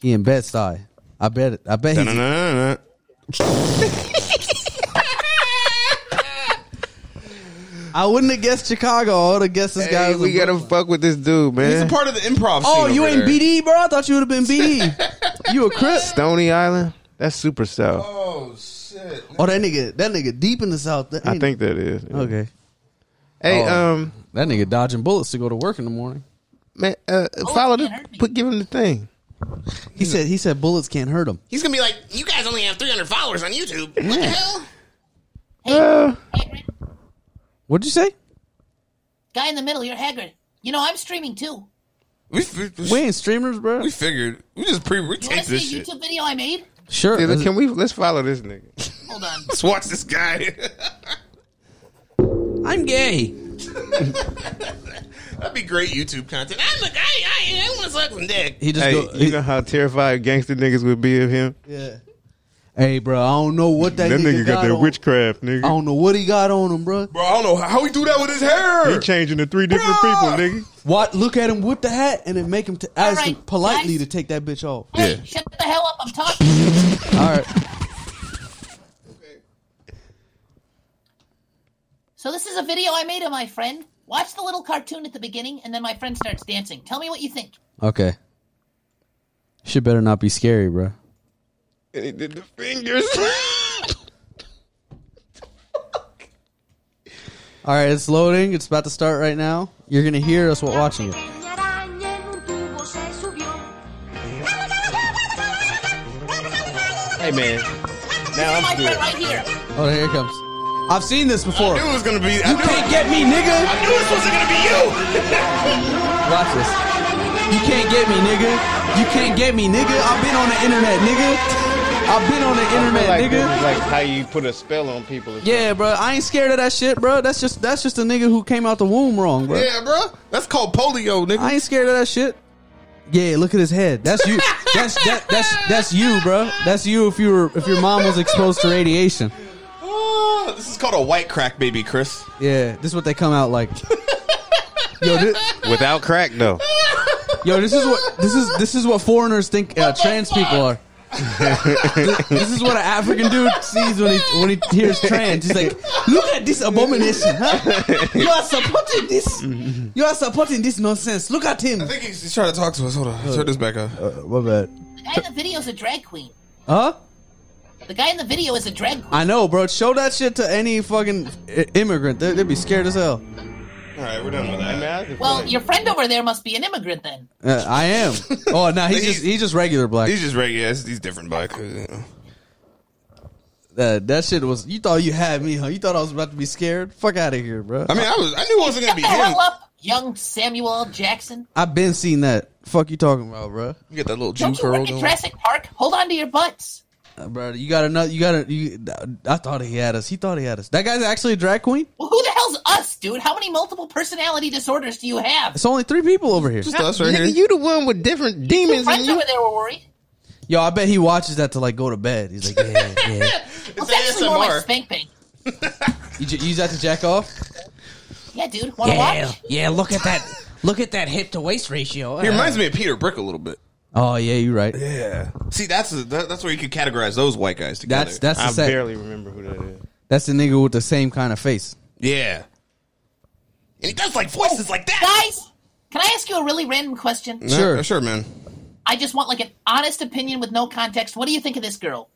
[SPEAKER 3] He in bed style. I bet it. I bet he's.
[SPEAKER 2] Da-na-na-na-na.
[SPEAKER 3] I wouldn't have guessed Chicago. I would have guessed this guy.
[SPEAKER 1] Hey,
[SPEAKER 3] Was
[SPEAKER 1] we gotta fuck with this dude, man.
[SPEAKER 2] He's a part of the improv.
[SPEAKER 3] Oh,
[SPEAKER 2] scene
[SPEAKER 3] you
[SPEAKER 2] over
[SPEAKER 3] ain't
[SPEAKER 2] there.
[SPEAKER 3] BD, bro. I thought you would have been BD. you a Crip?
[SPEAKER 1] Stony Island? That's super south.
[SPEAKER 2] Oh shit.
[SPEAKER 3] Oh, that nigga. That nigga deep in the south. That
[SPEAKER 1] I
[SPEAKER 3] ain't-
[SPEAKER 1] think that is. yeah.
[SPEAKER 3] Okay.
[SPEAKER 1] Hey,
[SPEAKER 3] Oh,
[SPEAKER 1] um,
[SPEAKER 3] that nigga dodging bullets to go to work in the morning.
[SPEAKER 1] man, uh, follow the, put, give him the thing.
[SPEAKER 3] He said. He said bullets can't hurt him.
[SPEAKER 6] He's gonna be like, you guys only have 300 followers on YouTube. What the
[SPEAKER 3] Yeah.
[SPEAKER 6] hell?
[SPEAKER 1] Uh,
[SPEAKER 3] what'd you say?
[SPEAKER 23] Guy in the middle, you're Hagrid. You know, I'm streaming too.
[SPEAKER 2] We, we, we,
[SPEAKER 3] We ain't streamers, bro.
[SPEAKER 2] we figured. We just pre we
[SPEAKER 23] You want
[SPEAKER 2] taped
[SPEAKER 23] to
[SPEAKER 2] this
[SPEAKER 23] see a
[SPEAKER 2] shit.
[SPEAKER 23] YouTube video I made?
[SPEAKER 3] Sure.
[SPEAKER 1] Yeah, can we let's follow this nigga?
[SPEAKER 23] Hold on.
[SPEAKER 2] Let's watch this guy.
[SPEAKER 3] I'm gay.
[SPEAKER 2] That'd be great YouTube content. I'm a guy. I, I want to suck some dick.
[SPEAKER 3] He just
[SPEAKER 1] hey,
[SPEAKER 3] go.
[SPEAKER 1] you know how terrified gangster niggas would be of him.
[SPEAKER 3] Yeah. Hey, bro. I don't know what that,
[SPEAKER 1] That, nigga, got, that
[SPEAKER 3] on.
[SPEAKER 1] witchcraft,
[SPEAKER 3] I
[SPEAKER 1] nigga.
[SPEAKER 3] don't know what he got on him, bro.
[SPEAKER 2] Bro, I don't know how he do that with his hair.
[SPEAKER 1] He changing to three different
[SPEAKER 2] Bruh!
[SPEAKER 1] people, nigga.
[SPEAKER 3] What? Look at him with the hat and then make him to ask him
[SPEAKER 23] right,
[SPEAKER 3] politely
[SPEAKER 23] guys.
[SPEAKER 3] to take that bitch off.
[SPEAKER 1] Yeah.
[SPEAKER 23] Shut the hell up, I'm talking.
[SPEAKER 3] All right.
[SPEAKER 23] so this is a video I made of my friend. Watch the little cartoon at the beginning, and then my friend starts dancing. Tell me what you think.
[SPEAKER 3] Okay. Shit better not be scary, bro.
[SPEAKER 1] And he did the fingers.
[SPEAKER 3] All right, it's loading. It's about to start right now. You're gonna hear us while watching it.
[SPEAKER 1] hey man, now I'm
[SPEAKER 23] Right right here.
[SPEAKER 3] Oh, here it comes. I've seen this before.
[SPEAKER 2] I knew it was gonna be. I
[SPEAKER 3] You
[SPEAKER 2] knew,
[SPEAKER 3] can't get me, nigga.
[SPEAKER 2] I knew this wasn't gonna be you.
[SPEAKER 3] Watch this. You can't get me, nigga. You can't get me, nigga. I've been on the internet, nigga. I've been on the internet,
[SPEAKER 1] like,
[SPEAKER 3] nigga.
[SPEAKER 1] this is like how you put a spell on people.
[SPEAKER 3] Yeah, bro. I ain't scared of that shit, bro. That's just that's just a nigga who came out the womb wrong, bro.
[SPEAKER 2] Yeah, bro. That's called polio, nigga.
[SPEAKER 3] I ain't scared of that shit. Yeah, look at his head. That's you. that's that, that's that's you, bro. That's you if you were if your mom was exposed to radiation.
[SPEAKER 2] Ah, this is called a white crack baby, Chris.
[SPEAKER 3] Yeah, this is what they come out like. Yo, this,
[SPEAKER 1] Without crack though.
[SPEAKER 3] yo, this is what this is this is what foreigners think uh, trans people are. this, this is what an African dude sees when he when he hears trans. He's like, "Look at this abomination! Huh? You are supporting this. You are supporting this nonsense. Look at him."
[SPEAKER 2] I think he's, he's trying to talk to us. Hold on. Turn this back up.
[SPEAKER 3] Uh, my bad.
[SPEAKER 23] The guy in the video is a drag queen.
[SPEAKER 3] Huh?
[SPEAKER 23] The guy in the video is a drag queen.
[SPEAKER 3] I know, bro. Show that shit to any fucking i- immigrant. They- They'd be scared as hell.
[SPEAKER 2] All right, we're done with that.
[SPEAKER 23] Well, your friend over there must be an immigrant then.
[SPEAKER 3] Uh, I am. Oh no, he's just he's just regular black.
[SPEAKER 2] he's just regular. He's, he's different black.
[SPEAKER 3] Uh, that shit was. You thought you had me, huh? You thought I was about to be scared? Fuck out of here, bro.
[SPEAKER 2] I mean, I was. I knew it wasn't gonna
[SPEAKER 23] Shut
[SPEAKER 2] be
[SPEAKER 23] the
[SPEAKER 2] him.
[SPEAKER 23] hell up, young Samuel L. Jackson.
[SPEAKER 3] I've been seeing that. Fuck you talking about, bro?
[SPEAKER 2] You get that little Jew
[SPEAKER 23] Don't you
[SPEAKER 2] curl
[SPEAKER 23] work at
[SPEAKER 2] going.
[SPEAKER 23] Jurassic Park? Hold on to your butts.
[SPEAKER 3] Uh, bro, you got another. You got a. You, I thought he had us. He thought he had us. That guy's actually a drag queen.
[SPEAKER 23] Well, who the hell's us, dude? How many multiple personality disorders do you have?
[SPEAKER 3] It's only three people over here.
[SPEAKER 2] Just us right
[SPEAKER 1] Nigga,
[SPEAKER 2] here.
[SPEAKER 1] you the one with different demons in
[SPEAKER 23] Friends
[SPEAKER 1] you.
[SPEAKER 23] over there were worried.
[SPEAKER 3] Yo, I bet he watches that to like go to bed. He's like, yeah, yeah.
[SPEAKER 23] Well, Oh, it's actually more
[SPEAKER 2] ASMR.
[SPEAKER 23] like spank bang.
[SPEAKER 3] you j- use that to jack off.
[SPEAKER 23] Yeah, dude. Want to watch?
[SPEAKER 8] yeah. Look at that. Look at that hip to waist ratio.
[SPEAKER 2] He reminds me of Peter Brick a little bit.
[SPEAKER 3] Oh yeah, you're right.
[SPEAKER 2] Yeah. See, that's a, that, that's where you could categorize those white guys together.
[SPEAKER 3] That's- that's the I set. barely
[SPEAKER 2] remember who that is.
[SPEAKER 3] That's the nigga with the same kind of face.
[SPEAKER 2] Yeah. And he does like voices like that.
[SPEAKER 23] Guys, can I ask you a really random question?
[SPEAKER 2] Sure, sure, man.
[SPEAKER 23] I just want like an honest opinion with no context. What do you think of this girl?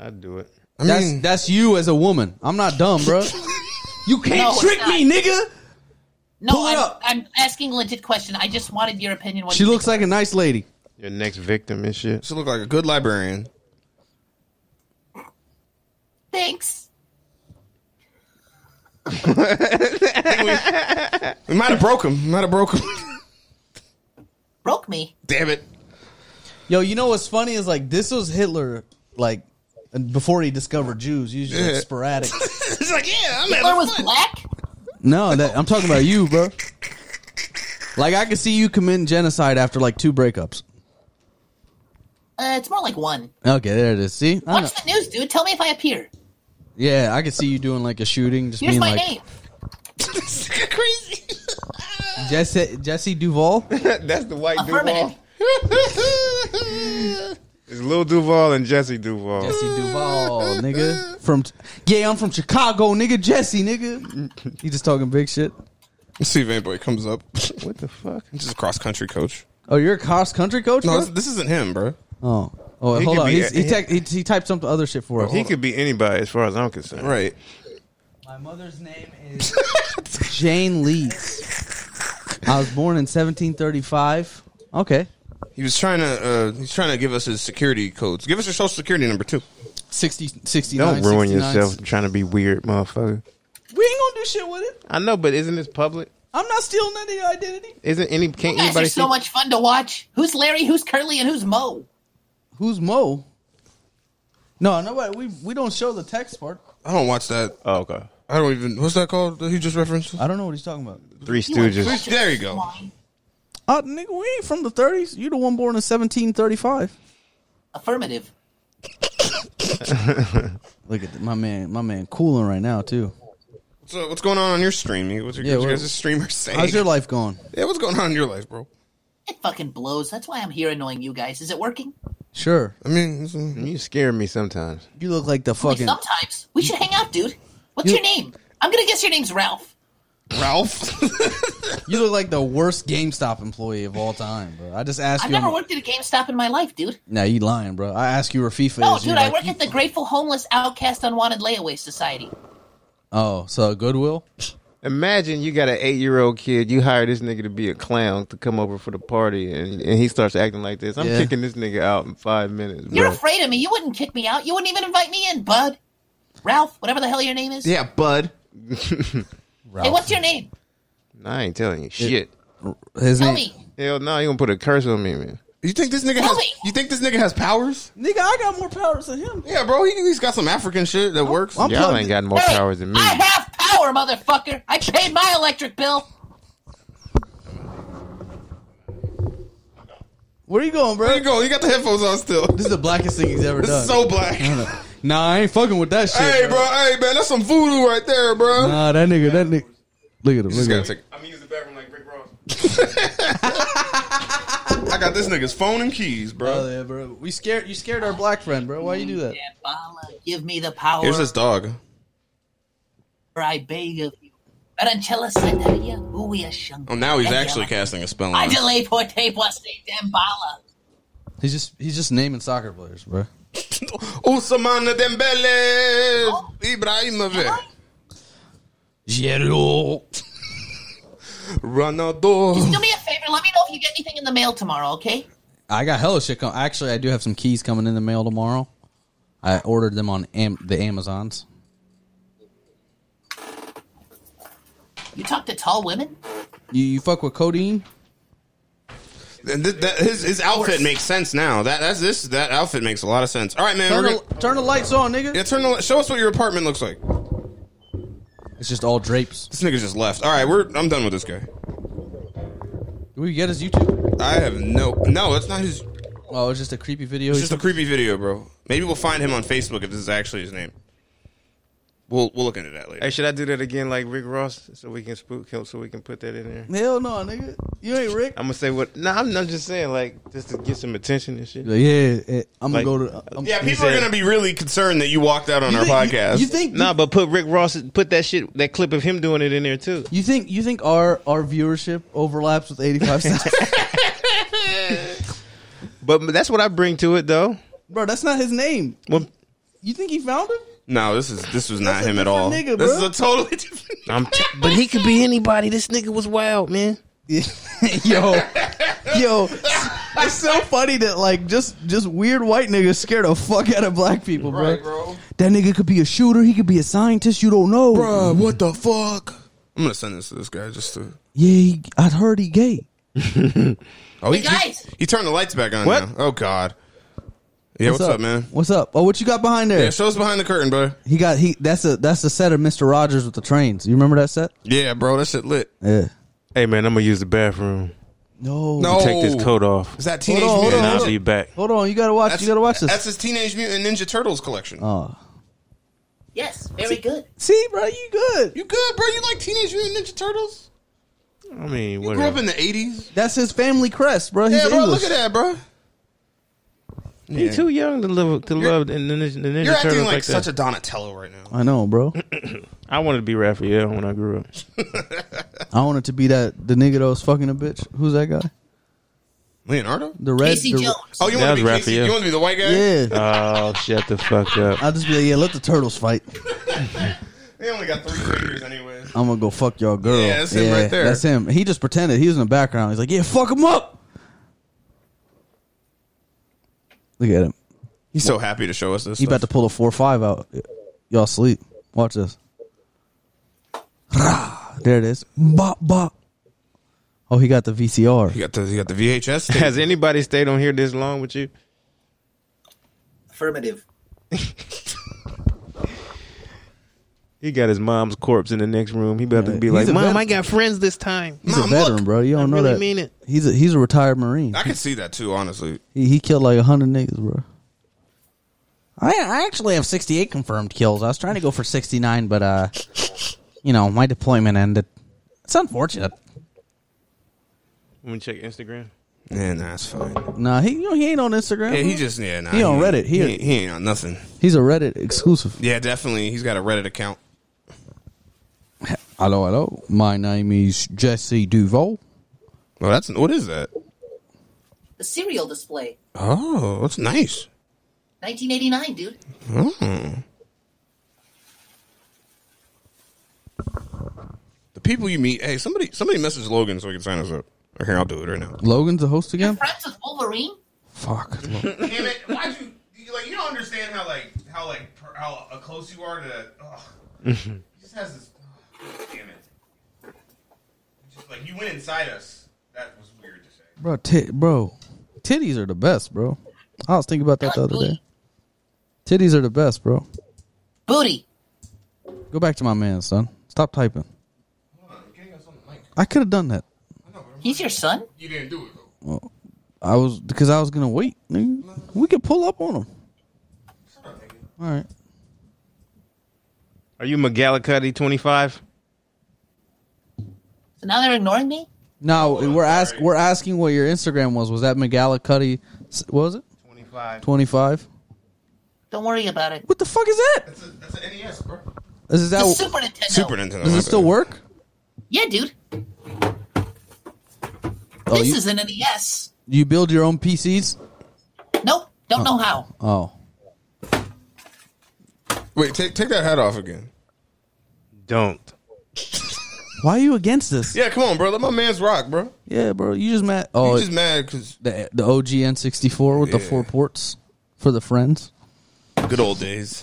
[SPEAKER 1] I'd do it.
[SPEAKER 3] that's that's you as a woman. I'm not dumb, bro. you
[SPEAKER 23] No,
[SPEAKER 3] can't
[SPEAKER 23] it's
[SPEAKER 3] trick me,
[SPEAKER 23] not.
[SPEAKER 3] nigga.
[SPEAKER 23] No,
[SPEAKER 3] Pull it
[SPEAKER 23] I'm,
[SPEAKER 3] up.
[SPEAKER 23] I'm asking a legit question. I just wanted your opinion. What
[SPEAKER 3] She
[SPEAKER 23] you
[SPEAKER 3] looks like a nice lady.
[SPEAKER 1] Your next victim and shit.
[SPEAKER 2] She look like a good librarian.
[SPEAKER 23] Thanks.
[SPEAKER 2] We might have broke him. We might have broke him.
[SPEAKER 23] Broke me.
[SPEAKER 2] Damn it.
[SPEAKER 3] Yo, you know what's funny is like this was Hitler like before he discovered Jews. Usually like,
[SPEAKER 2] Yeah.
[SPEAKER 3] sporadic.
[SPEAKER 2] He's like, yeah, I'm
[SPEAKER 23] Hitler was black.
[SPEAKER 3] No, that, I'm talking about you, bro. Like I could see you committing genocide after like two breakups.
[SPEAKER 23] Uh, it's more like one.
[SPEAKER 3] Okay, there it is. See, I
[SPEAKER 23] Watch the
[SPEAKER 3] know.
[SPEAKER 23] news, dude. Tell me if I appear.
[SPEAKER 3] yeah, I could see you doing like a shooting. Just
[SPEAKER 23] Here's
[SPEAKER 3] being
[SPEAKER 23] my
[SPEAKER 3] like
[SPEAKER 23] name. Crazy.
[SPEAKER 3] Jesse Jesse Duval.
[SPEAKER 1] That's the white
[SPEAKER 23] Affirmative.
[SPEAKER 1] It's Lil Duval and Jesse Duval.
[SPEAKER 3] Jesse Duval, nigga. From yeah, I'm from Chicago, nigga. Jesse, nigga. He just talking big shit.
[SPEAKER 2] Let's see if anybody comes up.
[SPEAKER 1] What the fuck?
[SPEAKER 2] This is cross country coach.
[SPEAKER 3] Oh, you're a cross country coach.
[SPEAKER 2] No,
[SPEAKER 3] bro?
[SPEAKER 2] this, this isn't him, bro.
[SPEAKER 3] Oh, oh,
[SPEAKER 1] He
[SPEAKER 3] hold
[SPEAKER 1] could
[SPEAKER 3] on.
[SPEAKER 1] be-
[SPEAKER 3] He's, he,
[SPEAKER 1] he-
[SPEAKER 3] tec- he, he typed some other shit for us.
[SPEAKER 1] He could be anybody as far as I'm concerned.
[SPEAKER 2] Right.
[SPEAKER 3] My mother's name is Jane Leeds. I was born in 1735. Okay,
[SPEAKER 2] He was trying to uh, he's trying to give us his security codes. Give us your social security number too.
[SPEAKER 3] 60,
[SPEAKER 1] Don't
[SPEAKER 3] 69.
[SPEAKER 1] ruin
[SPEAKER 3] 69.
[SPEAKER 1] yourself trying to be weird, motherfucker.
[SPEAKER 3] We ain't gonna do shit with it.
[SPEAKER 1] I know, but isn't this public?
[SPEAKER 3] I'm not stealing none of your identity.
[SPEAKER 1] Isn't any can't
[SPEAKER 23] You guys are
[SPEAKER 1] anybody
[SPEAKER 23] so
[SPEAKER 1] see?
[SPEAKER 23] much fun to watch. Who's Larry? Who's Curly? And who's Mo?
[SPEAKER 3] Who's Mo? No, nobody. We we don't show the text part.
[SPEAKER 2] I don't watch that.
[SPEAKER 1] Oh, okay.
[SPEAKER 2] I don't even what's that called that he just referenced?
[SPEAKER 3] I don't know what he's talking about.
[SPEAKER 1] Three
[SPEAKER 2] Three-
[SPEAKER 1] Stooges.
[SPEAKER 2] There you go.
[SPEAKER 3] Uh, nigga, we ain't from the 30s. You the one born in 1735.
[SPEAKER 23] Affirmative.
[SPEAKER 3] Look at th- my man. My man, cooling right now too.
[SPEAKER 2] So what's going on on your stream? What's your,
[SPEAKER 3] Yeah,
[SPEAKER 2] what's your
[SPEAKER 3] what-
[SPEAKER 2] guys' streamer saying?
[SPEAKER 3] How's your life going?
[SPEAKER 2] Yeah, what's going on in your life, bro?
[SPEAKER 23] It fucking blows. That's why I'm here annoying you guys. Is it working?
[SPEAKER 3] Sure.
[SPEAKER 2] I mean,
[SPEAKER 1] you scare me sometimes.
[SPEAKER 3] You look like the
[SPEAKER 23] Only
[SPEAKER 3] fucking.
[SPEAKER 23] Sometimes we should hang out, dude. What's your name? I'm gonna guess your name's Ralph.
[SPEAKER 2] Ralph.
[SPEAKER 3] You look like the worst GameStop employee of all time, bro. I just asked
[SPEAKER 23] I've
[SPEAKER 3] you.
[SPEAKER 23] never worked at a GameStop in my life, dude.
[SPEAKER 3] Nah, you lying, bro. I asked you where FIFA
[SPEAKER 23] No,
[SPEAKER 3] is.
[SPEAKER 23] dude,
[SPEAKER 3] you're
[SPEAKER 23] I
[SPEAKER 3] like,
[SPEAKER 23] work
[SPEAKER 3] you-
[SPEAKER 23] at the Grateful Homeless Outcast Unwanted Layaway Society.
[SPEAKER 3] Oh, so Goodwill.
[SPEAKER 1] Imagine you got an eight year old kid. You hire this nigga to be a clown to come over for the party, and, and he starts acting like this. I'm
[SPEAKER 3] Yeah.
[SPEAKER 1] kicking this nigga out in five minutes.
[SPEAKER 23] You're
[SPEAKER 1] Bro.
[SPEAKER 23] afraid of me. You wouldn't kick me out. You wouldn't even invite me in, bud. Ralph, whatever the hell your name is.
[SPEAKER 1] bud.
[SPEAKER 23] Hey, what's your name?
[SPEAKER 1] I ain't telling you shit.
[SPEAKER 3] His
[SPEAKER 23] Tell
[SPEAKER 3] name.
[SPEAKER 23] me.
[SPEAKER 1] Hell no, you gonna put a curse on me, man.
[SPEAKER 2] You think this nigga
[SPEAKER 23] Tell
[SPEAKER 2] has
[SPEAKER 23] me.
[SPEAKER 2] you think this nigga has powers?
[SPEAKER 3] Nigga, I got more powers than him.
[SPEAKER 2] Yeah, bro, he, he's got some African shit that works.
[SPEAKER 3] I'm
[SPEAKER 1] Y'all
[SPEAKER 3] plugged-
[SPEAKER 1] ain't got more
[SPEAKER 23] Hey,
[SPEAKER 1] powers than me.
[SPEAKER 23] I have power, motherfucker. I paid my electric bill.
[SPEAKER 3] Where you going, bro?
[SPEAKER 2] There you go. You got the headphones on still.
[SPEAKER 3] This is the blackest thing he's ever
[SPEAKER 2] This
[SPEAKER 3] done.
[SPEAKER 2] is so black.
[SPEAKER 3] nah, I ain't fucking with that shit.
[SPEAKER 2] Hey, bro. Hey, man. That's some voodoo right there, bro.
[SPEAKER 3] Nah, that nigga. That nigga. Look at him.
[SPEAKER 2] Just
[SPEAKER 3] Look
[SPEAKER 2] gotta
[SPEAKER 3] at him.
[SPEAKER 2] take. I'm using the bathroom like Rick Ross. I got this nigga's phone and keys, bro.
[SPEAKER 3] Oh, yeah, bro. We scared. You scared our black friend, bro. Why you do that?
[SPEAKER 23] Shambhala, give me the power.
[SPEAKER 2] Here's his dog.
[SPEAKER 23] I beg of you. Baranchella Sandaria, Uya Shanga.
[SPEAKER 2] Oh, now he's actually casting a spell.
[SPEAKER 23] I
[SPEAKER 2] On us.
[SPEAKER 23] delay for Tapua Dambala.
[SPEAKER 3] He's just he's just naming soccer players, bro.
[SPEAKER 2] Usman Dembele, Ibrahimovic,
[SPEAKER 3] Jero.
[SPEAKER 2] Ronaldo.
[SPEAKER 23] Do me a favor, let me know if you get anything in the mail tomorrow, okay?
[SPEAKER 3] I got hella shit. Com- Actually, I do have some keys coming in the mail tomorrow. I ordered them on Am- the Amazons.
[SPEAKER 23] You talk to tall women?
[SPEAKER 3] You, you fuck with codeine?
[SPEAKER 2] And th- that- his his outfit makes sense now. That that's this that outfit makes a lot of sense. All right, man.
[SPEAKER 3] Turn
[SPEAKER 2] We're
[SPEAKER 3] the,
[SPEAKER 2] gonna,
[SPEAKER 3] turn the lights on, nigga.
[SPEAKER 2] yeah, turn the show us what your apartment looks like.
[SPEAKER 3] It's just all drapes.
[SPEAKER 2] This nigga just left. All right, we're I'm done with this guy.
[SPEAKER 3] Do we get his YouTube?
[SPEAKER 2] I have no no. That's not his.
[SPEAKER 3] Oh, it's just a creepy video.
[SPEAKER 2] It's
[SPEAKER 3] he
[SPEAKER 2] just a
[SPEAKER 3] took?
[SPEAKER 2] creepy video, bro. Maybe we'll find him on Facebook if this is actually his name. We'll we'll look into that later.
[SPEAKER 1] Hey, should I do that again like Rick Ross so we can spook him so we can put that in there?
[SPEAKER 3] Hell no, nigga. You ain't Rick.
[SPEAKER 1] I'm gonna say what? No, I'm not just saying like just to get some attention and shit.
[SPEAKER 3] Like, yeah, eh, I'm
[SPEAKER 1] Like-
[SPEAKER 3] gonna go to. I'm,
[SPEAKER 2] Yeah,
[SPEAKER 1] He
[SPEAKER 2] people are
[SPEAKER 1] said-
[SPEAKER 2] gonna be really concerned that you walked out on
[SPEAKER 3] You
[SPEAKER 2] our
[SPEAKER 3] think- you-
[SPEAKER 2] podcast.
[SPEAKER 3] you think-
[SPEAKER 1] Nah, but put Rick Ross, put that shit, that clip of him doing it in there too.
[SPEAKER 3] You think you think our our viewership overlaps with 85 South?
[SPEAKER 1] But that's what I bring to it though.
[SPEAKER 3] Bro, that's not his name.
[SPEAKER 1] Well-
[SPEAKER 3] you think he found him?
[SPEAKER 2] No, this is this was not him at all.
[SPEAKER 3] different nigga,
[SPEAKER 2] Oh, this
[SPEAKER 3] bro.
[SPEAKER 2] is a totally different.
[SPEAKER 1] I'm t- but he could be anybody. This nigga was wild, man.
[SPEAKER 3] yo, yo, it's so funny that like just just weird white niggas scared the fuck out of black people, bro. That nigga could be a shooter. He could be a scientist. You don't know,
[SPEAKER 2] Bruh, what the fuck? I'm gonna send this to this guy just to.
[SPEAKER 3] Yeah, he, I heard he gay.
[SPEAKER 2] Oh, he,
[SPEAKER 3] Hey,
[SPEAKER 2] he,
[SPEAKER 3] guys!
[SPEAKER 2] he turned the lights back on.
[SPEAKER 3] What?
[SPEAKER 2] Now. Oh God. Yeah, what's, up? man?
[SPEAKER 3] What's up? Oh, what you got behind there?
[SPEAKER 2] Yeah, show us behind the curtain, bro.
[SPEAKER 3] he got he. That's a that's the set of Mister Rogers with the trains. You remember that set?
[SPEAKER 2] Yeah, bro, that shit lit.
[SPEAKER 3] Yeah.
[SPEAKER 1] Hey man, I'm gonna use the bathroom.
[SPEAKER 3] No,
[SPEAKER 2] No.
[SPEAKER 1] take this coat off.
[SPEAKER 2] Oh. Is that Teenage
[SPEAKER 1] And
[SPEAKER 2] Mutant
[SPEAKER 1] I'll
[SPEAKER 2] Ninja-
[SPEAKER 1] be back.
[SPEAKER 3] Hold on, you gotta watch.
[SPEAKER 2] That's-
[SPEAKER 3] you gotta watch this.
[SPEAKER 2] That's his Teenage Mutant Ninja Turtles collection.
[SPEAKER 3] Oh.
[SPEAKER 23] Yes, very good.
[SPEAKER 3] See, bro, you good.
[SPEAKER 2] You good, bro? You like Teenage Mutant Ninja Turtles?
[SPEAKER 1] I mean,
[SPEAKER 2] Grew up
[SPEAKER 1] whatever.
[SPEAKER 2] in the '80s.
[SPEAKER 3] That's his family crest, bro. He's
[SPEAKER 2] Yeah, bro,
[SPEAKER 3] English.
[SPEAKER 2] look at that, bro.
[SPEAKER 1] He
[SPEAKER 2] Yeah.
[SPEAKER 1] too young to love to
[SPEAKER 2] You're-
[SPEAKER 1] love the Ninja, the Ninja
[SPEAKER 2] You're
[SPEAKER 1] Turtles
[SPEAKER 2] acting like,
[SPEAKER 1] that.
[SPEAKER 2] such a Donatello right now.
[SPEAKER 3] I know, bro.
[SPEAKER 1] I wanted to be Raphael when I grew up.
[SPEAKER 3] I wanted to be that the nigga that was fucking a bitch. Who's that guy?
[SPEAKER 2] Leonardo.
[SPEAKER 3] The red. the,
[SPEAKER 2] Oh, you
[SPEAKER 1] That
[SPEAKER 2] want to be
[SPEAKER 1] was
[SPEAKER 2] Casey?
[SPEAKER 1] Raphael.
[SPEAKER 2] You want to be the white guy?
[SPEAKER 3] Yeah.
[SPEAKER 1] Oh, shut the fuck up.
[SPEAKER 3] I'll just be like, yeah, let the turtles fight.
[SPEAKER 2] They only got three fingers anyway.
[SPEAKER 3] I'm gonna go fuck y'all girl.
[SPEAKER 2] Yeah, that's him right there.
[SPEAKER 3] That's him. He just pretended he was in the background. He's like, yeah, fuck him up. Look at him.
[SPEAKER 2] He's so happy to show us this.
[SPEAKER 3] He about to pull a four five out. Y'all sleep. Watch this. Rah. There it is. Bop bop. Oh, he got the VCR.
[SPEAKER 2] He got the he got the VHS.
[SPEAKER 1] Has anybody stayed on here this long with you?
[SPEAKER 17] Affirmative.
[SPEAKER 1] He got his mom's corpse in the next room. He about to be
[SPEAKER 3] He's
[SPEAKER 1] like,
[SPEAKER 3] a
[SPEAKER 1] "Mom,
[SPEAKER 3] vet-
[SPEAKER 1] I got friends this time."
[SPEAKER 3] He's a veteran, bro. You don't know
[SPEAKER 1] really
[SPEAKER 3] that.
[SPEAKER 1] mean it.
[SPEAKER 3] He's a he's a retired marine.
[SPEAKER 2] I can see that too, honestly.
[SPEAKER 3] He, he killed like hundred niggas, bro. I I actually have sixty eight confirmed kills. I was trying to go for sixty nine, but uh, you know, my deployment ended. It's unfortunate.
[SPEAKER 1] Let me check Instagram.
[SPEAKER 2] Yeah, nah, it's fine.
[SPEAKER 3] Nah, he you know, he ain't on Instagram.
[SPEAKER 2] Yeah, he
[SPEAKER 3] bro.
[SPEAKER 2] just yeah. Nah,
[SPEAKER 3] he on
[SPEAKER 2] ain't-
[SPEAKER 3] Reddit. He,
[SPEAKER 2] he, ain't- he ain't on nothing.
[SPEAKER 3] he's a Reddit exclusive.
[SPEAKER 2] Yeah, definitely. He's got a Reddit account.
[SPEAKER 3] Hello, hello. My name is Jesse Duval.
[SPEAKER 2] Well, that's what is that?
[SPEAKER 23] The cereal display.
[SPEAKER 2] Oh, that's nice.
[SPEAKER 23] 1989, dude.
[SPEAKER 2] Oh. The people you meet. Hey, somebody somebody message Logan so he can sign us up. Or here, I'll do it right now.
[SPEAKER 3] Logan's the host again.
[SPEAKER 23] Friends with Wolverine?
[SPEAKER 3] Fuck.
[SPEAKER 2] Damn it! Why'd you, you like? You don't understand how like how like per, how uh, close you are to. Ugh.
[SPEAKER 1] Mhm.
[SPEAKER 2] He just has this. ugh, damn it! Just, like you went inside us. That was weird to say.
[SPEAKER 3] Bro, tit bro, titties are the best, bro. I was thinking about that the other day. Titties are the best, bro.
[SPEAKER 23] Booty.
[SPEAKER 3] Go back to my man, son. Stop typing. I could have done that.
[SPEAKER 23] He's your son?
[SPEAKER 2] You didn't do it though.
[SPEAKER 3] Well, I was because I was gonna wait. Nigga. We could pull up on him. All right.
[SPEAKER 1] Are you McGallicuddy twenty five?
[SPEAKER 23] So now they're ignoring me?
[SPEAKER 3] No, we're ask we're asking what your Instagram was. Was that McGallicuddy? s- What was it? Twenty
[SPEAKER 2] five.
[SPEAKER 3] Twenty five.
[SPEAKER 23] Don't worry about it.
[SPEAKER 3] What the fuck is that?
[SPEAKER 2] That's, a, that's an NES, bro.
[SPEAKER 3] Is that
[SPEAKER 23] The Super Nintendo.
[SPEAKER 2] Super Nintendo.
[SPEAKER 3] Does it still work?
[SPEAKER 23] Yeah, dude.
[SPEAKER 3] Oh,
[SPEAKER 23] this
[SPEAKER 3] you-
[SPEAKER 23] is an E NES.
[SPEAKER 3] You build your own PCs?
[SPEAKER 23] Nope. Don't
[SPEAKER 3] Oh.
[SPEAKER 23] know how.
[SPEAKER 3] Oh,
[SPEAKER 2] Wait, take take that hat off again.
[SPEAKER 1] Don't.
[SPEAKER 3] why are you against this?
[SPEAKER 2] Yeah, come on, bro. Let my man's rock, bro.
[SPEAKER 3] Yeah, bro. You just mad?
[SPEAKER 2] Oh,
[SPEAKER 3] Oh,
[SPEAKER 2] you just mad because
[SPEAKER 3] the the OG N64 with the
[SPEAKER 2] Yeah.
[SPEAKER 3] four ports for the friends.
[SPEAKER 2] good old days,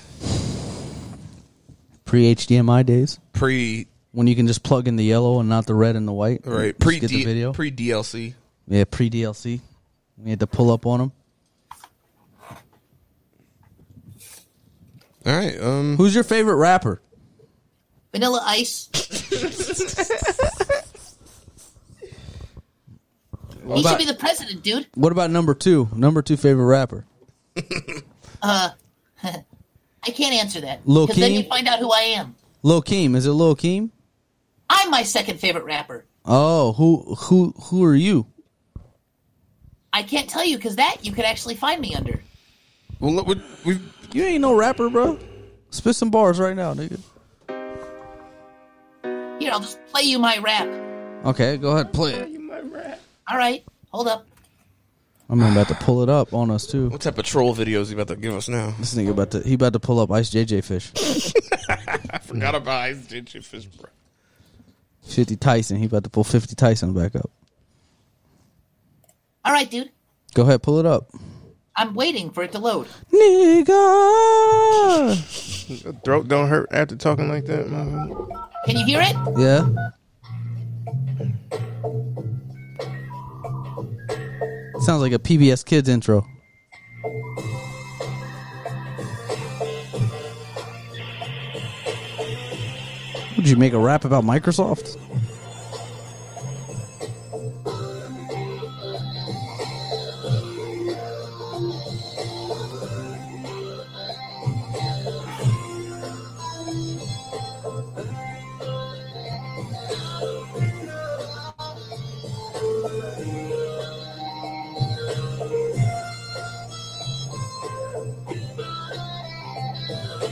[SPEAKER 3] Pre HDMI days
[SPEAKER 2] pre
[SPEAKER 3] when you can just plug in the yellow and not the red and the white.
[SPEAKER 2] right
[SPEAKER 3] Just
[SPEAKER 2] pre
[SPEAKER 3] get the video.
[SPEAKER 2] pre DLC.
[SPEAKER 3] Yeah, pre DLC. We had to pull up on him.
[SPEAKER 2] All right. Um.
[SPEAKER 3] Who's your favorite rapper?
[SPEAKER 23] Vanilla Ice.
[SPEAKER 3] What
[SPEAKER 23] he should
[SPEAKER 3] about,
[SPEAKER 23] be the president, dude.
[SPEAKER 3] what about number two? Number two favorite rapper?
[SPEAKER 23] Uh, I can't answer that.
[SPEAKER 3] Lil'
[SPEAKER 23] Because then you
[SPEAKER 3] Keem?
[SPEAKER 23] find out who I am.
[SPEAKER 3] Lil Keem, is it Lil Keem?
[SPEAKER 23] I'm my second favorite rapper.
[SPEAKER 3] Oh, who who who are you?
[SPEAKER 23] I can't tell you because that you could actually find me under.
[SPEAKER 3] Well, look, we, you ain't no rapper, bro. Spit some bars right now, nigga.
[SPEAKER 23] Here, I'll just play you my rap.
[SPEAKER 3] Okay, go ahead, play it.
[SPEAKER 23] All right, hold up.
[SPEAKER 3] I'm about to pull it up on us too.
[SPEAKER 2] What type of troll videos he about to give us now?
[SPEAKER 3] This nigga about to he about to pull up Ice JJ Fish,
[SPEAKER 2] I forgot about Ice Ginger Fish, bro.
[SPEAKER 3] Fifty Tyson. He about to pull Fifty Tyson back up.
[SPEAKER 23] All right, dude.
[SPEAKER 3] Go ahead, pull it up.
[SPEAKER 23] I'm waiting for it to load.
[SPEAKER 3] Nigga.
[SPEAKER 1] Your throat don't hurt after talking like that, motherfucker.
[SPEAKER 23] Can you hear it?
[SPEAKER 3] Yeah. Sounds like a PBS Kids intro. Would you make a rap about Microsoft?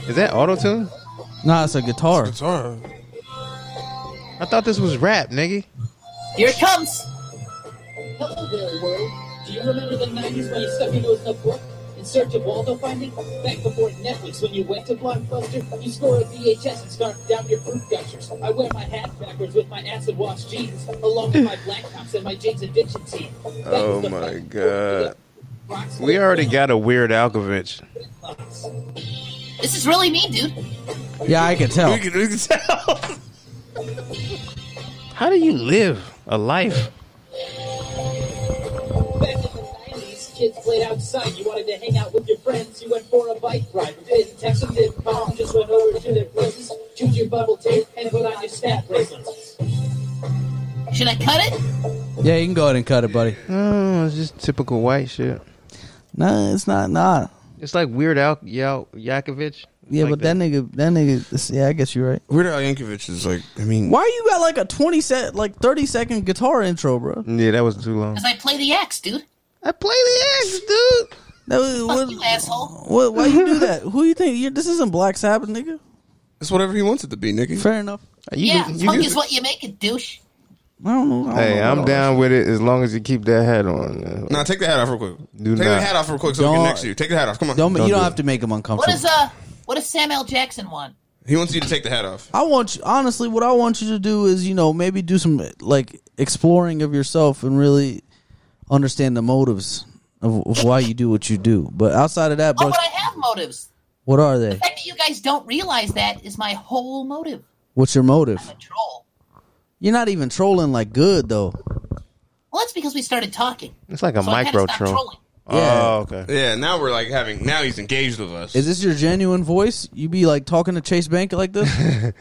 [SPEAKER 1] Is that auto tune?
[SPEAKER 3] Nah, it's a guitar.
[SPEAKER 1] guitar. I thought this was rap, nigga.
[SPEAKER 23] Here it comes.
[SPEAKER 8] Hello there, world. Do you remember the 90s when you stuck your nose up work in search of Waldo finding? Back before Netflix, when you went to Blockbuster, you score a VHS and snarf down your fruit gushers. I wear my hat backwards with my acid wash jeans, along with my black tops and my Jane's Addiction team.
[SPEAKER 1] Oh my god. We already got a weird Alkovich.
[SPEAKER 23] This is really me, dude.
[SPEAKER 3] Yeah, I can tell.
[SPEAKER 1] We can, tell. How do you live a life?
[SPEAKER 8] Back in the 90s, kids played outside. You wanted to hang out with your friends. You went for a bike ride. You didn't text them, didn't call them, just went over to their places, chewed your bubble tape, and put on your snap bracelets.
[SPEAKER 23] Should I cut it?
[SPEAKER 3] Yeah, you can go ahead and cut it, buddy. Uh,
[SPEAKER 1] Oh, it's just typical white shit.
[SPEAKER 3] Nah, it's not. Nah.
[SPEAKER 1] It's like Weird Al Yal- Yakovich.
[SPEAKER 3] Yeah, but that, nigga, that nigga. this- Yeah, I guess you're right.
[SPEAKER 2] Weird Al Yankovic is like, I mean,
[SPEAKER 3] Why you got like a twenty set, like thirty second guitar intro, bro?
[SPEAKER 1] Yeah, that was too long.
[SPEAKER 23] Because I play the axe, dude.
[SPEAKER 1] I play the axe, dude.
[SPEAKER 3] That was, what,
[SPEAKER 23] you asshole.
[SPEAKER 3] what, why you do that? Who you think? you this isn't Black Sabbath, nigga.
[SPEAKER 2] It's whatever he wants it to be, nigga.
[SPEAKER 3] Fair enough.
[SPEAKER 23] yeah, punk is what you make it, douche.
[SPEAKER 3] I don't know. I don't
[SPEAKER 1] Hey,
[SPEAKER 3] know
[SPEAKER 1] I'm
[SPEAKER 3] about
[SPEAKER 1] down with it as long as you keep that hat on. man.
[SPEAKER 2] Nah, take the hat off real quick.
[SPEAKER 1] Do
[SPEAKER 2] take
[SPEAKER 1] not.
[SPEAKER 2] the hat off real quick so we
[SPEAKER 1] Don't-
[SPEAKER 2] can next to you. Take the hat off. Come on.
[SPEAKER 3] Don't, you don't have to make him
[SPEAKER 23] What
[SPEAKER 3] uncomfortable.
[SPEAKER 23] does uh, what does Sam L. Jackson want?
[SPEAKER 2] He wants you to take the hat off.
[SPEAKER 3] I want you honestly. What I want you to do is, you know, maybe do some like exploring of yourself and really understand the motives of, of why you do what you do. But outside of that,
[SPEAKER 23] Why would
[SPEAKER 3] Buck,
[SPEAKER 23] Oh, I have motives?
[SPEAKER 3] what are
[SPEAKER 23] The
[SPEAKER 3] they?
[SPEAKER 23] fact that you guys don't realize that is my whole motive.
[SPEAKER 3] What's your motive?
[SPEAKER 23] Troll.
[SPEAKER 3] You're not even trolling like good though.
[SPEAKER 23] Well, that's because we started talking.
[SPEAKER 1] It's like a
[SPEAKER 23] So I had to
[SPEAKER 1] micro
[SPEAKER 23] stop
[SPEAKER 1] troll.
[SPEAKER 23] trolling.
[SPEAKER 1] Oh, okay.
[SPEAKER 2] Yeah, now we're like having. Now he's engaged with us.
[SPEAKER 3] Is this your genuine voice? You be like talking to Chase Bank like this?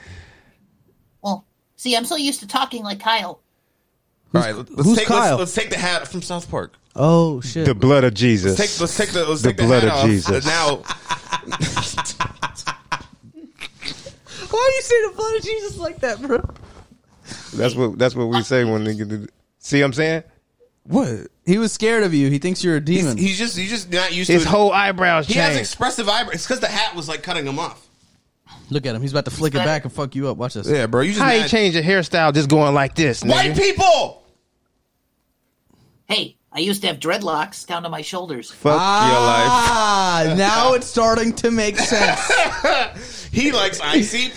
[SPEAKER 23] Well, see, I'm so used to talking like Kyle.
[SPEAKER 2] All right, let's
[SPEAKER 3] who's
[SPEAKER 2] take
[SPEAKER 3] Kyle?
[SPEAKER 2] Let's, let's take the hat from South Park.
[SPEAKER 3] oh shit!
[SPEAKER 1] The blood of Jesus.
[SPEAKER 2] Let's take let's take the let's
[SPEAKER 1] the
[SPEAKER 2] take
[SPEAKER 1] blood
[SPEAKER 2] the hat
[SPEAKER 1] of
[SPEAKER 2] off.
[SPEAKER 1] Jesus.
[SPEAKER 2] Now
[SPEAKER 3] Why you say the blood of Jesus like that, bro?
[SPEAKER 1] That's what that's what we say when nigga. do- See, what I'm saying
[SPEAKER 3] What? He was scared of you. He thinks you're a demon.
[SPEAKER 2] he's just he's just not used
[SPEAKER 1] his
[SPEAKER 2] to
[SPEAKER 1] whole eyebrows
[SPEAKER 2] He has
[SPEAKER 1] changed.
[SPEAKER 2] expressive eyebrows. It's because the hat was like cutting him off.
[SPEAKER 3] Look at him. He's about to flick it back and fuck you up. Watch this.
[SPEAKER 2] Yeah, bro. You just
[SPEAKER 1] How you
[SPEAKER 2] mad-
[SPEAKER 1] change your hairstyle just going like this?
[SPEAKER 2] White
[SPEAKER 1] Nigga?
[SPEAKER 2] people.
[SPEAKER 23] Hey, I used to have dreadlocks down to my shoulders.
[SPEAKER 1] Fuck
[SPEAKER 3] ah, now it's starting to make sense.
[SPEAKER 2] He likes ICP.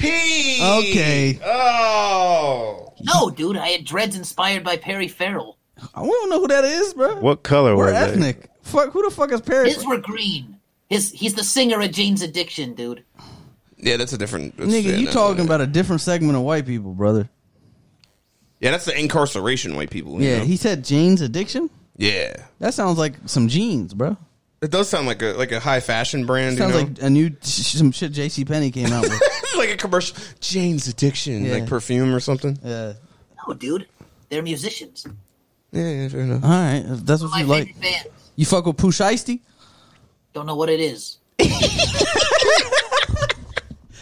[SPEAKER 3] Okay.
[SPEAKER 2] Oh.
[SPEAKER 23] No, dude, I had dreads inspired by Perry Farrell.
[SPEAKER 3] I Oh, don't know who that is, bro.
[SPEAKER 1] What color
[SPEAKER 3] We're
[SPEAKER 1] were
[SPEAKER 3] ethnic. Fuck, who the fuck is Perry?
[SPEAKER 23] His were green. His he's the singer of Jane's Addiction, dude.
[SPEAKER 2] Yeah, that's a different. that's- yeah,
[SPEAKER 3] Nigga, you
[SPEAKER 2] no,
[SPEAKER 3] talking
[SPEAKER 2] yeah.
[SPEAKER 3] about a different segment of white people, brother.
[SPEAKER 2] Yeah, that's the incarceration white people. you
[SPEAKER 3] Yeah,
[SPEAKER 2] know?
[SPEAKER 3] he said jeans addiction?
[SPEAKER 2] yeah.
[SPEAKER 3] That sounds like some jeans, bro.
[SPEAKER 2] It does sound like a like a high fashion brand.
[SPEAKER 3] Sounds
[SPEAKER 2] you know?
[SPEAKER 3] like a new some shit JC Penney came out with.
[SPEAKER 2] like a commercial. Jane's Addiction,
[SPEAKER 3] Yeah.
[SPEAKER 2] like perfume or something.
[SPEAKER 3] Yeah.
[SPEAKER 23] No, dude, they're musicians.
[SPEAKER 2] Yeah, yeah fair enough.
[SPEAKER 3] All right, if that's what
[SPEAKER 23] My
[SPEAKER 3] you like.
[SPEAKER 23] favorite band.
[SPEAKER 3] You fuck with Pooh Shiesty?
[SPEAKER 23] Don't know what it is.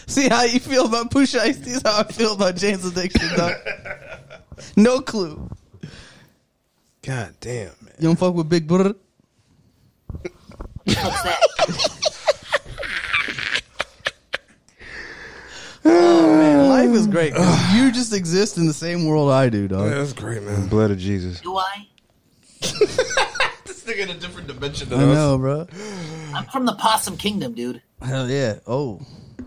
[SPEAKER 3] See how you feel about Pusha T is how I feel about Jane's addiction, dog. No clue.
[SPEAKER 1] God damn, man.
[SPEAKER 3] You don't fuck with Big Brother. oh man, life is great. 'cause You just exist in the same world I do, dog.
[SPEAKER 1] Yeah, that's great, man. Blood of Jesus.
[SPEAKER 23] Do I?
[SPEAKER 2] this nigga in a different dimension
[SPEAKER 3] I know, bro.
[SPEAKER 23] I'm from the Possum Kingdom, dude.
[SPEAKER 3] Hell yeah. Oh,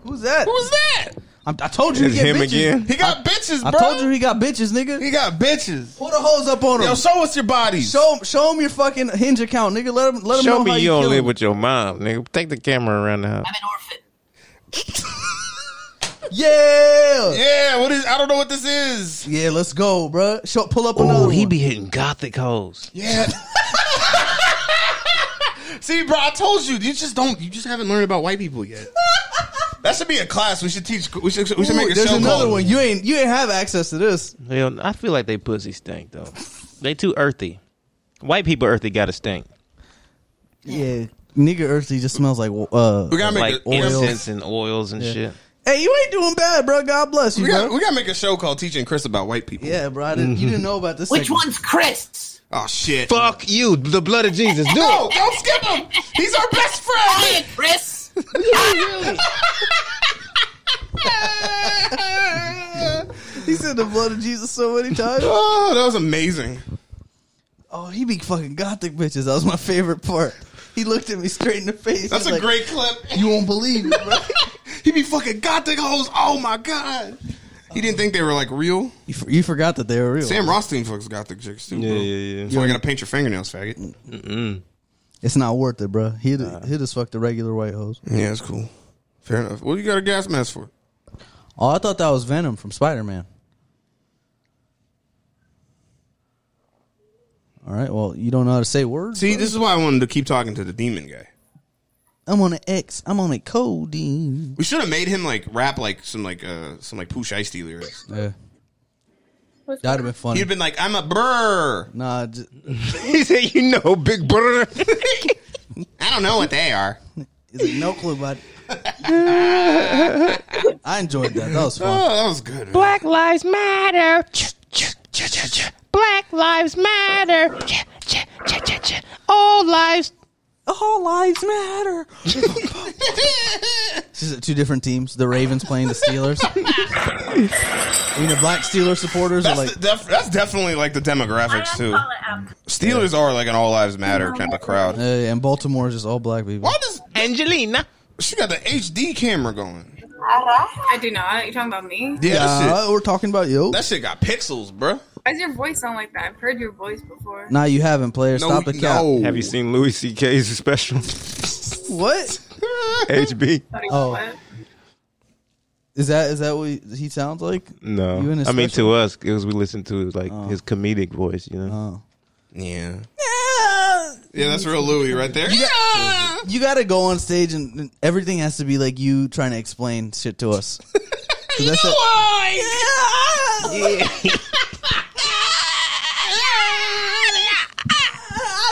[SPEAKER 3] Who's that?
[SPEAKER 2] Who's that?
[SPEAKER 3] I, I told you
[SPEAKER 2] It's
[SPEAKER 3] he get
[SPEAKER 2] him
[SPEAKER 3] bitches.
[SPEAKER 2] again. He got
[SPEAKER 3] I-
[SPEAKER 2] bitches,
[SPEAKER 3] I
[SPEAKER 2] bro.
[SPEAKER 3] told you he got bitches, nigga.
[SPEAKER 2] He got bitches.
[SPEAKER 3] Pull the hoes up on him.
[SPEAKER 2] Yo, show us your bodies.
[SPEAKER 3] Show show him your fucking hinge account, nigga. Let him let him
[SPEAKER 1] Show
[SPEAKER 3] know how
[SPEAKER 1] me you
[SPEAKER 3] you
[SPEAKER 1] don't
[SPEAKER 3] kill
[SPEAKER 1] live
[SPEAKER 3] him.
[SPEAKER 1] with your mom, nigga. Take the camera around the house.
[SPEAKER 3] Yeah,
[SPEAKER 2] yeah. What is? I don't know what this is.
[SPEAKER 3] Yeah, let's go, bro. Show pull up another.
[SPEAKER 1] Oh, he be hitting gothic hoes.
[SPEAKER 2] Yeah. See, bro, I told you. You just don't. You just haven't learned about white people yet. that should be a class. We should teach. We should. We should
[SPEAKER 3] Ooh,
[SPEAKER 2] make a
[SPEAKER 3] there's
[SPEAKER 2] show
[SPEAKER 3] another
[SPEAKER 2] called-
[SPEAKER 3] one. You ain't you ain't have access to this.
[SPEAKER 1] Hell, I feel like they pussy stink though. They too earthy. White people earthy got to stink.
[SPEAKER 3] Yeah, nigga, earthy just smells like uh
[SPEAKER 2] We gotta make
[SPEAKER 1] like
[SPEAKER 2] a- we gotta-
[SPEAKER 1] incense and oils and
[SPEAKER 2] Yeah.
[SPEAKER 1] shit.
[SPEAKER 3] Hey, you ain't doing bad, bro. God bless you,
[SPEAKER 2] We got.
[SPEAKER 3] bro.
[SPEAKER 2] We gotta make a show called "Teaching Chris about White People."
[SPEAKER 3] Yeah, bro. I didn't, You didn't know about this.
[SPEAKER 2] Which
[SPEAKER 3] segment.
[SPEAKER 23] one's Chris?
[SPEAKER 2] Oh shit!
[SPEAKER 1] Fuck you. The blood of Jesus. Do
[SPEAKER 2] No,
[SPEAKER 1] it.
[SPEAKER 2] don't skip him. He's our best friend.
[SPEAKER 23] Chris.
[SPEAKER 3] he said the blood of Jesus so many times.
[SPEAKER 2] Oh, that was amazing.
[SPEAKER 3] Oh, he be fucking gothic bitches. That was my favorite part. He looked at me straight in the face.
[SPEAKER 2] That's
[SPEAKER 3] He's
[SPEAKER 2] a
[SPEAKER 3] like,
[SPEAKER 2] great clip.
[SPEAKER 3] You won't believe it, bro.
[SPEAKER 2] he be fucking gothic hoes. Oh my god. He didn't think they were like real.
[SPEAKER 3] You, for, you forgot that they were real.
[SPEAKER 2] Sam Rothstein fucks gothic chicks too.
[SPEAKER 1] Yeah,
[SPEAKER 2] bro.
[SPEAKER 1] yeah, yeah.
[SPEAKER 2] So you gotta paint your fingernails, faggot.
[SPEAKER 1] Mm-mm.
[SPEAKER 3] It's not worth it, bro. He he just fucked the regular white hoes.
[SPEAKER 2] Yeah, it's cool. Fair enough. What you got a gas mask for?
[SPEAKER 3] Oh, I thought that was Venom from Spider Man. All right. Well, you don't know how to say words.
[SPEAKER 2] See,
[SPEAKER 3] bro?
[SPEAKER 2] this is why I wanted to keep talking to the demon guy.
[SPEAKER 3] I'm on an X. I'm on a codeine.
[SPEAKER 2] We should have made him like rap like some like uh some like Pooh Ice lyrics.
[SPEAKER 3] Yeah. That'd have been funny.
[SPEAKER 2] He'd been like, "I'm a brr."
[SPEAKER 3] Nah, just,
[SPEAKER 1] he said, "You know, big brother."
[SPEAKER 2] I don't know what they are.
[SPEAKER 3] He's like, no clue, bud. I enjoyed that. Oh, That was fun.
[SPEAKER 2] Oh, that was good.
[SPEAKER 6] Black Lives Matter. Black Lives Matter. All lives.
[SPEAKER 3] All lives matter. This is two different teams. The Ravens playing the Steelers. you know, black Steelers supporters are
[SPEAKER 2] That's,
[SPEAKER 3] like,
[SPEAKER 2] the def- that's definitely like the demographics too. Steelers are like an all lives matter kind of crowd.
[SPEAKER 3] Hey, and Baltimore is just all black people.
[SPEAKER 2] Why does Angelina? She got the HD camera going.
[SPEAKER 13] I do not. You talking about me?
[SPEAKER 2] Yeah, that,
[SPEAKER 3] we're talking about you.
[SPEAKER 2] shit, that shit got pixels, bruh.
[SPEAKER 13] Why does your voice sound like that? I've heard your voice before.
[SPEAKER 3] Nah, you haven't, player.
[SPEAKER 2] No,
[SPEAKER 3] Stop the cap.
[SPEAKER 2] no.
[SPEAKER 1] Have you seen Louis C.K.'s special?
[SPEAKER 3] What?
[SPEAKER 1] HB.
[SPEAKER 3] Oh. Is that is that what he sounds like?
[SPEAKER 1] No,
[SPEAKER 3] You in his
[SPEAKER 1] I mean
[SPEAKER 3] special? Oh.
[SPEAKER 1] to us, it was we listened to like his comedic voice, you know.
[SPEAKER 2] Yeah. Yeah, that's real Louis right there.
[SPEAKER 3] You got, you got to go on stage and and everything has to be like you trying to explain shit to us. 'Cause that's it. I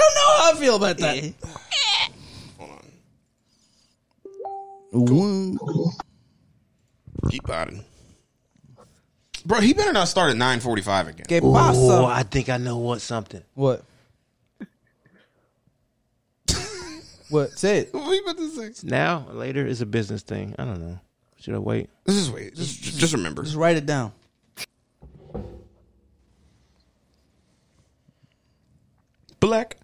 [SPEAKER 3] don't know how I feel about that. Hold on.
[SPEAKER 2] Keep out Bro, he better not start at 945 again.
[SPEAKER 3] Que pasa?
[SPEAKER 1] I think I know what something.
[SPEAKER 3] What? what? Say it.
[SPEAKER 2] What you about to say?
[SPEAKER 1] Now, later is a business thing. I don't know. Should I wait?
[SPEAKER 2] This is wait. Just, just, just remember.
[SPEAKER 3] Just write it down.
[SPEAKER 2] Black.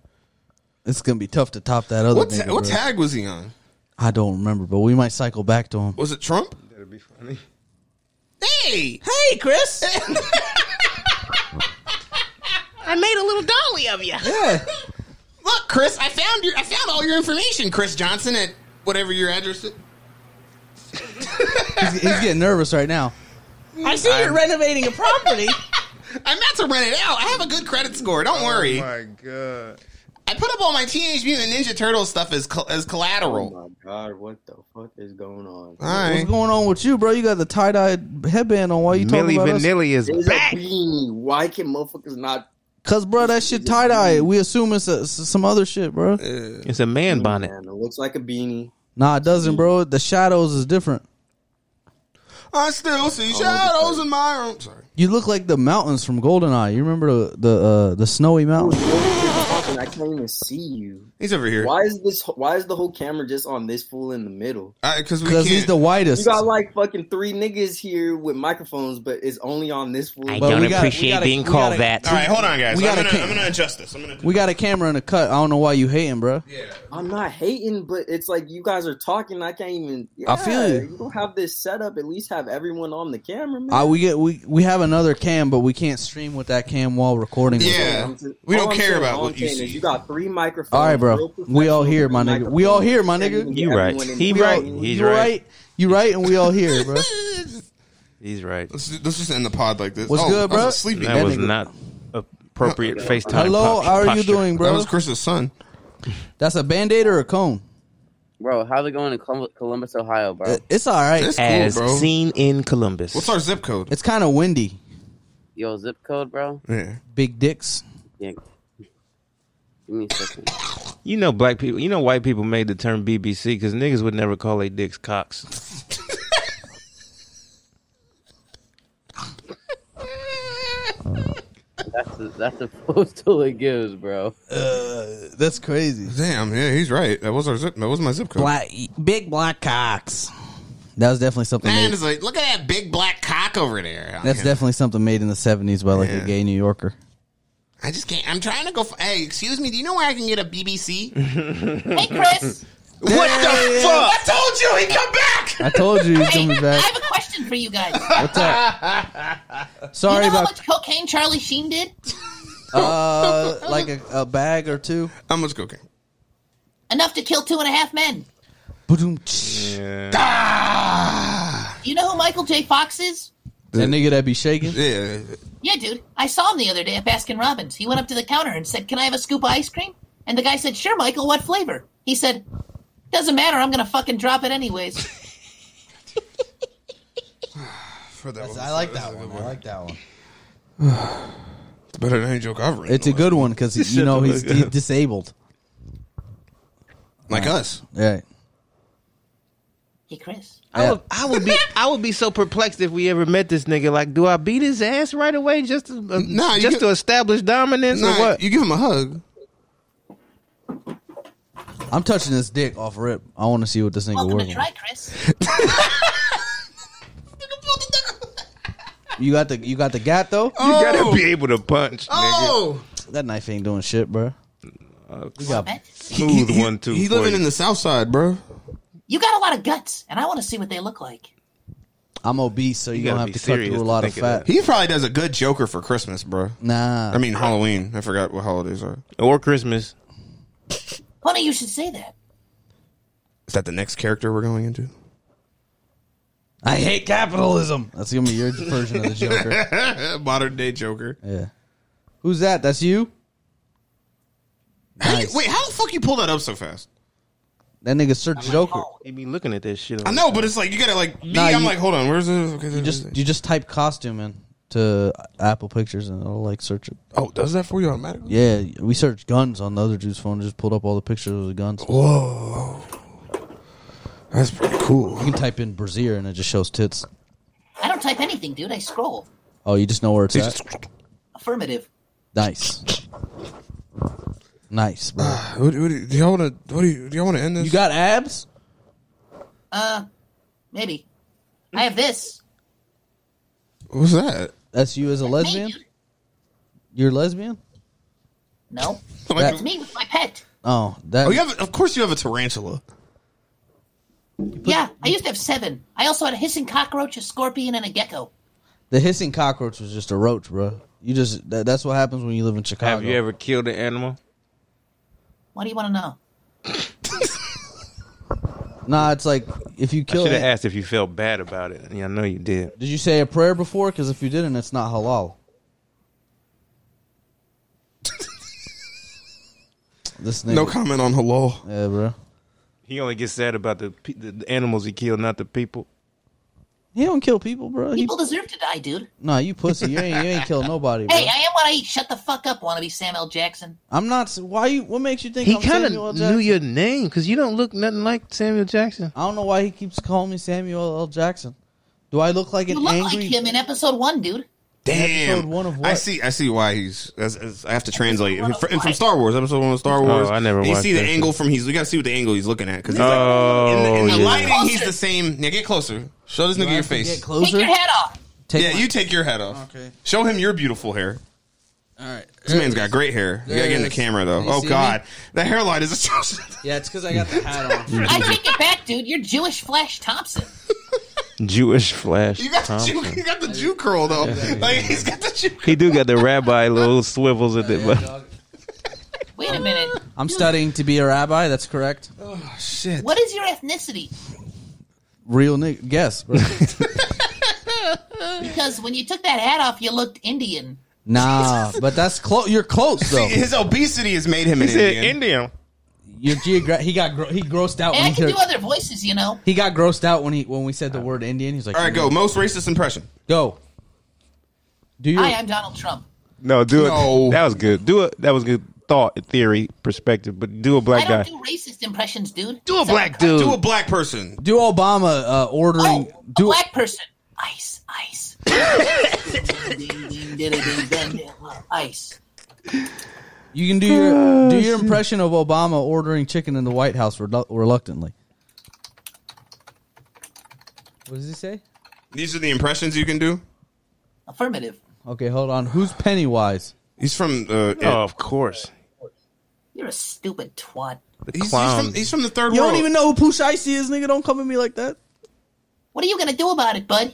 [SPEAKER 3] It's gonna be tough to top that other.
[SPEAKER 2] What, ta-
[SPEAKER 3] nigga,
[SPEAKER 2] what
[SPEAKER 3] bro.
[SPEAKER 2] tag was he on?
[SPEAKER 3] I don't remember, but we might cycle back to him.
[SPEAKER 2] Was it Trump?
[SPEAKER 1] That'd be funny.
[SPEAKER 2] Hey!
[SPEAKER 3] Hey, Chris!
[SPEAKER 6] I made a little dolly of you.
[SPEAKER 3] Yeah.
[SPEAKER 2] Look, Chris, I found your I found all your information, Chris Johnson at whatever your address is.
[SPEAKER 3] He's, he's getting nervous right now.
[SPEAKER 2] I see you're
[SPEAKER 3] renovating a property.
[SPEAKER 2] I'm about to rent it out. I have a good credit score.
[SPEAKER 3] Oh
[SPEAKER 2] Don't worry.
[SPEAKER 1] Oh my god.
[SPEAKER 2] I put up all my Teenage Mutant Ninja Turtle stuff as col- as collateral.
[SPEAKER 9] Oh my god, what the fuck is going on?
[SPEAKER 3] What's going on with you, bro? You got the tie dye headband on. Why you talking about us?
[SPEAKER 9] There's A beanie. Why can motherfuckers not?
[SPEAKER 3] Cause, bro, that shit tie dye. We assume it's a, s- some other shit, bro.
[SPEAKER 2] Uh.
[SPEAKER 1] It's a man bonnet.
[SPEAKER 9] Man, it looks like a beanie.
[SPEAKER 3] Nah, it doesn't, bro. The shadows is different.
[SPEAKER 2] I still see shadows in my room. Sorry.
[SPEAKER 3] You look like the mountains from GoldenEye. You remember the the, uh, the snowy mountains?
[SPEAKER 9] Fucking, I can't even see you.
[SPEAKER 2] He's over here.
[SPEAKER 9] Why is this? Why is the whole camera just on this fool in the middle?
[SPEAKER 2] Because
[SPEAKER 3] Because he's the
[SPEAKER 9] You
[SPEAKER 3] whitest.
[SPEAKER 9] got like fucking three niggas here with microphones, but it's only on this fool.
[SPEAKER 3] I But don't we gotta- appreciate we gotta- being we called gotta- that.
[SPEAKER 2] All right, hold on, guys.
[SPEAKER 3] We
[SPEAKER 2] I'm
[SPEAKER 3] gotta
[SPEAKER 2] gonna,
[SPEAKER 3] kick-
[SPEAKER 2] I'm gonna adjust this. I'm gonna.
[SPEAKER 3] We got a camera and a cut. I don't know why you hating, bro.
[SPEAKER 9] I'm not hating, but it's like you guys are talking. I can't even.
[SPEAKER 3] I feel
[SPEAKER 9] Yeah,
[SPEAKER 3] you.
[SPEAKER 9] You don't have this setup. At least have everyone on the camera, man.
[SPEAKER 3] I, Uh, we get we we have another cam, but we can't stream with that cam while recording. with it.
[SPEAKER 9] we don't care about what you see. You got three microphones.
[SPEAKER 3] All right, bro. We all here, my nigga. We all here, my nigga.
[SPEAKER 1] You right. He
[SPEAKER 3] We all-
[SPEAKER 1] right. He's
[SPEAKER 3] you
[SPEAKER 1] right.
[SPEAKER 3] You right, and we all here, bro.
[SPEAKER 1] He's right.
[SPEAKER 2] Let's, let's just end the pod like this.
[SPEAKER 3] What's
[SPEAKER 2] Oh,
[SPEAKER 3] good,
[SPEAKER 2] that was
[SPEAKER 3] bro?
[SPEAKER 2] a Sleepy.
[SPEAKER 1] That was not appropriate FaceTime.
[SPEAKER 3] Hello,
[SPEAKER 1] pos-
[SPEAKER 3] how are you
[SPEAKER 1] posture.
[SPEAKER 3] doing, bro?
[SPEAKER 2] That was Chris's son.
[SPEAKER 3] That's a band aid or a cone.
[SPEAKER 12] Bro, how's it going in Colum- Columbus, Ohio, bro?
[SPEAKER 3] It's all right.
[SPEAKER 1] As seen in Columbus.
[SPEAKER 12] What's our
[SPEAKER 2] zip code?
[SPEAKER 3] It's kind of windy.
[SPEAKER 12] Yo, zip code, bro?
[SPEAKER 2] Yeah.
[SPEAKER 3] Big dicks.
[SPEAKER 12] Yeah. Give me a second.
[SPEAKER 1] You know, black people. You know, white people made the term BBC because niggas would never call their dicks cocks.
[SPEAKER 12] That's the, that's the postal it gives, bro.
[SPEAKER 3] Uh, that's crazy.
[SPEAKER 2] Damn. Yeah, he's right. That was our zip. That was my zip code.
[SPEAKER 3] Black, big black cocks. That was definitely something.
[SPEAKER 2] Man,
[SPEAKER 3] made-
[SPEAKER 2] it's like, look at that big black cock over there.
[SPEAKER 3] that's definitely something made in the seventies by like a gay New Yorker.
[SPEAKER 2] I just can't. I'm trying to go. For, hey, excuse me. Do you know where I can get a BBC?
[SPEAKER 12] hey,
[SPEAKER 23] Chris.
[SPEAKER 2] What the fuck?
[SPEAKER 12] I told you he
[SPEAKER 2] come back.
[SPEAKER 3] I told you he's
[SPEAKER 23] Hey,
[SPEAKER 3] coming
[SPEAKER 23] I
[SPEAKER 3] back.
[SPEAKER 23] have a question for you guys.
[SPEAKER 3] What's up? Sorry
[SPEAKER 23] you know how
[SPEAKER 3] about
[SPEAKER 23] much cocaine Charlie Sheen did?
[SPEAKER 3] uh, like a, a bag or two.
[SPEAKER 2] How much cocaine?
[SPEAKER 23] Enough to kill two and a half men. You know who Michael J. Fox is?
[SPEAKER 3] That nigga that be shaking.
[SPEAKER 2] Yeah.
[SPEAKER 23] Yeah, dude. I saw him the other day at Baskin Robbins. He went up to the counter and said, Can I have a scoop of ice cream? And the guy said, Sure, Michael, what flavor? He said, Doesn't matter, I'm gonna fucking drop it anyways.
[SPEAKER 2] For that
[SPEAKER 3] I like that one. I like that one.
[SPEAKER 2] It's better than any joke I've written.
[SPEAKER 3] It's a good one because you know he's, he's disabled.
[SPEAKER 2] like us.
[SPEAKER 3] Yeah.
[SPEAKER 23] Hey, Chris.
[SPEAKER 1] I would, I would be, I would be so perplexed if we ever met this nigga. Like, do I beat his ass right away just to, uh,
[SPEAKER 2] Nah, you
[SPEAKER 1] just
[SPEAKER 2] get-
[SPEAKER 1] to establish dominance
[SPEAKER 2] Nah,
[SPEAKER 1] or what?
[SPEAKER 2] You give him a hug.
[SPEAKER 3] I'm touching this dick off rip. I want to see what this nigga
[SPEAKER 23] Welcome to
[SPEAKER 3] working.
[SPEAKER 23] Try, Chris.
[SPEAKER 3] You got the you got the gap though. You
[SPEAKER 1] gotta be able to punch.
[SPEAKER 2] Oh,
[SPEAKER 3] that knife ain't doing shit, bro. We got
[SPEAKER 1] Uh, smooth one two.
[SPEAKER 2] He living in the South Side, bro.
[SPEAKER 23] You got a lot of guts, and I wanna see what they look like.
[SPEAKER 3] I'm obese, so you,
[SPEAKER 2] gotta
[SPEAKER 3] don't have
[SPEAKER 2] be
[SPEAKER 3] to cut
[SPEAKER 2] serious
[SPEAKER 3] through a
[SPEAKER 2] to
[SPEAKER 3] lot of
[SPEAKER 2] think that.
[SPEAKER 3] fat.
[SPEAKER 2] He probably does a good Joker for Christmas, bro.
[SPEAKER 3] Nah,
[SPEAKER 2] I mean Halloween. I forgot what holidays are.
[SPEAKER 1] Or Christmas.
[SPEAKER 23] Funny you should say that.
[SPEAKER 2] Is that the next character we're going into?
[SPEAKER 3] I hate capitalism. That's gonna be your version of the Joker.
[SPEAKER 2] Modern day Joker.
[SPEAKER 3] Yeah. Who's that? That's you.
[SPEAKER 2] How you- wait, how the fuck you pull that up so fast?
[SPEAKER 3] That nigga search Joker.
[SPEAKER 1] He be looking at this shit.
[SPEAKER 2] I know, but it's like you gotta like. Me,
[SPEAKER 3] Nah,
[SPEAKER 2] I'm
[SPEAKER 3] you-
[SPEAKER 2] like, hold on, where's this? Okay,
[SPEAKER 3] You just you just type costume in to Apple Pictures and it'll like search it.
[SPEAKER 2] oh, does that for you automatically?
[SPEAKER 3] Yeah, we searched guns on the other dude's phone. Just pulled up all the pictures of the guns.
[SPEAKER 2] Whoa, that's pretty cool.
[SPEAKER 3] You can type in Brazier and it just shows tits.
[SPEAKER 23] I don't type anything, dude. I scroll.
[SPEAKER 3] Oh, you just know where it's at.
[SPEAKER 23] Affirmative.
[SPEAKER 3] Nice, nice, bro.
[SPEAKER 2] Ah, What, what, do y'all want to? What do you? Do y'all want to end this?
[SPEAKER 3] You got abs?
[SPEAKER 23] Uh maybe. I have this.
[SPEAKER 2] What's that?
[SPEAKER 3] That's you as a lesbian. You're a lesbian.
[SPEAKER 23] No.
[SPEAKER 3] That-
[SPEAKER 23] It's me with my pet.
[SPEAKER 3] Oh, that.
[SPEAKER 2] Oh, you have. Of course, you have a tarantula.
[SPEAKER 23] Yeah, I used to have seven. I also had a hissing cockroach, a scorpion, and a gecko.
[SPEAKER 3] The hissing cockroach was just a roach, bro. You just that, that's what happens when you live in Chicago.
[SPEAKER 1] Have you ever killed an animal?
[SPEAKER 23] What do you want to know?
[SPEAKER 3] Nah, it's like if you
[SPEAKER 1] I
[SPEAKER 3] kill
[SPEAKER 1] should
[SPEAKER 3] it.
[SPEAKER 1] have asked if you felt bad about it. Yeah, I know you did.
[SPEAKER 3] Did you say a prayer before? Because if you didn't, it's not halal. this nigga.
[SPEAKER 2] No comment on hello.
[SPEAKER 3] Yeah, bro.
[SPEAKER 1] He only gets sad about the pe- the the animals he killed, not the people.
[SPEAKER 3] He don't kill people, bro. He,
[SPEAKER 23] People deserve to die, dude.
[SPEAKER 3] nah, you pussy. You ain't you ain't kill nobody, bro.
[SPEAKER 23] Hey, I am what I eat. Shut the fuck up, wannabe Sam L. Jackson.
[SPEAKER 3] I'm not. s- Why you? What makes you think
[SPEAKER 1] He
[SPEAKER 3] I'm
[SPEAKER 1] kinda
[SPEAKER 3] Samuel L.
[SPEAKER 1] knew
[SPEAKER 3] Jackson?
[SPEAKER 1] your name because you don't look nothing like Samuel Jackson.
[SPEAKER 3] I don't know why he keeps calling me Samuel L. Jackson. Do I look like
[SPEAKER 23] You
[SPEAKER 3] an
[SPEAKER 23] look
[SPEAKER 3] angry?
[SPEAKER 23] like him in episode one, dude.
[SPEAKER 2] Damn. I see. I see why he's. As, as I have to translate and fr- and from Star Wars episode one of Star
[SPEAKER 1] Oh,
[SPEAKER 2] Wars.
[SPEAKER 1] I never
[SPEAKER 2] You
[SPEAKER 1] watched
[SPEAKER 2] see the
[SPEAKER 1] that
[SPEAKER 2] angle from he's. You gotta see what the angle he's looking at because
[SPEAKER 1] Oh,
[SPEAKER 2] like, in the, in the
[SPEAKER 1] yeah.
[SPEAKER 2] lighting he's the same. Yeah, get closer. Show this
[SPEAKER 1] Do
[SPEAKER 2] nigga
[SPEAKER 1] I
[SPEAKER 2] your
[SPEAKER 1] have to
[SPEAKER 2] face.
[SPEAKER 1] get closer? Take your
[SPEAKER 23] head off.
[SPEAKER 2] yeah, you take your head off.
[SPEAKER 3] Okay.
[SPEAKER 2] Show him your beautiful hair.
[SPEAKER 3] All right.
[SPEAKER 2] This man's got great hair. You
[SPEAKER 3] There
[SPEAKER 2] gotta get in
[SPEAKER 3] it
[SPEAKER 2] the
[SPEAKER 3] is.
[SPEAKER 2] camera though.
[SPEAKER 3] You
[SPEAKER 2] Oh
[SPEAKER 3] see
[SPEAKER 2] God,
[SPEAKER 3] me?
[SPEAKER 2] the hairline is atrocious.
[SPEAKER 3] Yeah, it's because I got the hat on.
[SPEAKER 23] I take it back, dude. You're Jewish Flash Thompson.
[SPEAKER 1] Jewish Flash
[SPEAKER 2] You got the Jew,
[SPEAKER 1] Thompson.
[SPEAKER 2] you got the Jew curl though. Like he's got the Jew.
[SPEAKER 1] He do got the rabbi little swivels at the but
[SPEAKER 23] Wait a minute.
[SPEAKER 3] I'm studying to be a rabbi. That's correct.
[SPEAKER 23] Oh
[SPEAKER 2] shit.
[SPEAKER 23] What is your ethnicity?
[SPEAKER 3] Real nigga. Yes. bro.
[SPEAKER 23] Because when you took that hat off, you looked Indian.
[SPEAKER 3] nah, but that's close. You're close though.
[SPEAKER 2] his obesity has made him
[SPEAKER 1] He
[SPEAKER 2] an
[SPEAKER 1] said
[SPEAKER 2] Indian.
[SPEAKER 3] Your geogra- He got gro- he grossed out.
[SPEAKER 23] And I
[SPEAKER 3] When
[SPEAKER 23] can
[SPEAKER 3] he,
[SPEAKER 23] do other voices, you know.
[SPEAKER 3] he got grossed out when he when we said the word Indian. He's like,
[SPEAKER 2] All right, go. Most racist impression.
[SPEAKER 3] Go. Do you?
[SPEAKER 23] Hi, I'm Donald Trump.
[SPEAKER 1] No, do it.
[SPEAKER 2] No.
[SPEAKER 1] That was good. Do it. That was good thought, theory, perspective. But do a black
[SPEAKER 23] I
[SPEAKER 1] guy.
[SPEAKER 23] don't do racist impressions, dude.
[SPEAKER 2] Do a
[SPEAKER 1] black dude.
[SPEAKER 2] Do a black person.
[SPEAKER 3] Do Obama uh, ordering? do
[SPEAKER 23] Oh, black person. Ice, ice. ice.
[SPEAKER 3] you can do your do your impression of Obama ordering chicken in the White House relu- reluctantly. What does he say?
[SPEAKER 2] These are the impressions you can do.
[SPEAKER 23] Affirmative.
[SPEAKER 3] Okay, hold on. Who's Pennywise?
[SPEAKER 2] He's from. Uh,
[SPEAKER 1] Oh, of course.
[SPEAKER 23] You're a stupid twat.
[SPEAKER 2] He's,
[SPEAKER 1] clown.
[SPEAKER 2] He's, from, he's from the third
[SPEAKER 3] You
[SPEAKER 2] world.
[SPEAKER 3] don't even know who Pooh Icy is, nigga. Don't come at me like that.
[SPEAKER 23] What are you gonna do about it, bud?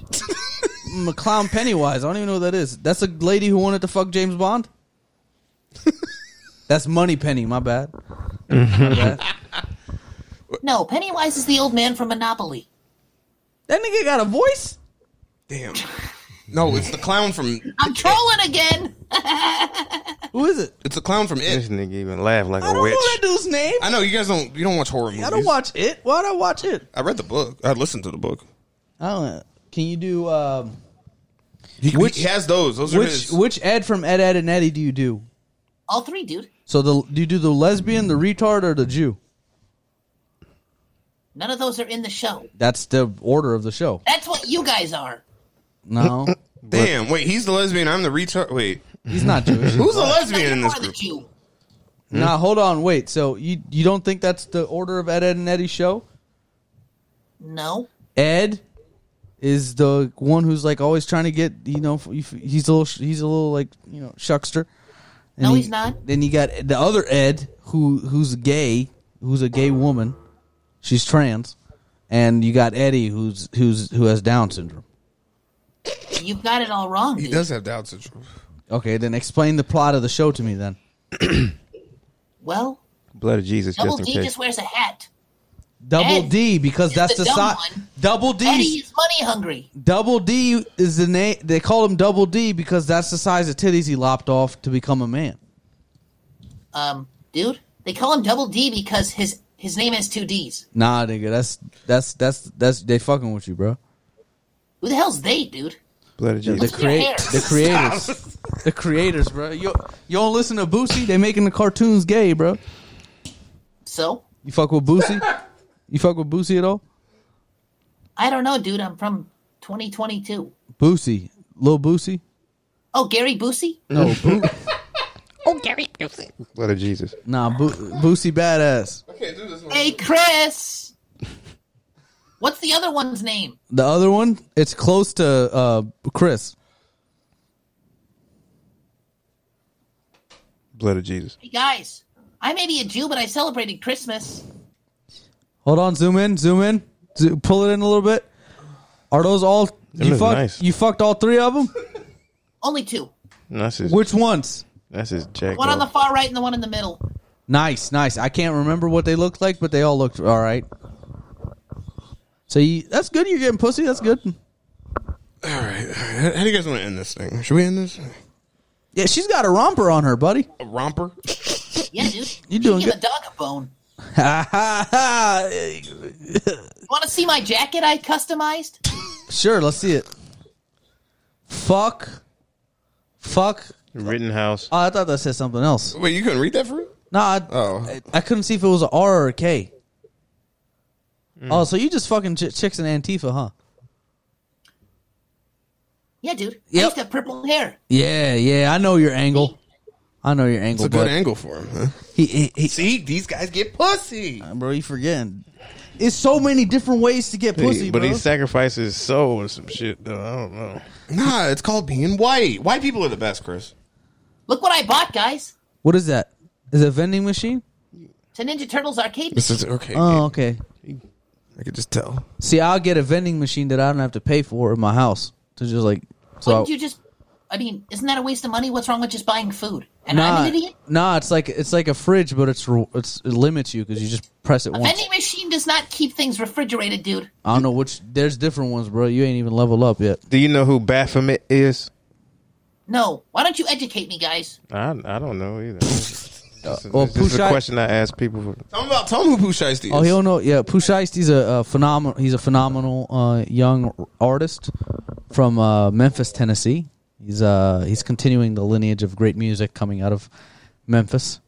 [SPEAKER 3] I'm a clown Pennywise. I don't even know who that is. That's a lady who wanted to fuck James Bond. That's Money Penny. My bad. My bad.
[SPEAKER 23] No, Pennywise is the old man from Monopoly.
[SPEAKER 3] That nigga got a voice.
[SPEAKER 2] Damn. No, it's the clown from.
[SPEAKER 23] I'm trolling again.
[SPEAKER 3] Who is it?
[SPEAKER 2] It's the clown from it.
[SPEAKER 1] This nigga even laughed like a witch.
[SPEAKER 3] that dude's name.
[SPEAKER 2] I know you guys don't. You don't watch horror movies.
[SPEAKER 3] I don't watch it. Why'd I watch it?
[SPEAKER 2] I read the book. I listened to the book.
[SPEAKER 3] I don't. know. Can you do um,
[SPEAKER 2] He, he has those. Those are
[SPEAKER 3] which
[SPEAKER 2] his.
[SPEAKER 3] which Ed from Ed Ed and Eddie do you do?
[SPEAKER 23] All three, dude.
[SPEAKER 3] So the do you do the lesbian, the retard, or the Jew?
[SPEAKER 23] None of those are in the show.
[SPEAKER 3] That's the order of the show.
[SPEAKER 23] That's what you guys are.
[SPEAKER 3] No,
[SPEAKER 2] Damn. Wait, he's the lesbian. I'm the retard. Wait,
[SPEAKER 3] he's not Jewish.
[SPEAKER 2] who's the lesbian in this
[SPEAKER 23] Or the
[SPEAKER 2] group?
[SPEAKER 23] Jew.
[SPEAKER 3] Nah, hold on, wait. So you you don't think that's the order of Ed Ed and Eddie's show?
[SPEAKER 23] No.
[SPEAKER 3] Ed is the one who's like always trying to get you know he's a little he's a little like you know shuckster. And
[SPEAKER 23] No,
[SPEAKER 3] he-
[SPEAKER 23] he's not.
[SPEAKER 3] Then you got the other Ed who who's gay, who's a gay woman. She's trans, and you got Eddie who's who's who has Down syndrome.
[SPEAKER 23] You've got it all wrong,
[SPEAKER 2] He
[SPEAKER 23] dude.
[SPEAKER 2] does have Down syndrome.
[SPEAKER 3] Okay, then explain the plot of the show to me then.
[SPEAKER 23] Well,
[SPEAKER 1] Blood of Jesus,
[SPEAKER 23] Double
[SPEAKER 1] just in
[SPEAKER 23] D
[SPEAKER 1] case.
[SPEAKER 23] just wears a hat.
[SPEAKER 3] Double
[SPEAKER 23] Ed
[SPEAKER 3] D because that's
[SPEAKER 23] the
[SPEAKER 3] the,
[SPEAKER 23] dumb
[SPEAKER 3] side.
[SPEAKER 23] one.
[SPEAKER 3] Double D.
[SPEAKER 23] Eddie is money hungry.
[SPEAKER 3] Double D is the name. They call him Double D because that's the size of titties he lopped off to become a man.
[SPEAKER 23] Um, dude, they call him Double D because his his name has two D's.
[SPEAKER 3] Nah, nigga, that's that's that's that's they fucking with you, bro.
[SPEAKER 23] Who the hell's they, dude?
[SPEAKER 1] Blood of
[SPEAKER 3] The, the
[SPEAKER 1] Jesus.
[SPEAKER 3] create the creators, the creators, bro. You you don't listen to Boosie? They making the cartoons gay, bro.
[SPEAKER 23] So
[SPEAKER 3] You fuck with Boosie? You fuck with Boosie at all?
[SPEAKER 23] I don't know, dude. I'm from 2022.
[SPEAKER 3] Boosie, Lil Boosie?
[SPEAKER 23] Oh, Gary Boosie.
[SPEAKER 3] No, Boo-
[SPEAKER 23] Oh, Gary Boosie.
[SPEAKER 1] Blood of Jesus.
[SPEAKER 3] nah, Boo- Boosie badass.
[SPEAKER 23] Hey, Chris. What's the other one's name?
[SPEAKER 3] The other one, it's close to uh Chris.
[SPEAKER 1] Blood of Jesus.
[SPEAKER 23] Hey, guys. I may be a Jew, but I celebrated Christmas.
[SPEAKER 3] Hold on, zoom in, zoom in, Zo- pull it in a little bit. Are those all?
[SPEAKER 1] Them
[SPEAKER 3] You
[SPEAKER 1] is
[SPEAKER 3] fucked.
[SPEAKER 1] nice.
[SPEAKER 3] You fucked all three of them.
[SPEAKER 23] Only two.
[SPEAKER 1] No, that's his.
[SPEAKER 3] Which ones?
[SPEAKER 1] That's his jack.
[SPEAKER 23] One on the far right and the one in the middle.
[SPEAKER 3] Nice, nice. I can't remember what they looked like, but they all looked all right. So you, that's good. You're getting pussy. That's good.
[SPEAKER 2] All right. all right. How how do you guys want to end this thing? Should we end this?
[SPEAKER 3] Yeah, she's got a romper on her, buddy.
[SPEAKER 2] A romper.
[SPEAKER 23] Yeah, dude.
[SPEAKER 3] You doing
[SPEAKER 23] Give a
[SPEAKER 3] good.
[SPEAKER 23] dog a bone.
[SPEAKER 3] Ha, ha, ha.
[SPEAKER 23] You want to see my jacket I customized?
[SPEAKER 3] sure, let's see it. Fuck, fuck.
[SPEAKER 1] Rittenhouse.
[SPEAKER 3] Oh, I thought that said something else.
[SPEAKER 2] Wait, you couldn't read that for real?
[SPEAKER 3] No, I,
[SPEAKER 2] Oh,
[SPEAKER 3] I, I couldn't see if it was a R or a K. Hmm. Oh, so you just fucking ch- chicks in Antifa, huh?
[SPEAKER 23] Yeah, dude.
[SPEAKER 3] Yep.
[SPEAKER 23] He's got purple hair.
[SPEAKER 3] Yeah, yeah, I know your angle. I know your angle.
[SPEAKER 2] It's a good
[SPEAKER 3] but-
[SPEAKER 2] angle for him, huh?
[SPEAKER 3] He, he, he,
[SPEAKER 2] See, these guys get pussy.
[SPEAKER 3] Uh, bro, you forgetting. It's so many different ways to get
[SPEAKER 1] Hey,
[SPEAKER 3] pussy,
[SPEAKER 1] but
[SPEAKER 3] bro.
[SPEAKER 1] he sacrificed his soul or some shit though. I don't know.
[SPEAKER 2] Nah, it's called being white. White people are the best, Chris.
[SPEAKER 23] Look what I bought, guys.
[SPEAKER 3] What is that? Is it a vending machine?
[SPEAKER 23] It's a Ninja Turtles arcade.
[SPEAKER 2] This is okay.
[SPEAKER 3] Oh, okay.
[SPEAKER 2] I could just tell.
[SPEAKER 3] See, I'll get a vending machine that I don't have to pay for in my house to just like so.
[SPEAKER 23] Wouldn't you just? I mean, isn't that a waste of money? What's wrong with just buying food? And
[SPEAKER 3] nah,
[SPEAKER 23] I'm an idiot.
[SPEAKER 3] nah, it's like it's like a fridge, but it's re- it's it limits you because you just press it
[SPEAKER 23] A
[SPEAKER 3] once.
[SPEAKER 23] vending machine does not keep things refrigerated, dude.
[SPEAKER 3] I don't know which. There's different ones, bro. You ain't even level up yet.
[SPEAKER 1] Do you know who Baphomet is?
[SPEAKER 23] No. Why don't you educate me, guys?
[SPEAKER 1] I I don't know either. this is,
[SPEAKER 3] well,
[SPEAKER 1] this is a
[SPEAKER 3] Pushai-
[SPEAKER 1] question I ask people. For.
[SPEAKER 2] Tell him about tell him who Pooh Shiesty is.
[SPEAKER 3] Oh, he don't know. Yeah, Pooh Shiesty, he's a, a phenomenal. He's a phenomenal uh, young artist from uh, Memphis, Tennessee. He's uh, he's continuing the lineage of great music coming out of Memphis.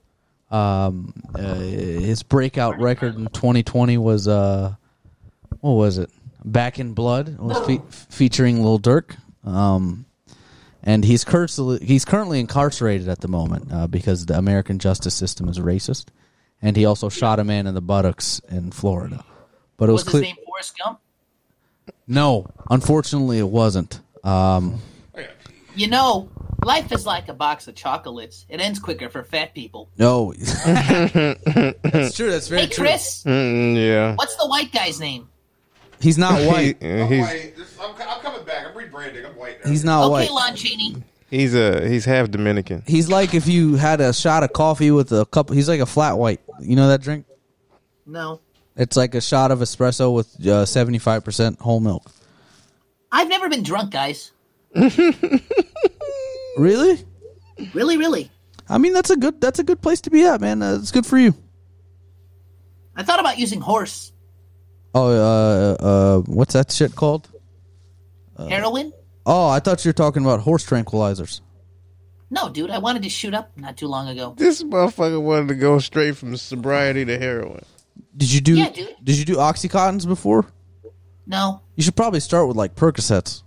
[SPEAKER 3] Um, uh, his breakout record in 2020 was uh, what was it? Back in Blood It was fe- featuring Lil Durk. Um, and he's currently he's currently incarcerated at the moment uh, because the American justice system is racist, and he also shot a man in the buttocks in Florida. But it was,
[SPEAKER 23] was
[SPEAKER 3] clear.
[SPEAKER 23] his name Forrest Gump?
[SPEAKER 3] No, unfortunately, it wasn't. Um,
[SPEAKER 23] You know, life is like a box of chocolates. It ends quicker for fat people.
[SPEAKER 3] no,
[SPEAKER 1] That's
[SPEAKER 3] true. That's
[SPEAKER 23] hey, Chris,
[SPEAKER 1] Mm, yeah.
[SPEAKER 23] what's the white guy's name?
[SPEAKER 3] he's not white.
[SPEAKER 1] He- uh, he's
[SPEAKER 2] I'm, I'm coming back. I'm rebranding. I'm white.
[SPEAKER 3] He's not
[SPEAKER 23] okay,
[SPEAKER 3] white.
[SPEAKER 23] Lon Chaney.
[SPEAKER 1] he's a he's half Dominican.
[SPEAKER 3] He's like if you had a shot of coffee with a cup. He's like a flat white. You know that drink?
[SPEAKER 23] No.
[SPEAKER 3] It's like a shot of espresso with seventy five percent whole milk.
[SPEAKER 23] I've never been drunk, guys.
[SPEAKER 3] Really?
[SPEAKER 23] Really, really.
[SPEAKER 3] I mean, that's a good that's a good place to be at, man. Uh, it's good for you.
[SPEAKER 23] I thought about using horse.
[SPEAKER 3] Oh, uh, uh, what's that shit called?
[SPEAKER 23] Heroin?
[SPEAKER 3] Oh, I thought you were talking about horse tranquilizers.
[SPEAKER 23] No, dude. I wanted to shoot up not too long ago.
[SPEAKER 1] This motherfucker wanted to go straight from sobriety to heroin.
[SPEAKER 3] Did you do?
[SPEAKER 23] Yeah, dude.
[SPEAKER 3] Did you do oxycontins before?
[SPEAKER 23] No.
[SPEAKER 3] You should probably start with like Percocets.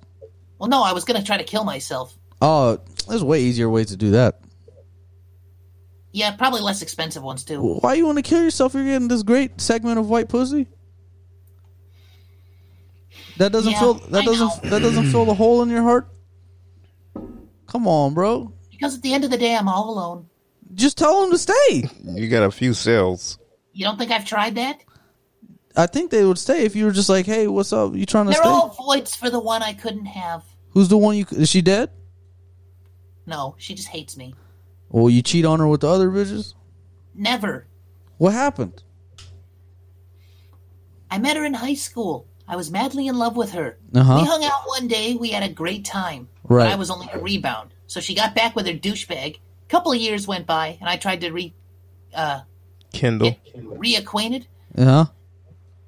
[SPEAKER 23] Well, no, I was going to try to kill myself.
[SPEAKER 3] Oh, there's way easier ways to do that.
[SPEAKER 23] Yeah, probably less expensive ones, too.
[SPEAKER 3] Why you want to kill yourself? You're getting this great segment of white pussy. That doesn't
[SPEAKER 23] Yeah,
[SPEAKER 3] fill that
[SPEAKER 23] I
[SPEAKER 3] doesn't
[SPEAKER 23] know.
[SPEAKER 3] that doesn't fill the hole in your heart. Come on, bro.
[SPEAKER 23] Because at the end of the day, I'm all alone.
[SPEAKER 3] Just tell him to stay.
[SPEAKER 1] You got a few cells.
[SPEAKER 23] You don't think I've tried that?
[SPEAKER 3] I think they would stay if you were just like, "Hey, what's up? You trying to
[SPEAKER 23] They're
[SPEAKER 3] stay?"
[SPEAKER 23] all voids for the one I couldn't have.
[SPEAKER 3] Who's the one you? Is she dead?
[SPEAKER 23] No, she just hates me.
[SPEAKER 3] Well, you cheat on her with the other bitches.
[SPEAKER 23] Never.
[SPEAKER 3] What happened?
[SPEAKER 23] I met her in high school. I was madly in love with her.
[SPEAKER 3] Uh-huh.
[SPEAKER 23] We hung out one day. We had a great time. But
[SPEAKER 3] Right.
[SPEAKER 23] I was only a rebound. So she got back with her douchebag. A couple of years went by, and I tried to re, uh,
[SPEAKER 1] Kindle.
[SPEAKER 23] reacquainted.
[SPEAKER 3] Yeah. Uh-huh.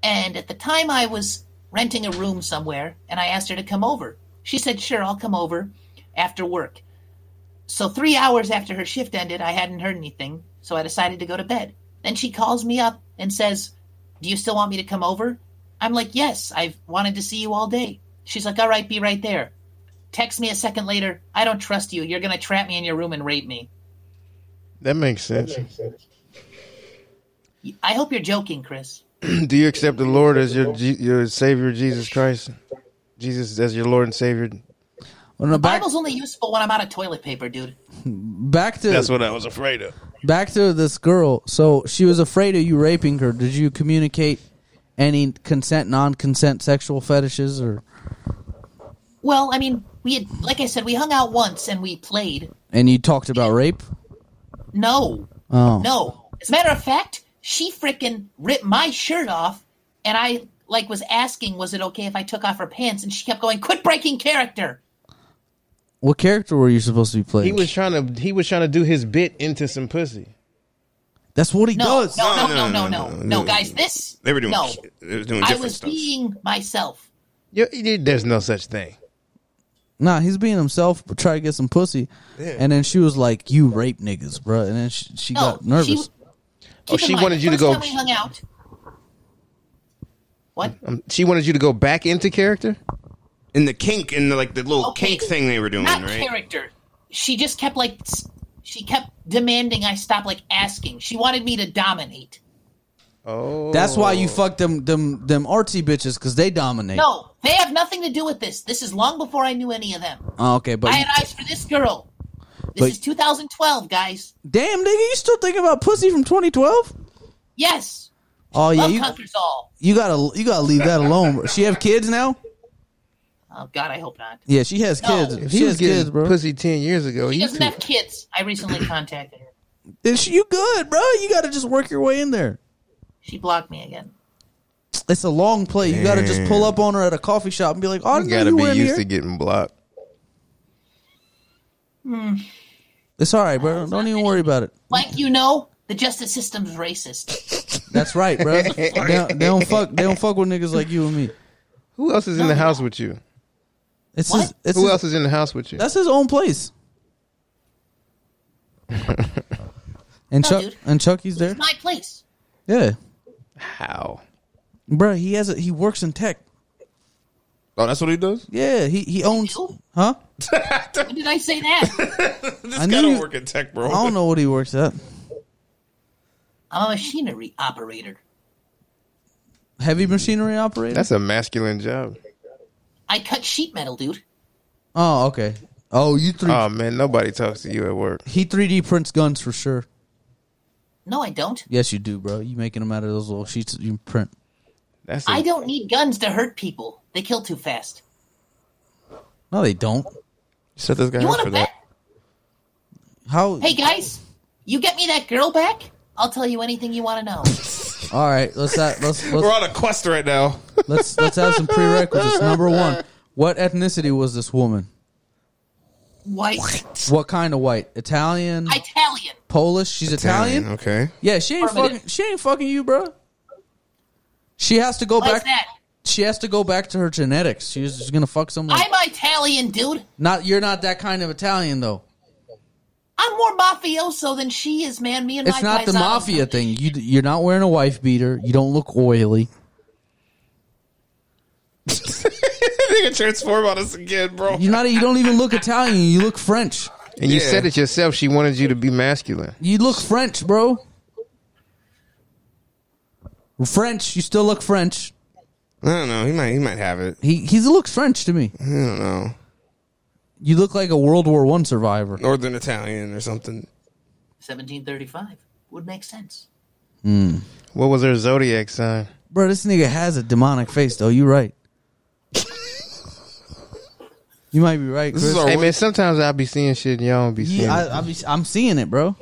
[SPEAKER 23] And at the time, I was renting a room somewhere, and I asked her to come over. She said, Sure, I'll come over after work. So, three hours after her shift ended, I hadn't heard anything, so I decided to go to bed. Then she calls me up and says, Do you still want me to come over? I'm like, Yes, I've wanted to see you all day. She's like, All right, be right there. Text me a second later, I don't trust you. You're going to trap me in your room and rape me.
[SPEAKER 1] That makes sense.
[SPEAKER 23] I hope you're joking, Chris.
[SPEAKER 1] do you accept the Lord as your Je- your Savior, Jesus Christ? Jesus as your Lord and Savior.
[SPEAKER 3] Well, no, back
[SPEAKER 23] Bible's only useful when I'm out of toilet paper, dude.
[SPEAKER 3] back to
[SPEAKER 1] That's what I was afraid of.
[SPEAKER 3] back to this girl. So she was afraid of you raping her. Did you communicate any consent, non-consent, sexual fetishes, or
[SPEAKER 23] Well, I mean, we had, like I said, we hung out once and we played.
[SPEAKER 3] and you talked about rape?
[SPEAKER 23] No,
[SPEAKER 3] Oh,
[SPEAKER 23] no. As a matter of fact, she frickin' ripped my shirt off, and I like was asking, was it okay if I took off her pants? And she kept going, "Quit breaking character."
[SPEAKER 3] What character were you supposed to be playing?
[SPEAKER 1] He was trying to he was trying to do his bit into some pussy.
[SPEAKER 3] That's what he
[SPEAKER 23] No,
[SPEAKER 3] does.
[SPEAKER 23] no, no, no, no, no, no, guys. This
[SPEAKER 1] They were doing
[SPEAKER 23] no.
[SPEAKER 1] shit. They were doing
[SPEAKER 23] I
[SPEAKER 1] different
[SPEAKER 23] was
[SPEAKER 1] stuff.
[SPEAKER 23] being myself.
[SPEAKER 1] You- you- There's no such thing.
[SPEAKER 3] Nah, he's being himself, but try to get some pussy.
[SPEAKER 1] Yeah.
[SPEAKER 3] And then she was like, "You rape niggas, bro." And then she, she
[SPEAKER 23] No,
[SPEAKER 3] got nervous.
[SPEAKER 23] she-
[SPEAKER 1] Oh,
[SPEAKER 23] Keep in
[SPEAKER 1] she
[SPEAKER 23] mind,
[SPEAKER 1] wanted you to
[SPEAKER 23] first
[SPEAKER 1] go-
[SPEAKER 23] Time we hung out.
[SPEAKER 1] Um, she wanted you to go back into character.
[SPEAKER 2] in the kink in the like the little kink thing they were
[SPEAKER 1] Mm,
[SPEAKER 2] doing,
[SPEAKER 23] Not
[SPEAKER 2] right?
[SPEAKER 23] character. She just kept like s- she kept demanding I stop like asking. She wanted me to dominate.
[SPEAKER 1] Oh,
[SPEAKER 3] That's why you fuck them them them artsy bitches because they dominate.
[SPEAKER 23] No, they have nothing to do with this. This is long before I knew any of them.
[SPEAKER 3] Oh, okay, but
[SPEAKER 23] I had eyes for this girl. This
[SPEAKER 3] But-
[SPEAKER 23] is 2012, guys.
[SPEAKER 3] damn nigga, you still thinking about pussy from 2012?
[SPEAKER 23] Yes.
[SPEAKER 3] Oh yeah,
[SPEAKER 23] Love
[SPEAKER 3] you
[SPEAKER 23] conquers all.
[SPEAKER 3] you gotta you gotta leave that alone. bro. She have kids now?
[SPEAKER 23] Oh God, I hope not.
[SPEAKER 3] Yeah, she has
[SPEAKER 23] No.
[SPEAKER 3] kids.
[SPEAKER 1] If
[SPEAKER 3] she
[SPEAKER 1] he was
[SPEAKER 3] has
[SPEAKER 1] getting
[SPEAKER 3] kids, bro.
[SPEAKER 1] pussy ten years ago,
[SPEAKER 23] She
[SPEAKER 1] he
[SPEAKER 23] doesn't
[SPEAKER 1] could-
[SPEAKER 23] have kids. I recently contacted her.
[SPEAKER 3] Then she, you good, bro? You gotta just work your way in there.
[SPEAKER 23] She blocked me again.
[SPEAKER 3] It's a long play. You gotta just pull
[SPEAKER 1] Damn.
[SPEAKER 3] up on her at a coffee shop and be like, "Oh,
[SPEAKER 1] you
[SPEAKER 3] no,
[SPEAKER 1] gotta
[SPEAKER 3] you
[SPEAKER 1] be
[SPEAKER 3] were in
[SPEAKER 1] used
[SPEAKER 3] here."
[SPEAKER 1] to getting blocked.
[SPEAKER 23] Hmm.
[SPEAKER 3] It's all right, bro. Don't even worry about it.
[SPEAKER 23] Like you know, the justice system's racist.
[SPEAKER 3] That's right, bro. they, don't, they don't fuck. They don't fuck with niggas like you and me.
[SPEAKER 1] Who else is in the house with you?
[SPEAKER 3] It's
[SPEAKER 1] Who
[SPEAKER 3] his, it's his-
[SPEAKER 1] else is in the house with you?
[SPEAKER 3] That's his own place. and
[SPEAKER 23] No,
[SPEAKER 3] Chuck
[SPEAKER 23] dude.
[SPEAKER 3] and Chucky's there.
[SPEAKER 23] It's my place.
[SPEAKER 3] Yeah,
[SPEAKER 1] How?
[SPEAKER 3] bro. He has a, he works in tech.
[SPEAKER 2] Oh, that's what he does.
[SPEAKER 3] Yeah, he he owns. Huh?
[SPEAKER 23] When did I say that?
[SPEAKER 3] I
[SPEAKER 2] This
[SPEAKER 3] knew
[SPEAKER 2] guy don't
[SPEAKER 3] you-
[SPEAKER 2] work in tech, bro.
[SPEAKER 3] I don't know what he works at.
[SPEAKER 23] I'm a machinery operator.
[SPEAKER 3] Heavy machinery operator.
[SPEAKER 1] That's a masculine job.
[SPEAKER 23] I cut sheet metal, dude.
[SPEAKER 3] Oh, okay. Oh, you three.
[SPEAKER 1] Oh man, nobody talks to you at work.
[SPEAKER 3] He three D prints guns for sure.
[SPEAKER 23] No, I don't.
[SPEAKER 3] Yes, you do, bro. You making them out of those little sheets that you print.
[SPEAKER 1] That's
[SPEAKER 23] I don't need guns to hurt people. They kill too fast.
[SPEAKER 3] No, they don't.
[SPEAKER 1] Set this guy
[SPEAKER 23] You want to bet?
[SPEAKER 3] How?
[SPEAKER 23] Hey guys, you get me that girl back? I'll tell you anything you want to know.
[SPEAKER 3] All right, let's ha- let's let's
[SPEAKER 2] We're on a quest right now.
[SPEAKER 3] let's let's have some prerequisites. Number one, what ethnicity was this woman?
[SPEAKER 23] White,
[SPEAKER 3] What kind of white? Italian,
[SPEAKER 23] Italian.
[SPEAKER 3] Polish. She's Italian.
[SPEAKER 1] Okay.
[SPEAKER 3] Yeah, she ain't
[SPEAKER 23] Affirmative.
[SPEAKER 3] fucking. She ain't fucking you, bro. She has to go
[SPEAKER 23] Why's
[SPEAKER 3] back.
[SPEAKER 23] that?
[SPEAKER 3] She has to go back to her genetics. She's just gonna fuck someone.
[SPEAKER 23] I'm Italian, dude.
[SPEAKER 3] Not you're not that kind of Italian though.
[SPEAKER 23] I'm more mafioso than she is, man. Me and
[SPEAKER 3] It's
[SPEAKER 23] my
[SPEAKER 3] not the
[SPEAKER 23] paisanos.
[SPEAKER 3] mafia thing. You you're not wearing a wife beater. You don't look oily.
[SPEAKER 2] Nigga transform on us again, bro.
[SPEAKER 3] You're not. You don't even look Italian. You look French.
[SPEAKER 1] And you
[SPEAKER 2] Yeah.
[SPEAKER 1] said it yourself. She wanted you to be masculine.
[SPEAKER 3] You look French, bro. French. You still look French.
[SPEAKER 2] I don't know. He might. He might have it.
[SPEAKER 3] He he looks French to me.
[SPEAKER 2] I don't know.
[SPEAKER 3] You look like a World War One survivor.
[SPEAKER 2] Northern Italian or something.
[SPEAKER 23] 1735 would make sense.
[SPEAKER 3] Hmm.
[SPEAKER 1] What was her zodiac sign?
[SPEAKER 3] Bro, this nigga has a demonic face, though. You right. you might be right, Chris.
[SPEAKER 1] hey man, sometimes I be seeing shit and y'all don't be seeing.
[SPEAKER 3] Yeah,
[SPEAKER 1] it.
[SPEAKER 3] I, I be, I'm seeing it, bro.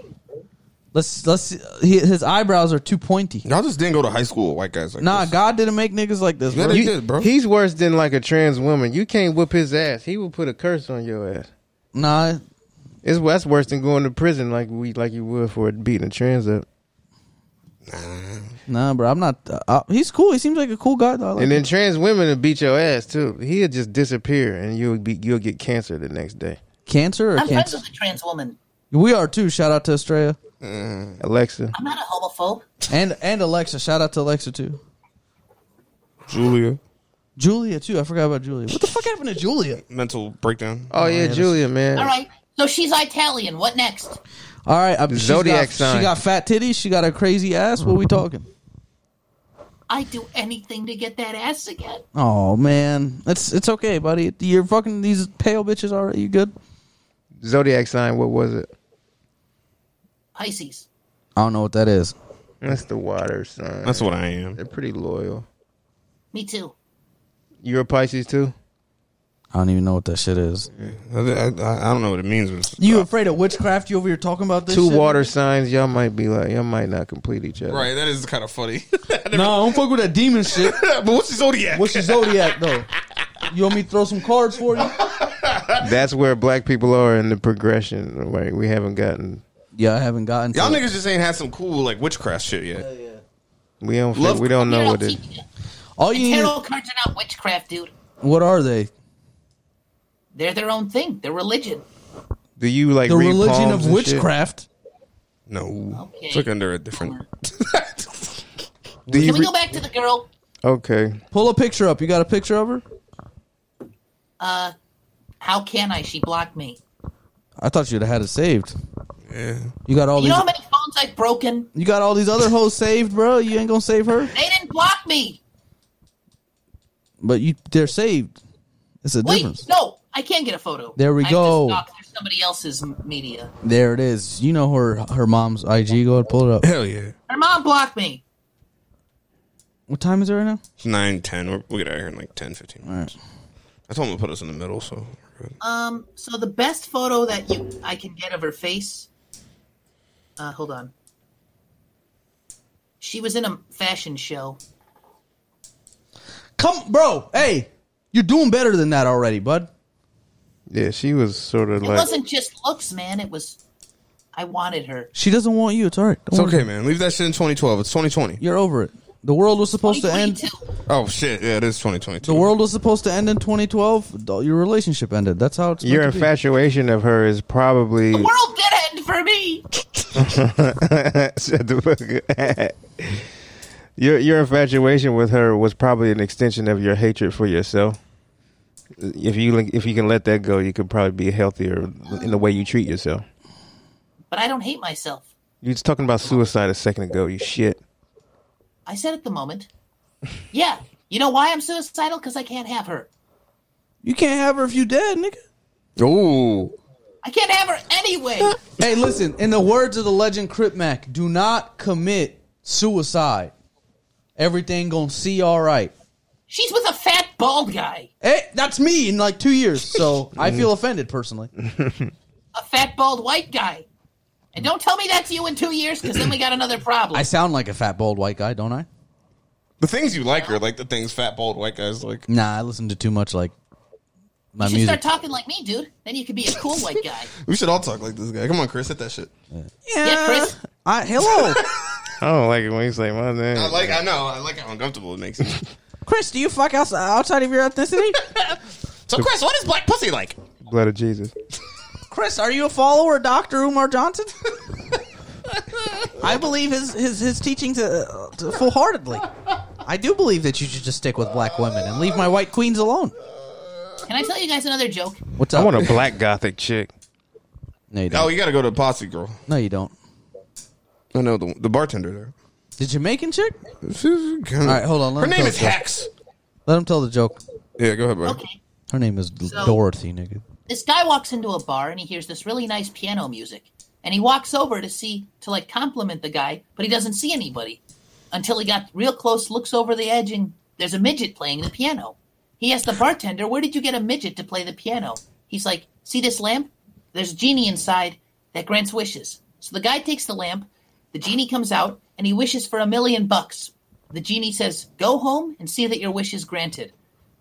[SPEAKER 3] Let's let's. See, he- his eyebrows are too pointy.
[SPEAKER 2] Y'all just didn't go to high school, white guys. Like
[SPEAKER 3] Nah,
[SPEAKER 2] this.
[SPEAKER 3] God didn't make niggas like this.
[SPEAKER 2] Yeah,
[SPEAKER 3] Bro.
[SPEAKER 2] they
[SPEAKER 3] You-
[SPEAKER 2] did, bro.
[SPEAKER 1] He's worse than like a trans woman. You can't whip his ass. He will put a curse on your ass.
[SPEAKER 3] Nah,
[SPEAKER 1] It's that's worse than going to prison like we like you would for beating a trans up.
[SPEAKER 3] nah, bro. I'm not. Uh, uh, he's cool. He seems like a cool guy, though. I like
[SPEAKER 1] And then
[SPEAKER 3] him.
[SPEAKER 1] trans women will beat your ass too. He'll just disappear and you'll be you'll get cancer the next day.
[SPEAKER 3] cancer or
[SPEAKER 23] I'm friends
[SPEAKER 3] cancer?
[SPEAKER 23] with a trans woman.
[SPEAKER 3] We are too. Shout out to Australia
[SPEAKER 1] Mm-hmm. Alexa.
[SPEAKER 23] I'm not a homophobe.
[SPEAKER 3] and and Alexa. Shout out to Alexa too.
[SPEAKER 2] Julia,
[SPEAKER 3] Julia too. I forgot about Julia. What the fuck happened to Julia?
[SPEAKER 2] mental breakdown.
[SPEAKER 1] Oh yeah, Julia, man.
[SPEAKER 23] All right, so she's Italian. What next?
[SPEAKER 3] All right, I'm,
[SPEAKER 1] Zodiac
[SPEAKER 3] she's got,
[SPEAKER 1] sign.
[SPEAKER 3] She got fat titties. She got a crazy ass. What we talking?
[SPEAKER 23] I'd do anything to get that ass again.
[SPEAKER 3] Oh man, it's it's okay, buddy. You're fucking these pale bitches. Already, you good?
[SPEAKER 1] Zodiac sign. What was it?
[SPEAKER 23] Pisces.
[SPEAKER 3] I don't know what that is.
[SPEAKER 1] That's the water sign.
[SPEAKER 2] That's what I am.
[SPEAKER 1] They're pretty loyal.
[SPEAKER 23] Me too.
[SPEAKER 1] You're a Pisces too.
[SPEAKER 3] I don't even know what that shit is.
[SPEAKER 2] I, I, I don't know what it means. But it's-
[SPEAKER 3] You afraid of witchcraft? You over here talking about this?
[SPEAKER 1] Two
[SPEAKER 3] shit?
[SPEAKER 1] water signs. Y'all might be like y'all might not complete each other.
[SPEAKER 2] right. That is kind of funny.
[SPEAKER 3] Nah, I don't fuck with that demon shit.
[SPEAKER 2] but what's his zodiac?
[SPEAKER 3] What's your zodiac though? You want me to throw some cards for you?
[SPEAKER 1] That's where black people are in the progression. Right, we haven't gotten.
[SPEAKER 3] Yeah, I haven't gotten.
[SPEAKER 2] Y'all niggas just ain't had some cool like witchcraft shit yet.
[SPEAKER 1] We don't.
[SPEAKER 2] Love-
[SPEAKER 1] we don't know what it.
[SPEAKER 3] All you need.
[SPEAKER 23] Tarot cards are not witchcraft, dude.
[SPEAKER 3] What are they?
[SPEAKER 23] They're their own thing. They're religion.
[SPEAKER 1] Do you like
[SPEAKER 3] The
[SPEAKER 1] read
[SPEAKER 3] religion
[SPEAKER 1] palms
[SPEAKER 3] of
[SPEAKER 1] and shit?
[SPEAKER 3] witchcraft.
[SPEAKER 2] No,
[SPEAKER 23] Okay.
[SPEAKER 2] it's like under a different.
[SPEAKER 1] Do you
[SPEAKER 23] Can we
[SPEAKER 1] re-
[SPEAKER 23] go back to the girl?
[SPEAKER 1] okay.
[SPEAKER 3] Pull a picture up. You got a picture of her?
[SPEAKER 23] Uh, how can I? She blocked me.
[SPEAKER 3] I thought you'd have had it saved. Yeah. You got all
[SPEAKER 23] you
[SPEAKER 3] Oh, these.
[SPEAKER 23] know how many phones I've broken?
[SPEAKER 3] you got all these other hoes saved, bro. You ain't gonna save her,
[SPEAKER 23] They didn't block me.
[SPEAKER 3] but you they're saved. It's a
[SPEAKER 23] Wait,
[SPEAKER 3] difference.
[SPEAKER 23] no, I can't get a photo.
[SPEAKER 3] There we
[SPEAKER 23] I'm
[SPEAKER 3] go.
[SPEAKER 23] Just talking through somebody else's m- media.
[SPEAKER 3] There it is. You know her her mom's IG. Go ahead, pull it up.
[SPEAKER 2] Hell yeah.
[SPEAKER 23] Her mom blocked me.
[SPEAKER 3] What time is it right now?
[SPEAKER 2] It's nine ten. We're, we'll get out of here in like 10, 15 minutes. I told him to put us in the middle, so we're good.
[SPEAKER 23] Um, so the best photo that you I can get of her face. Uh, hold on. She was in a fashion show.
[SPEAKER 3] Come, bro. Hey, you're doing better than that already, bud.
[SPEAKER 1] Yeah, she was sort of
[SPEAKER 23] It
[SPEAKER 1] like
[SPEAKER 23] wasn't just looks, man. It was. I wanted her.
[SPEAKER 3] She doesn't want you. It's all right.
[SPEAKER 2] It's okay, man. Leave that shit in 2012. It's 2020.
[SPEAKER 3] You're over it. The world was supposed to end.
[SPEAKER 2] Oh shit! Yeah, it is 2022.
[SPEAKER 3] The world was supposed to end in 2012. Th- Your relationship ended. That's how it's. meant
[SPEAKER 1] your
[SPEAKER 3] to be.
[SPEAKER 1] infatuation of her is probably
[SPEAKER 23] The world did end for me.
[SPEAKER 1] Shut the fuck up. your your infatuation with her was probably an extension of your hatred for yourself. If you if you can let that go, you could probably be healthier in the way you treat yourself.
[SPEAKER 23] But I don't hate myself.
[SPEAKER 1] You was talking about suicide a second ago. You shit.
[SPEAKER 23] I said at the moment. Yeah. You know why I'm suicidal? Because I can't have her.
[SPEAKER 3] You can't have her if you dead, nigga.
[SPEAKER 2] Oh.
[SPEAKER 23] I can't have her anyway.
[SPEAKER 3] Hey, listen. In the words of the legend Crip Mac, do not commit suicide. Everything gonna see all right.
[SPEAKER 23] She's with a fat bald guy.
[SPEAKER 3] Hey, that's me in like two years, so I feel
[SPEAKER 1] Mm.
[SPEAKER 3] offended personally.
[SPEAKER 23] A fat bald white guy. And don't tell me that's you in two years, because then we got another problem.
[SPEAKER 3] I sound like a fat bald white guy, don't I?
[SPEAKER 2] The things you like are like the things fat bald white guys like.
[SPEAKER 3] Nah, I listen to too much like my
[SPEAKER 23] you should
[SPEAKER 3] music.
[SPEAKER 23] start talking like me, dude. Then you could be a cool white guy.
[SPEAKER 2] We should all talk like this guy. Come on, Chris, hit that shit.
[SPEAKER 23] Yeah, Chris.
[SPEAKER 3] I, hello,
[SPEAKER 1] I don't like it when you say my name.
[SPEAKER 2] I like. I know. I like how uncomfortable it makes me.
[SPEAKER 3] Chris. Do you fuck outside, outside of your ethnicity?
[SPEAKER 2] so, Chris, what is black pussy like?
[SPEAKER 1] Blood of Jesus.
[SPEAKER 3] Chris, are you a follower of Doctor Umar Johnson? I believe his his his teachings uh, uh, full heartedly. I do believe that you should just stick with black women and leave my white queens alone.
[SPEAKER 23] Can I tell you guys another joke?
[SPEAKER 3] What's
[SPEAKER 1] I want a black gothic chick.
[SPEAKER 3] No, you
[SPEAKER 2] Oh, you got to go to Posse Girl.
[SPEAKER 3] No, you don't.
[SPEAKER 2] I know the, the bartender there.
[SPEAKER 3] The Jamaican chick?
[SPEAKER 2] All
[SPEAKER 3] right, hold on. let
[SPEAKER 2] Her
[SPEAKER 3] him
[SPEAKER 2] name
[SPEAKER 3] tell
[SPEAKER 2] is
[SPEAKER 3] the joke.
[SPEAKER 2] Hex.
[SPEAKER 3] Let him tell the joke.
[SPEAKER 2] Yeah, go ahead, bro.
[SPEAKER 3] Her name is
[SPEAKER 23] So-
[SPEAKER 3] Dorothy, nigga.
[SPEAKER 23] This guy walks into a bar and he hears this really nice piano music, and he walks over to see to like compliment the guy, but he doesn't see anybody until he got real close, looks over the edge, and there's a midget playing the piano. He asked the bartender, "Where did you get a midget to play the piano?" He's like, "See this lamp? There's a genie inside that grants wishes." So the guy takes the lamp, the genie comes out, and he wishes for a million bucks. The genie says, "Go home and see that your wish is granted."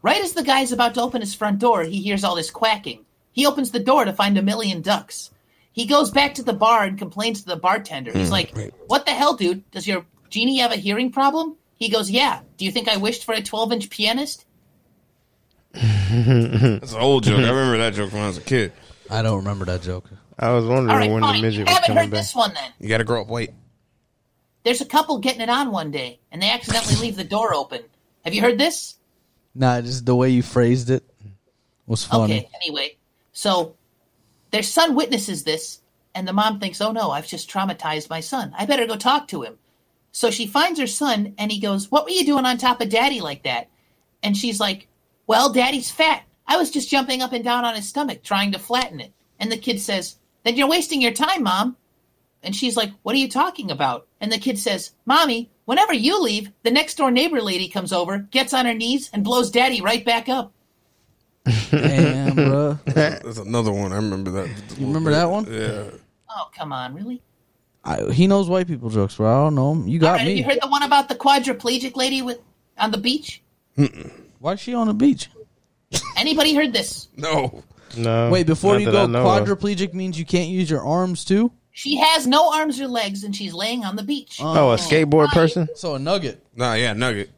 [SPEAKER 23] Right as the guy's about to open his front door, he hears all this quacking. He opens the door to find a million ducks. He goes back to the bar and complains to the bartender. He's
[SPEAKER 14] Hmm,
[SPEAKER 23] like, What the hell, dude? Does your genie have a hearing problem? He goes, Yeah. Do you think I wished for a 12 inch pianist?
[SPEAKER 2] That's an old joke. I remember that joke when I was a kid.
[SPEAKER 3] Hmm. I don't remember that joke.
[SPEAKER 1] I was wondering
[SPEAKER 23] All right,
[SPEAKER 1] when
[SPEAKER 23] fine.
[SPEAKER 1] the
[SPEAKER 23] You
[SPEAKER 1] midget was
[SPEAKER 23] haven't
[SPEAKER 1] coming
[SPEAKER 23] heard
[SPEAKER 1] back.
[SPEAKER 23] this one then.
[SPEAKER 2] You got to grow up. Wait.
[SPEAKER 23] There's a couple getting it on one day, and they accidentally leave the door open. Have you heard this?
[SPEAKER 3] Nah, just the way you phrased it was funny.
[SPEAKER 23] Okay, anyway. So their son witnesses this, and the mom thinks, oh no, I've just traumatized my son. I better go talk to him. So she finds her son, and he goes, What were you doing on top of daddy like that? And she's like, Well, daddy's fat. I was just jumping up and down on his stomach trying to flatten it. And the kid says, Then you're wasting your time, mom. And she's like, What are you talking about? And the kid says, Mommy, whenever you leave, the next door neighbor lady comes over, gets on her knees, and blows daddy right back up.
[SPEAKER 3] Damn, bro.
[SPEAKER 2] That's another one. I remember that.
[SPEAKER 3] You remember that one?
[SPEAKER 2] Yeah.
[SPEAKER 23] Oh, come on, really?
[SPEAKER 3] I, he knows white people jokes, bro. I don't know him. You got
[SPEAKER 23] Alright,
[SPEAKER 3] me.
[SPEAKER 23] Have you heard the one about the quadriplegic lady with on the beach?
[SPEAKER 3] Why is she on the beach?
[SPEAKER 23] Anybody heard this?
[SPEAKER 2] No.
[SPEAKER 1] No.
[SPEAKER 3] Wait, before
[SPEAKER 1] not
[SPEAKER 3] you
[SPEAKER 1] that
[SPEAKER 3] go,
[SPEAKER 1] I know of.
[SPEAKER 3] quadriplegic means you can't use your arms too.
[SPEAKER 23] She has no arms or legs, and she's laying on the beach.
[SPEAKER 1] Oh, a skateboard person?
[SPEAKER 3] So a nugget.
[SPEAKER 2] Nah, yeah, Nugget.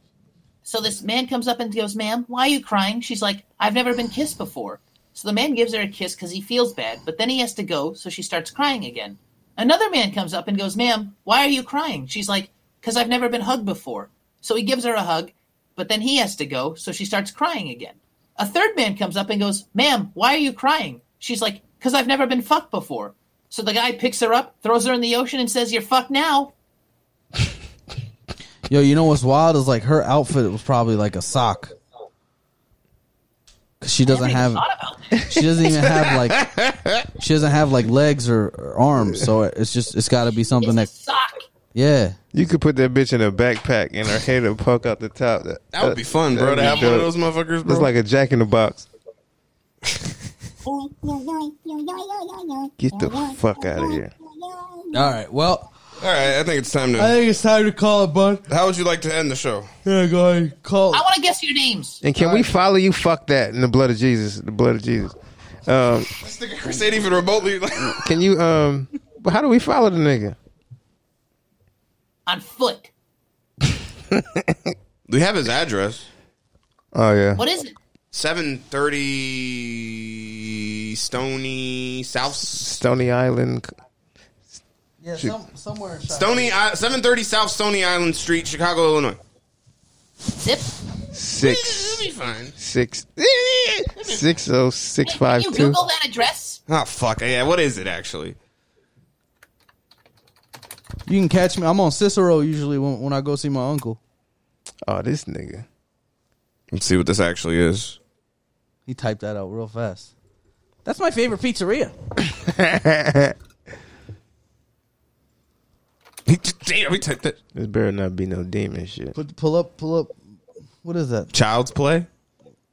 [SPEAKER 23] So this man comes up and goes, "Ma'am, why are you crying?" She's like, "I've never been kissed before." So the man gives her a kiss because he feels bad, but then he has to go, so she starts crying again. Another man comes up and goes, "Ma'am, why are you crying?" She's like, "Cause I've never been hugged before." So he gives her a hug, but then he has to go, so she starts crying again. A third man comes up and goes, Ma'am, why are you crying? She's like, Because I've never been fucked before. So the guy picks her up, throws her in the ocean, and says, You're fucked now.
[SPEAKER 3] Yo, you know what's wild is like her outfit was probably like a sock. Cause she doesn't have. She doesn't even have like. She doesn't have like legs or, or arms, so it's just it's got to be something that. Yeah.
[SPEAKER 1] You could put that bitch in a backpack and her head would poke out the top. That,
[SPEAKER 2] That would be fun, bro,
[SPEAKER 1] that'd
[SPEAKER 2] to have
[SPEAKER 1] be
[SPEAKER 2] one of
[SPEAKER 1] dope.
[SPEAKER 2] those motherfuckers, bro.
[SPEAKER 1] It's like a jack in the box. Get the fuck out of here.
[SPEAKER 3] All right. Well.
[SPEAKER 2] All right. I think it's time to.
[SPEAKER 3] I think it's time to call it, bud.
[SPEAKER 2] How would you like to end the show?
[SPEAKER 3] Yeah, go ahead. Call.
[SPEAKER 23] I want to guess your names.
[SPEAKER 1] And can we follow you? Fuck that in the blood of Jesus. The blood of Jesus. Um,
[SPEAKER 2] This nigga Chris ain't even remotely. Like,
[SPEAKER 1] can you? Um, how do we follow the nigga?
[SPEAKER 23] On foot.
[SPEAKER 2] we have his address.
[SPEAKER 1] Oh yeah.
[SPEAKER 23] What is it?
[SPEAKER 2] Seven thirty Stony South
[SPEAKER 1] Stony Island.
[SPEAKER 3] Yeah,
[SPEAKER 1] Shoot.
[SPEAKER 3] some, somewhere.
[SPEAKER 2] Stony seven thirty South Stony Island Street, Chicago, Illinois.
[SPEAKER 23] Zip.
[SPEAKER 1] Six.
[SPEAKER 2] It'll be fine.
[SPEAKER 1] Six. Six oh six five
[SPEAKER 23] Can you
[SPEAKER 1] two.
[SPEAKER 23] Google that address?
[SPEAKER 2] Oh fuck! Yeah, what is it actually?
[SPEAKER 3] You can catch me. I'm on Cicero usually when, when I go see my uncle.
[SPEAKER 1] Oh, this nigga.
[SPEAKER 2] Let's see what this actually is.
[SPEAKER 3] He typed that out real fast. That's my favorite pizzeria.
[SPEAKER 2] Damn, we typed it.
[SPEAKER 1] This better not be no demon shit.
[SPEAKER 3] Put, pull up, pull up. What is that?
[SPEAKER 2] Child's play.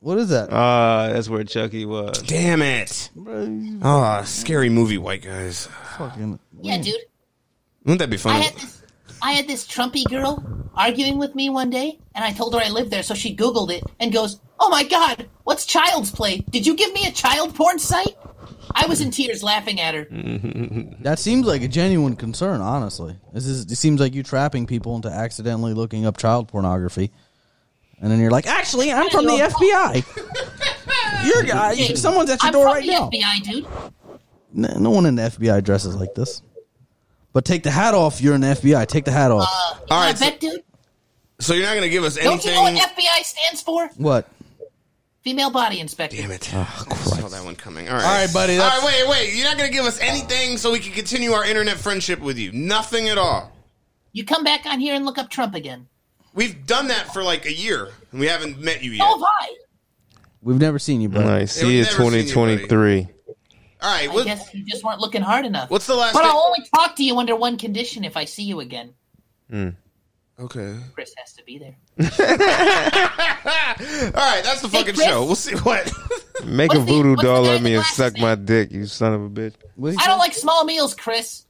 [SPEAKER 3] What is that?
[SPEAKER 1] Ah, that's where Chucky was.
[SPEAKER 2] Damn it!
[SPEAKER 3] Bro,
[SPEAKER 2] Ah, scary movie, white guys.
[SPEAKER 3] Fucking.
[SPEAKER 23] Yeah, dude.
[SPEAKER 2] Wouldn't that be
[SPEAKER 23] I
[SPEAKER 2] funny?
[SPEAKER 23] had this I had this Trumpy girl arguing with me one day, and I told her I lived there, so she Googled it and goes, Oh my god, what's child's play? Did you give me a child porn site? I was in tears laughing at her.
[SPEAKER 3] that seems like a genuine concern, honestly. This is, it seems like you trapping people into accidentally looking up child pornography. And then you're like, actually, I'm from the FBI. Your guy,
[SPEAKER 23] Hey,
[SPEAKER 3] someone's at your
[SPEAKER 23] I'm
[SPEAKER 3] door
[SPEAKER 23] from
[SPEAKER 3] right
[SPEAKER 23] the
[SPEAKER 3] now.
[SPEAKER 23] FBI, dude.
[SPEAKER 3] No, no one in the FBI dresses like this. But take the hat off. You're in the FBI. Take the hat off.
[SPEAKER 23] Uh,
[SPEAKER 2] All right,
[SPEAKER 23] I bet, dude.
[SPEAKER 2] so you're not gonna give us
[SPEAKER 23] Don't you know what
[SPEAKER 2] anything.
[SPEAKER 23] FBI stands for?
[SPEAKER 3] what?
[SPEAKER 23] Female body inspector.
[SPEAKER 2] Damn it!
[SPEAKER 3] I
[SPEAKER 2] saw that one coming. All right,
[SPEAKER 3] Ah, All right, buddy,
[SPEAKER 2] All
[SPEAKER 3] that's-
[SPEAKER 2] right, wait, wait. You're not gonna give us anything so we can continue our internet friendship with you. Nothing at all.
[SPEAKER 23] You come back on here and look up Trump again.
[SPEAKER 2] We've done that for like a year, and we haven't met you yet.
[SPEAKER 23] Oh, hi.
[SPEAKER 3] We've never seen you, bro.
[SPEAKER 1] I see it. Twenty twenty three.
[SPEAKER 2] All right,
[SPEAKER 23] I guess you just weren't looking hard enough.
[SPEAKER 2] What's the last
[SPEAKER 23] But
[SPEAKER 2] thing-
[SPEAKER 23] I'll only talk to you under one condition if I see you again.
[SPEAKER 1] Mm.
[SPEAKER 2] Okay.
[SPEAKER 23] Chris has to be there.
[SPEAKER 2] All right, that's the
[SPEAKER 23] Hey,
[SPEAKER 2] fucking
[SPEAKER 23] Chris.
[SPEAKER 2] show. We'll see what.
[SPEAKER 1] Make a
[SPEAKER 23] What's the-
[SPEAKER 1] voodoo
[SPEAKER 23] what's the
[SPEAKER 1] doll
[SPEAKER 23] guy
[SPEAKER 1] of
[SPEAKER 23] in
[SPEAKER 1] me
[SPEAKER 23] the
[SPEAKER 1] and suck my dick, you son of a bitch.
[SPEAKER 23] I don't like small meals, Chris.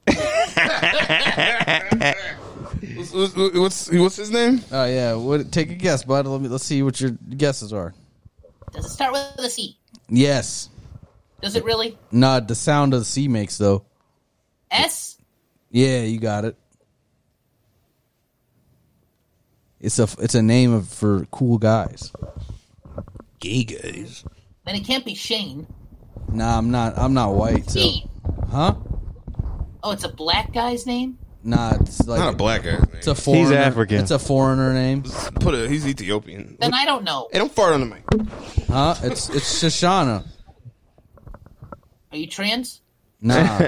[SPEAKER 2] What's, what's what's his name?
[SPEAKER 3] Oh yeah. What? Take a guess, bud. Let me. Let's see what your guesses are.
[SPEAKER 23] Does it start with a C?
[SPEAKER 3] Yes.
[SPEAKER 23] Does it really?
[SPEAKER 3] Nah. The sound of the sea makes though.
[SPEAKER 23] S?
[SPEAKER 3] Yeah, you got it. It's a it's a name of, for cool guys.
[SPEAKER 2] Gay guys.
[SPEAKER 23] Then it can't be Shane.
[SPEAKER 3] Nah, I'm not. I'm not white. So.
[SPEAKER 23] T.
[SPEAKER 3] Huh?
[SPEAKER 23] Oh, it's a black guy's name?
[SPEAKER 3] Nah. It's like
[SPEAKER 2] Not a black guy.
[SPEAKER 3] It's a foreigner.
[SPEAKER 1] African.
[SPEAKER 3] It's a foreigner name.
[SPEAKER 2] Put a he's Ethiopian.
[SPEAKER 23] Then I don't know.
[SPEAKER 2] Hey, don't fart on the mic.
[SPEAKER 3] Huh? It's it's Shoshana.
[SPEAKER 23] Are you trans?
[SPEAKER 3] Nah.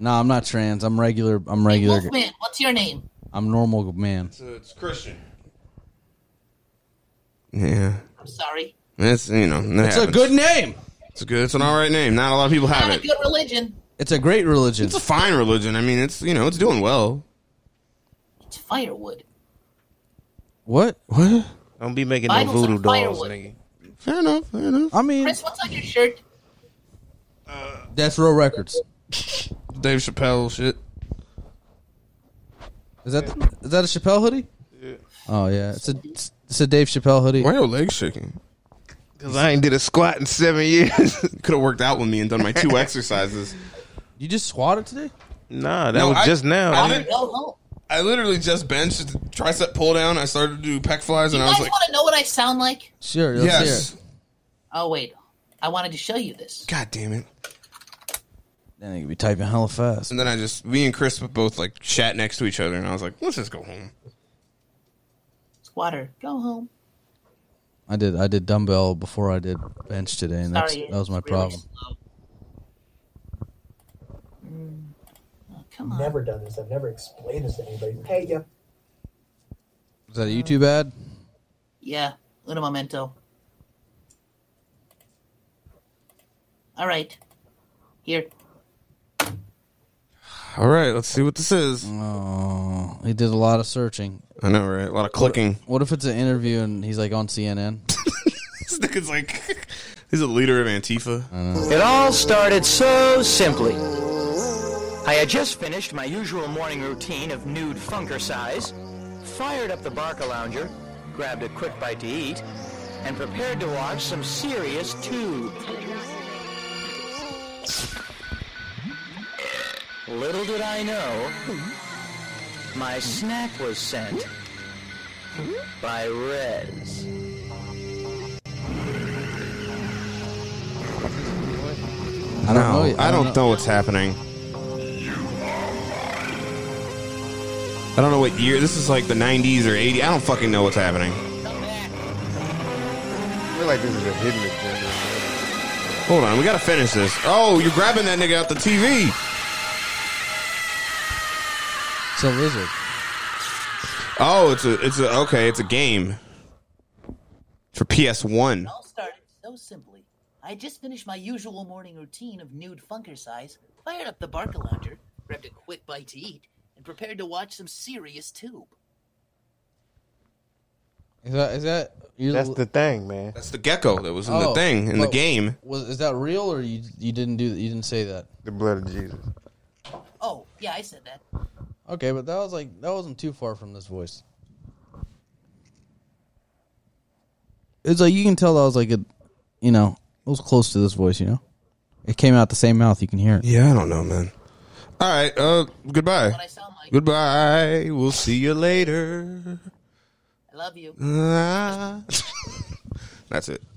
[SPEAKER 3] nah, I'm not trans. I'm regular. I'm regular.
[SPEAKER 23] Wolfman, what's your name?
[SPEAKER 3] I'm normal man.
[SPEAKER 2] So it's Christian. Yeah,
[SPEAKER 23] I'm sorry.
[SPEAKER 2] that's you know. that
[SPEAKER 3] It's a
[SPEAKER 2] happens.
[SPEAKER 3] good name.
[SPEAKER 2] It's a good. It's an all right name. Not a lot of people have
[SPEAKER 23] Not a
[SPEAKER 2] it.
[SPEAKER 23] good religion.
[SPEAKER 3] It's a great religion.
[SPEAKER 2] It's a fine religion. I mean, it's you know, it's doing well.
[SPEAKER 23] It's firewood.
[SPEAKER 3] What?
[SPEAKER 2] What?
[SPEAKER 1] Don't be making no
[SPEAKER 23] Bibles
[SPEAKER 1] voodoo
[SPEAKER 23] and
[SPEAKER 1] dolls,
[SPEAKER 23] firewood.
[SPEAKER 1] nigga.
[SPEAKER 2] Fair enough. Fair enough.
[SPEAKER 3] I mean,
[SPEAKER 23] Chris, what's on your shirt?
[SPEAKER 3] Death Row Records.
[SPEAKER 2] Dave Chappelle shit.
[SPEAKER 3] Is that is that a Chappelle hoodie? Yeah. Oh yeah, it's a it's a Dave Chappelle hoodie.
[SPEAKER 2] Why are your legs shaking?
[SPEAKER 1] Cause I ain't did a squat in seven years.
[SPEAKER 2] You could have worked out with me and done my two exercises.
[SPEAKER 3] You just squatted today?
[SPEAKER 1] nah, that
[SPEAKER 2] No,
[SPEAKER 1] was
[SPEAKER 2] I-
[SPEAKER 1] just now.
[SPEAKER 2] I
[SPEAKER 1] I,
[SPEAKER 2] didn't-
[SPEAKER 23] No, no.
[SPEAKER 2] I literally just benched the tricep pull down. I started to do pec flies,
[SPEAKER 23] You
[SPEAKER 2] and I
[SPEAKER 23] guys
[SPEAKER 2] was like,
[SPEAKER 23] want to know what I sound like?
[SPEAKER 3] Sure. Let's
[SPEAKER 2] "Yes,
[SPEAKER 3] hear it.
[SPEAKER 23] Oh, wait. I wanted to show you this.
[SPEAKER 2] god damn it!"
[SPEAKER 3] That nigga be typing hella fast.
[SPEAKER 2] And then I just, me and Chris both like shat next to each other, and I was like, "Let's just go home."
[SPEAKER 23] Squatter, go home.
[SPEAKER 3] I did I did dumbbell before I did bench today, and that's,
[SPEAKER 23] Sorry,
[SPEAKER 3] that was my
[SPEAKER 23] it's really
[SPEAKER 3] problem.
[SPEAKER 23] Mm. Oh, Come on.
[SPEAKER 24] Never done this. I've never explained this to anybody. Hey, yeah.
[SPEAKER 3] Is that a YouTube ad?
[SPEAKER 23] Yeah, un momento. All right. Here.
[SPEAKER 2] All right, let's see what this is.
[SPEAKER 3] Oh, he did a lot of searching.
[SPEAKER 2] I know, right? A lot of clicking.
[SPEAKER 3] What, what if it's an interview and he's like on CNN?
[SPEAKER 2] this nigga's like, he's a leader of Antifa.
[SPEAKER 3] Uh,
[SPEAKER 8] It all started so simply. I had just finished my usual morning routine of nude funker size, fired up the Barca Lounger, grabbed a quick bite to eat, and prepared to watch some serious tube. Little did I know, my snack was sent by Rez.
[SPEAKER 3] I don't know.
[SPEAKER 2] I don't, know. what's happening. I don't know what year. This is like the 90s or 80s. I don't fucking know what's happening.
[SPEAKER 7] I feel like this is a hidden agenda.
[SPEAKER 2] Hold on, we gotta finish this. Oh, you're grabbing that nigga out the TV.
[SPEAKER 3] It's a lizard.
[SPEAKER 2] Oh, it's a, it's a, okay, it's a game for PS One.
[SPEAKER 23] It all started so simply. I just finished my usual morning routine of nude funker size, fired up the Barca Lounger, grabbed a quick bite to eat, and prepared to watch some serious tube.
[SPEAKER 3] Is that is that you
[SPEAKER 7] That's the thing, man.
[SPEAKER 2] That's the gecko that was in the
[SPEAKER 3] Oh,
[SPEAKER 2] thing in the
[SPEAKER 3] but
[SPEAKER 2] game.
[SPEAKER 3] Was is that real or you you didn't do you didn't say that?
[SPEAKER 7] The blood of Jesus.
[SPEAKER 23] Oh, yeah, I said that.
[SPEAKER 3] Okay, but that was like that wasn't too far from this voice. It's like you can tell that was like a, you know, it was close to this voice. You know, it came out the same mouth. You can hear it.
[SPEAKER 2] Yeah, I don't know, man. All right, uh, goodbye. Goodbye. We'll see you later.
[SPEAKER 23] I love you.
[SPEAKER 2] Ah. That's it.